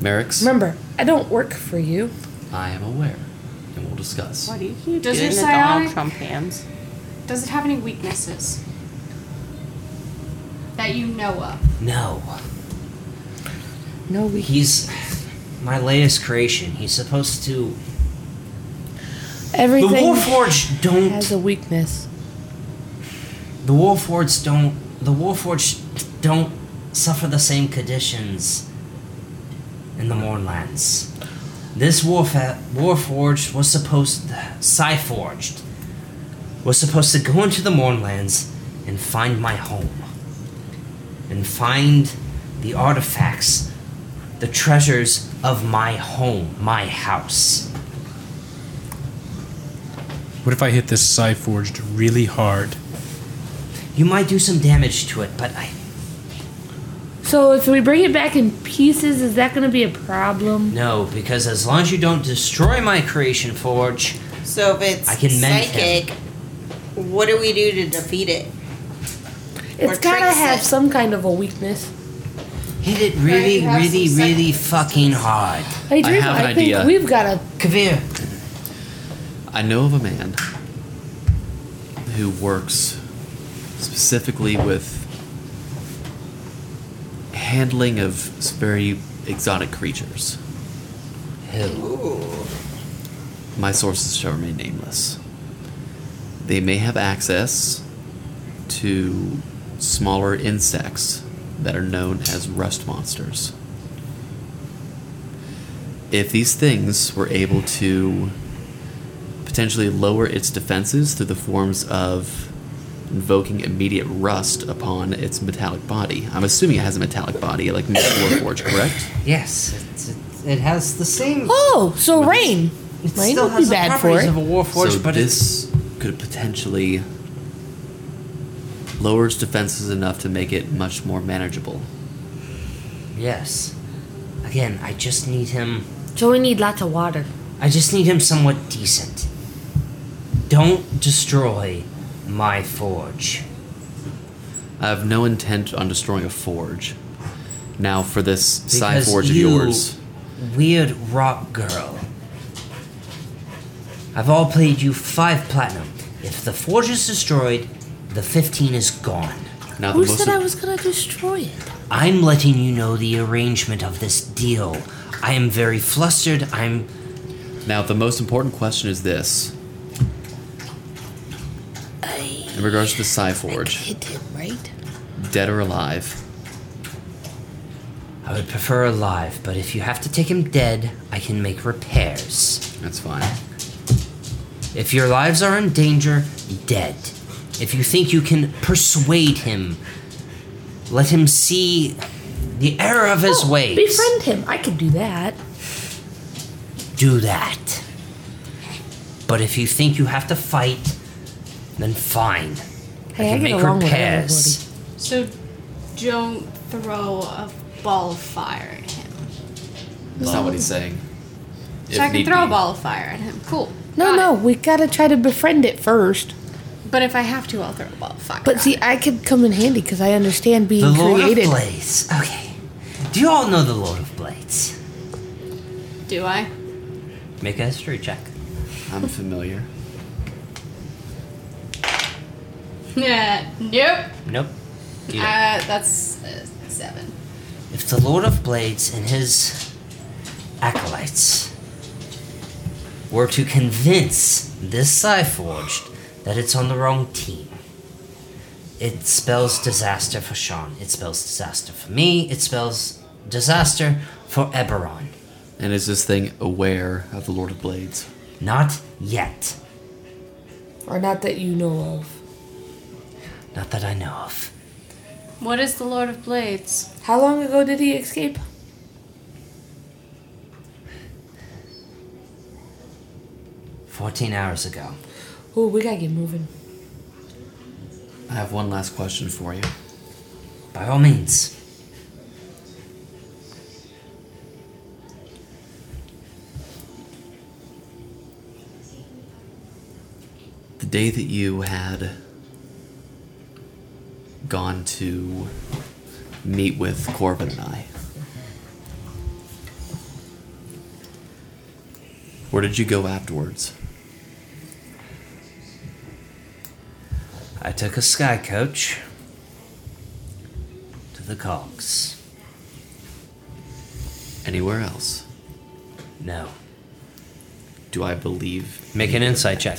Speaker 5: Merrick's,
Speaker 4: Remember, I don't work for you.
Speaker 5: I am aware, and we'll discuss.
Speaker 6: Why do you keep
Speaker 3: Does
Speaker 6: doing
Speaker 3: your
Speaker 6: the Donald
Speaker 3: psionic-
Speaker 6: Trump hands?
Speaker 3: Does it have any weaknesses that you know of?
Speaker 1: No.
Speaker 4: No, we.
Speaker 1: He's my latest creation. He's supposed to The
Speaker 4: Everything
Speaker 1: Warforged
Speaker 4: has
Speaker 1: don't
Speaker 4: a weakness.
Speaker 1: the Warforged don't the Warforged don't suffer the same conditions in the Mornlands. This Warfa- Warforged was supposed Psyforged was supposed to go into the Mornlands and find my home. And find the artifacts, the treasures of my home, my house.
Speaker 2: What if I hit this Psy Forged really hard?
Speaker 1: You might do some damage to it, but I
Speaker 4: So if we bring it back in pieces, is that gonna be a problem?
Speaker 1: No, because as long as you don't destroy my creation forge,
Speaker 9: So if it's
Speaker 1: I can mend him.
Speaker 9: psychic, what do we do to defeat it?
Speaker 4: It's
Speaker 9: Or
Speaker 4: gotta
Speaker 9: tricks
Speaker 4: have
Speaker 9: it.
Speaker 4: some kind of a weakness.
Speaker 1: hit it really,
Speaker 3: have
Speaker 1: really,
Speaker 3: some
Speaker 1: really fucking hard.
Speaker 4: Hey, Drew,
Speaker 5: have an
Speaker 4: I think
Speaker 5: idea.
Speaker 4: we've gotta.
Speaker 1: Kavir.
Speaker 5: I know of a man who works specifically with handling of very exotic creatures. My sources shall remain nameless. They may have access to smaller insects that are known as rust monsters. If these things were able to potentially lower its defenses through the forms of invoking immediate rust upon its metallic body. I'm assuming it has a metallic body, like most Warforged, correct?
Speaker 1: Yes, it's, it's, it has the same.
Speaker 4: Oh, so
Speaker 5: With-
Speaker 4: rain.
Speaker 1: It
Speaker 4: Rain
Speaker 1: still
Speaker 4: would be
Speaker 1: has the
Speaker 4: bad for
Speaker 1: properties
Speaker 4: it.
Speaker 1: of a warforged,
Speaker 5: so
Speaker 1: but it's
Speaker 5: this could potentially lower its defenses enough to make it much more manageable.
Speaker 1: yes. Again, I just need him.
Speaker 4: So we need lots of water.
Speaker 1: I just need him somewhat decent. Don't destroy my forge.
Speaker 5: I have no intent on destroying a forge. Now, for this side
Speaker 1: Because
Speaker 5: forge of
Speaker 1: you,
Speaker 5: yours,
Speaker 1: Weird rock girl. I've all played you five platinum. If the forge is destroyed, the 15 is gone.
Speaker 5: now
Speaker 4: Who
Speaker 5: the most
Speaker 4: said I was gonna destroy it?
Speaker 1: I'm letting you know the arrangement of this deal. I am very flustered. I'm.
Speaker 5: Now, the most important question is this. In regards to the Psyforge,
Speaker 4: Hit him, right?
Speaker 5: dead or alive,
Speaker 1: I would prefer alive, but if you have to take him dead, I can make repairs.
Speaker 5: that's fine.
Speaker 1: If your lives are in danger, dead. If you think you can persuade him, let him see the error of his ways.
Speaker 4: Befriend him. I can do that.
Speaker 1: do that. But if you think you have to fight, then fine.
Speaker 4: Hey, I,
Speaker 1: can
Speaker 4: get
Speaker 1: make
Speaker 4: along
Speaker 1: repairs.
Speaker 4: with
Speaker 3: So don't throw a ball of fire at him.
Speaker 5: That's not what he's saying.
Speaker 3: So I can throw a ball of fire at him. Cool.
Speaker 4: everybody. No,
Speaker 3: Got
Speaker 4: no,
Speaker 3: it.
Speaker 4: we gotta try to befriend it first.
Speaker 3: But if I have to, I'll throw a ball of fire.
Speaker 4: But see, I could come in handy because I understand being
Speaker 1: The Lord
Speaker 4: created.
Speaker 1: of Blades. Okay. Do you all know the Lord of Blades?
Speaker 3: do I? Uh,
Speaker 1: Make a history check.
Speaker 5: I'm familiar.
Speaker 3: Yeah. Nope.
Speaker 1: Nope. You don't.
Speaker 3: Uh, that's uh, seven.
Speaker 1: if the Lord of Blades and his acolytes were to convince this Psyforged that it's on the wrong team. It spells disaster for Sean. It spells disaster for me. It spells disaster for Eberron.
Speaker 5: And is this thing aware of the Lord of Blades?
Speaker 1: Not yet.
Speaker 4: Or not that you know of.
Speaker 1: Not that I know of.
Speaker 3: What is the Lord of Blades?
Speaker 4: How long ago did he escape?
Speaker 1: Fourteen hours ago.
Speaker 4: Ooh, we gotta get moving.
Speaker 5: I have one last question for you.
Speaker 1: By all means.
Speaker 5: The day that you had gone to meet with Corbin and I, where did you go afterwards?
Speaker 1: I took a sky coach to the cogs.
Speaker 5: Anywhere else?
Speaker 1: No.
Speaker 5: Do I believe?
Speaker 1: Make an insight check.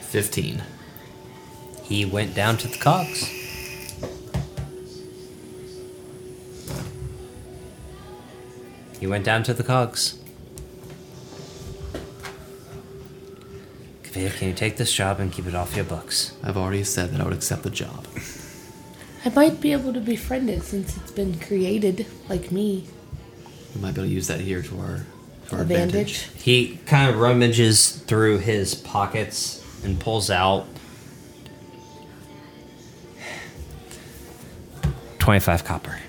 Speaker 5: Fifteen.
Speaker 1: He went down to the cogs. He went down to the cogs. Kavir, can you take this job and keep it off your books?
Speaker 5: I've already said that I would accept the job.
Speaker 4: I might be able to befriend it since it's been created, like me.
Speaker 5: We might be able to use that here to our to our advantage.
Speaker 4: Advantage.
Speaker 1: He kind of rummages through his pockets and pulls out 25 copper.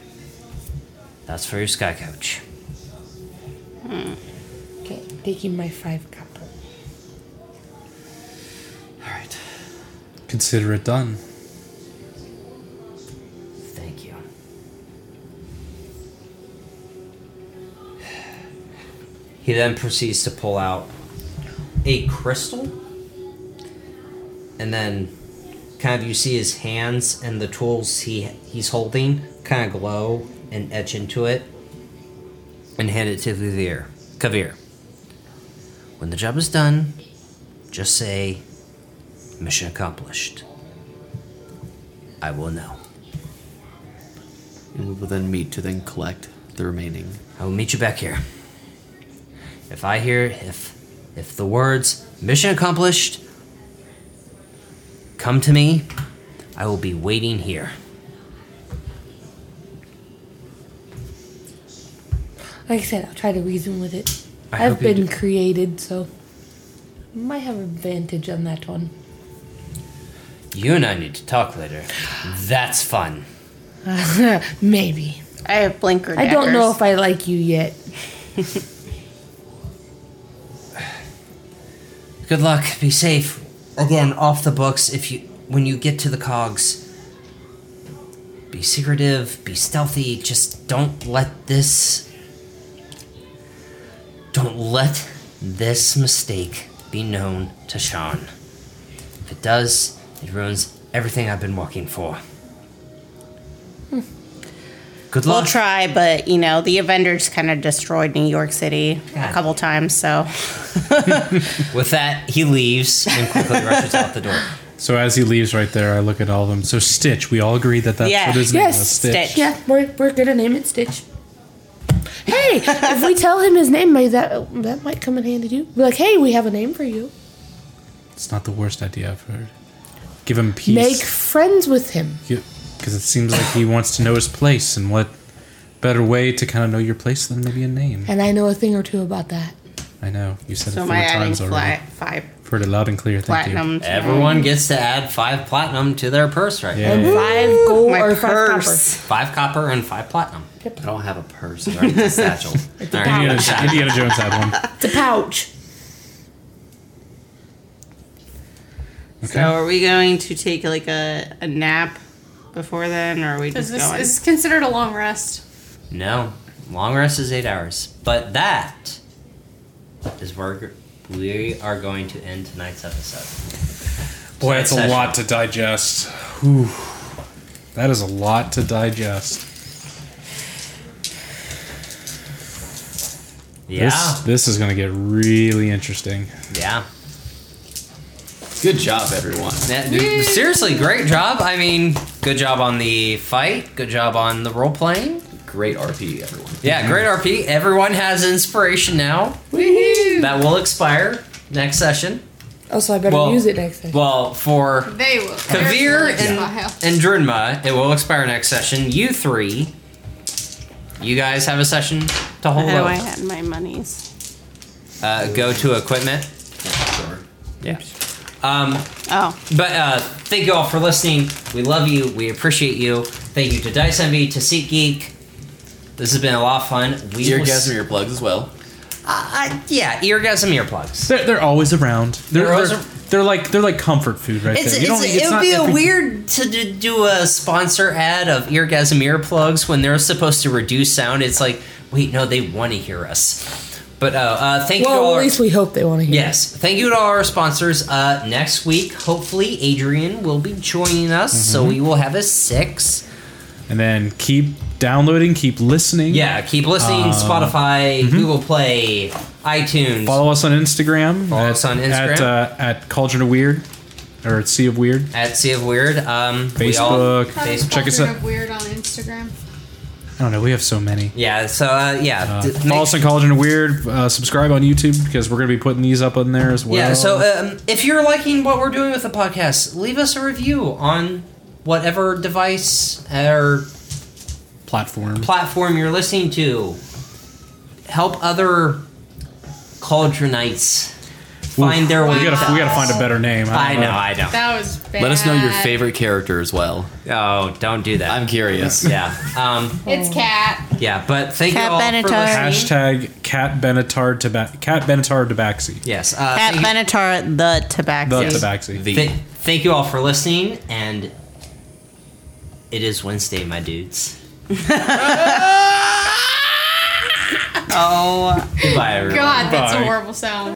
Speaker 1: That's for your sky coach.
Speaker 4: Okay, taking my five copper.
Speaker 5: All right.
Speaker 2: Consider it done.
Speaker 1: Thank you. He then proceeds to pull out a crystal. And then kind of you see his hands and the tools he he's holding kind of glow and etch into it and hand it to Kavir. Kavir. When the job is done, just say mission accomplished. I will know.
Speaker 5: And we will then meet to then collect the remaining.
Speaker 1: I will meet you back here. If I hear if if the words mission accomplished come to me, I will be waiting here.
Speaker 4: Like I said, I'll try to reason with it.
Speaker 1: I
Speaker 4: I've
Speaker 1: hope you
Speaker 4: been
Speaker 1: do.
Speaker 4: created, so might have advantage on that one.
Speaker 1: You and I need to talk later. That's fun.
Speaker 4: Maybe.
Speaker 6: I have blinker
Speaker 4: I don't know if I like you yet.
Speaker 1: Good luck. Be safe. Again, off the books if you when you get to the cogs. Be secretive, be stealthy, just don't let this don't let this mistake be known to Sean. If it does, it ruins everything I've been working for. Good
Speaker 6: Hmm. We'll
Speaker 1: luck.
Speaker 6: try, but you know, the Avengers kind of destroyed New York City
Speaker 1: God.
Speaker 6: a couple times, so
Speaker 1: With that, he leaves and quickly rushes out the door.
Speaker 2: So as he leaves right there, I look at all of them. So Stitch, we all agree that that's
Speaker 6: Yeah.
Speaker 2: what his name
Speaker 4: Yes,
Speaker 2: is. Stitch.
Speaker 6: Stitch.
Speaker 4: Yeah, we're, we're gonna name it Stitch. Hey, if we tell him his name, maybe that that might come in handy too. We're like, hey, we have a name for you.
Speaker 2: It's not the worst idea I've heard. Give him peace.
Speaker 4: Make friends with him.
Speaker 2: because it seems like he wants to know his place, and what better way to kind of know your place than maybe a name?
Speaker 4: And I know a thing or two about that.
Speaker 2: I know you said
Speaker 6: so
Speaker 2: it
Speaker 6: am
Speaker 2: four
Speaker 6: I adding
Speaker 2: times already.
Speaker 6: fly, five
Speaker 2: I've Heard it loud and clear. Thank
Speaker 6: platinum? to-
Speaker 1: Everyone gets to add five platinum to their purse right
Speaker 2: you.
Speaker 1: now.
Speaker 2: Yeah.
Speaker 4: Five gold
Speaker 6: My
Speaker 4: or
Speaker 6: purse.
Speaker 4: five
Speaker 1: Five copper and five platinum.
Speaker 5: I don't have a purse. I already have a satchel.
Speaker 1: All right.
Speaker 2: Indiana, Indiana Jones had one.
Speaker 4: copper. It's a pouch.
Speaker 2: Okay.
Speaker 6: So are we going to take like a, a nap before then, or are we
Speaker 3: Is
Speaker 6: just
Speaker 3: this
Speaker 6: going?
Speaker 3: is this considered a long rest?
Speaker 1: No, long rest is eight hours. But that is where we are going to end tonight's episode.
Speaker 2: Boy, that's a
Speaker 1: session.
Speaker 2: lot to digest. Whew. That is a lot to digest.
Speaker 1: Yeah.
Speaker 2: This, this is going to get really interesting.
Speaker 1: yeah.
Speaker 5: Good job, everyone.
Speaker 1: That- dude, seriously, great job. I mean, good job on the fight. Good job on the role playing.
Speaker 5: Great RP, everyone.
Speaker 1: Yeah, great RP. Everyone has inspiration now. That will expire next session.
Speaker 4: Also, I better
Speaker 1: Well-
Speaker 4: use it next time.
Speaker 1: Well, for
Speaker 3: They will.
Speaker 1: Kavir
Speaker 3: There's
Speaker 1: and,
Speaker 3: no smile.
Speaker 1: and Drinma, it will expire next session. You three, you guys have a session to hold
Speaker 6: Oh, I
Speaker 1: up.
Speaker 6: had my monies.
Speaker 1: Uh, go to equipment.
Speaker 5: Sure.
Speaker 1: Yeah. Um,
Speaker 6: Oh,
Speaker 1: But uh, thank you all for listening. We love you. We appreciate you. Thank you to Dice Envy, to SeatGeek. This has been a lot of fun. We
Speaker 5: Ear
Speaker 1: will s-
Speaker 5: gasm earplugs as well.
Speaker 1: Uh, uh, yeah, eargasm earplugs.
Speaker 2: They're, they're always around. They're,
Speaker 1: They're
Speaker 2: they're,
Speaker 1: always
Speaker 2: they're, like they're like comfort food right
Speaker 1: It's,
Speaker 2: there.
Speaker 1: it's, it would
Speaker 2: not
Speaker 1: be a
Speaker 2: every-
Speaker 1: weird to d- do a sponsor ad of eargasm earplugs when they're supposed to reduce sound. It's like, wait, no, they want to hear us. But uh, uh, thank you
Speaker 4: Well,
Speaker 1: all.
Speaker 4: at least we hope they want to hear.
Speaker 1: Yes. Thank you to all our sponsors. Uh, next week, hopefully, Adrian will be joining us, so we will have a six.
Speaker 2: And then keep downloading, keep listening.
Speaker 1: Yeah, keep listening. Spotify, Google Play, iTunes.
Speaker 2: Follow us on Instagram.
Speaker 1: Follow us on Instagram.
Speaker 2: at uh, at Cauldron of Weird or at Sea of Weird.
Speaker 1: At Sea of Weird. Um, we all-
Speaker 2: Facebook.
Speaker 3: Probably
Speaker 1: Facebook.
Speaker 2: Check us
Speaker 3: Culture
Speaker 2: out.
Speaker 3: of Weird on Instagram.
Speaker 2: I don't know. We have so many.
Speaker 1: Yeah, so, uh, yeah.
Speaker 2: Uh,
Speaker 1: d-
Speaker 2: follow us on Collagen Weird. Uh, subscribe on YouTube because we're going to be putting these up on there as well.
Speaker 1: yeah, so um, if you're liking what we're doing with the podcast, leave us a review on whatever device or
Speaker 2: platform.
Speaker 1: platform you're listening to. Help other cauldronites find their way.
Speaker 2: we got to we got to find a better name.
Speaker 1: I
Speaker 2: don't
Speaker 1: know, I know.
Speaker 3: That was bad.
Speaker 5: Let us know your favorite character as well.
Speaker 1: Oh, don't do that.
Speaker 5: I'm curious.
Speaker 1: yeah, um,
Speaker 3: It's cat.
Speaker 1: yeah, but thank
Speaker 6: Cat
Speaker 1: you all for
Speaker 6: Benatar.
Speaker 1: listening.
Speaker 2: Hashtag Cat Benatar Tabac Cat Benatar Tabaxi.
Speaker 1: Yes. Uh,
Speaker 6: at
Speaker 1: thank you-
Speaker 6: Benatar, the tobacco.
Speaker 2: The
Speaker 6: Yes.
Speaker 2: Tabaxi.
Speaker 5: The
Speaker 1: Th- thank you all for listening, and it is Wednesday, my dudes.
Speaker 6: Oh.
Speaker 1: Goodbye, everyone.
Speaker 3: God, that's a
Speaker 1: Oh,
Speaker 2: Bye.
Speaker 3: horrible sound.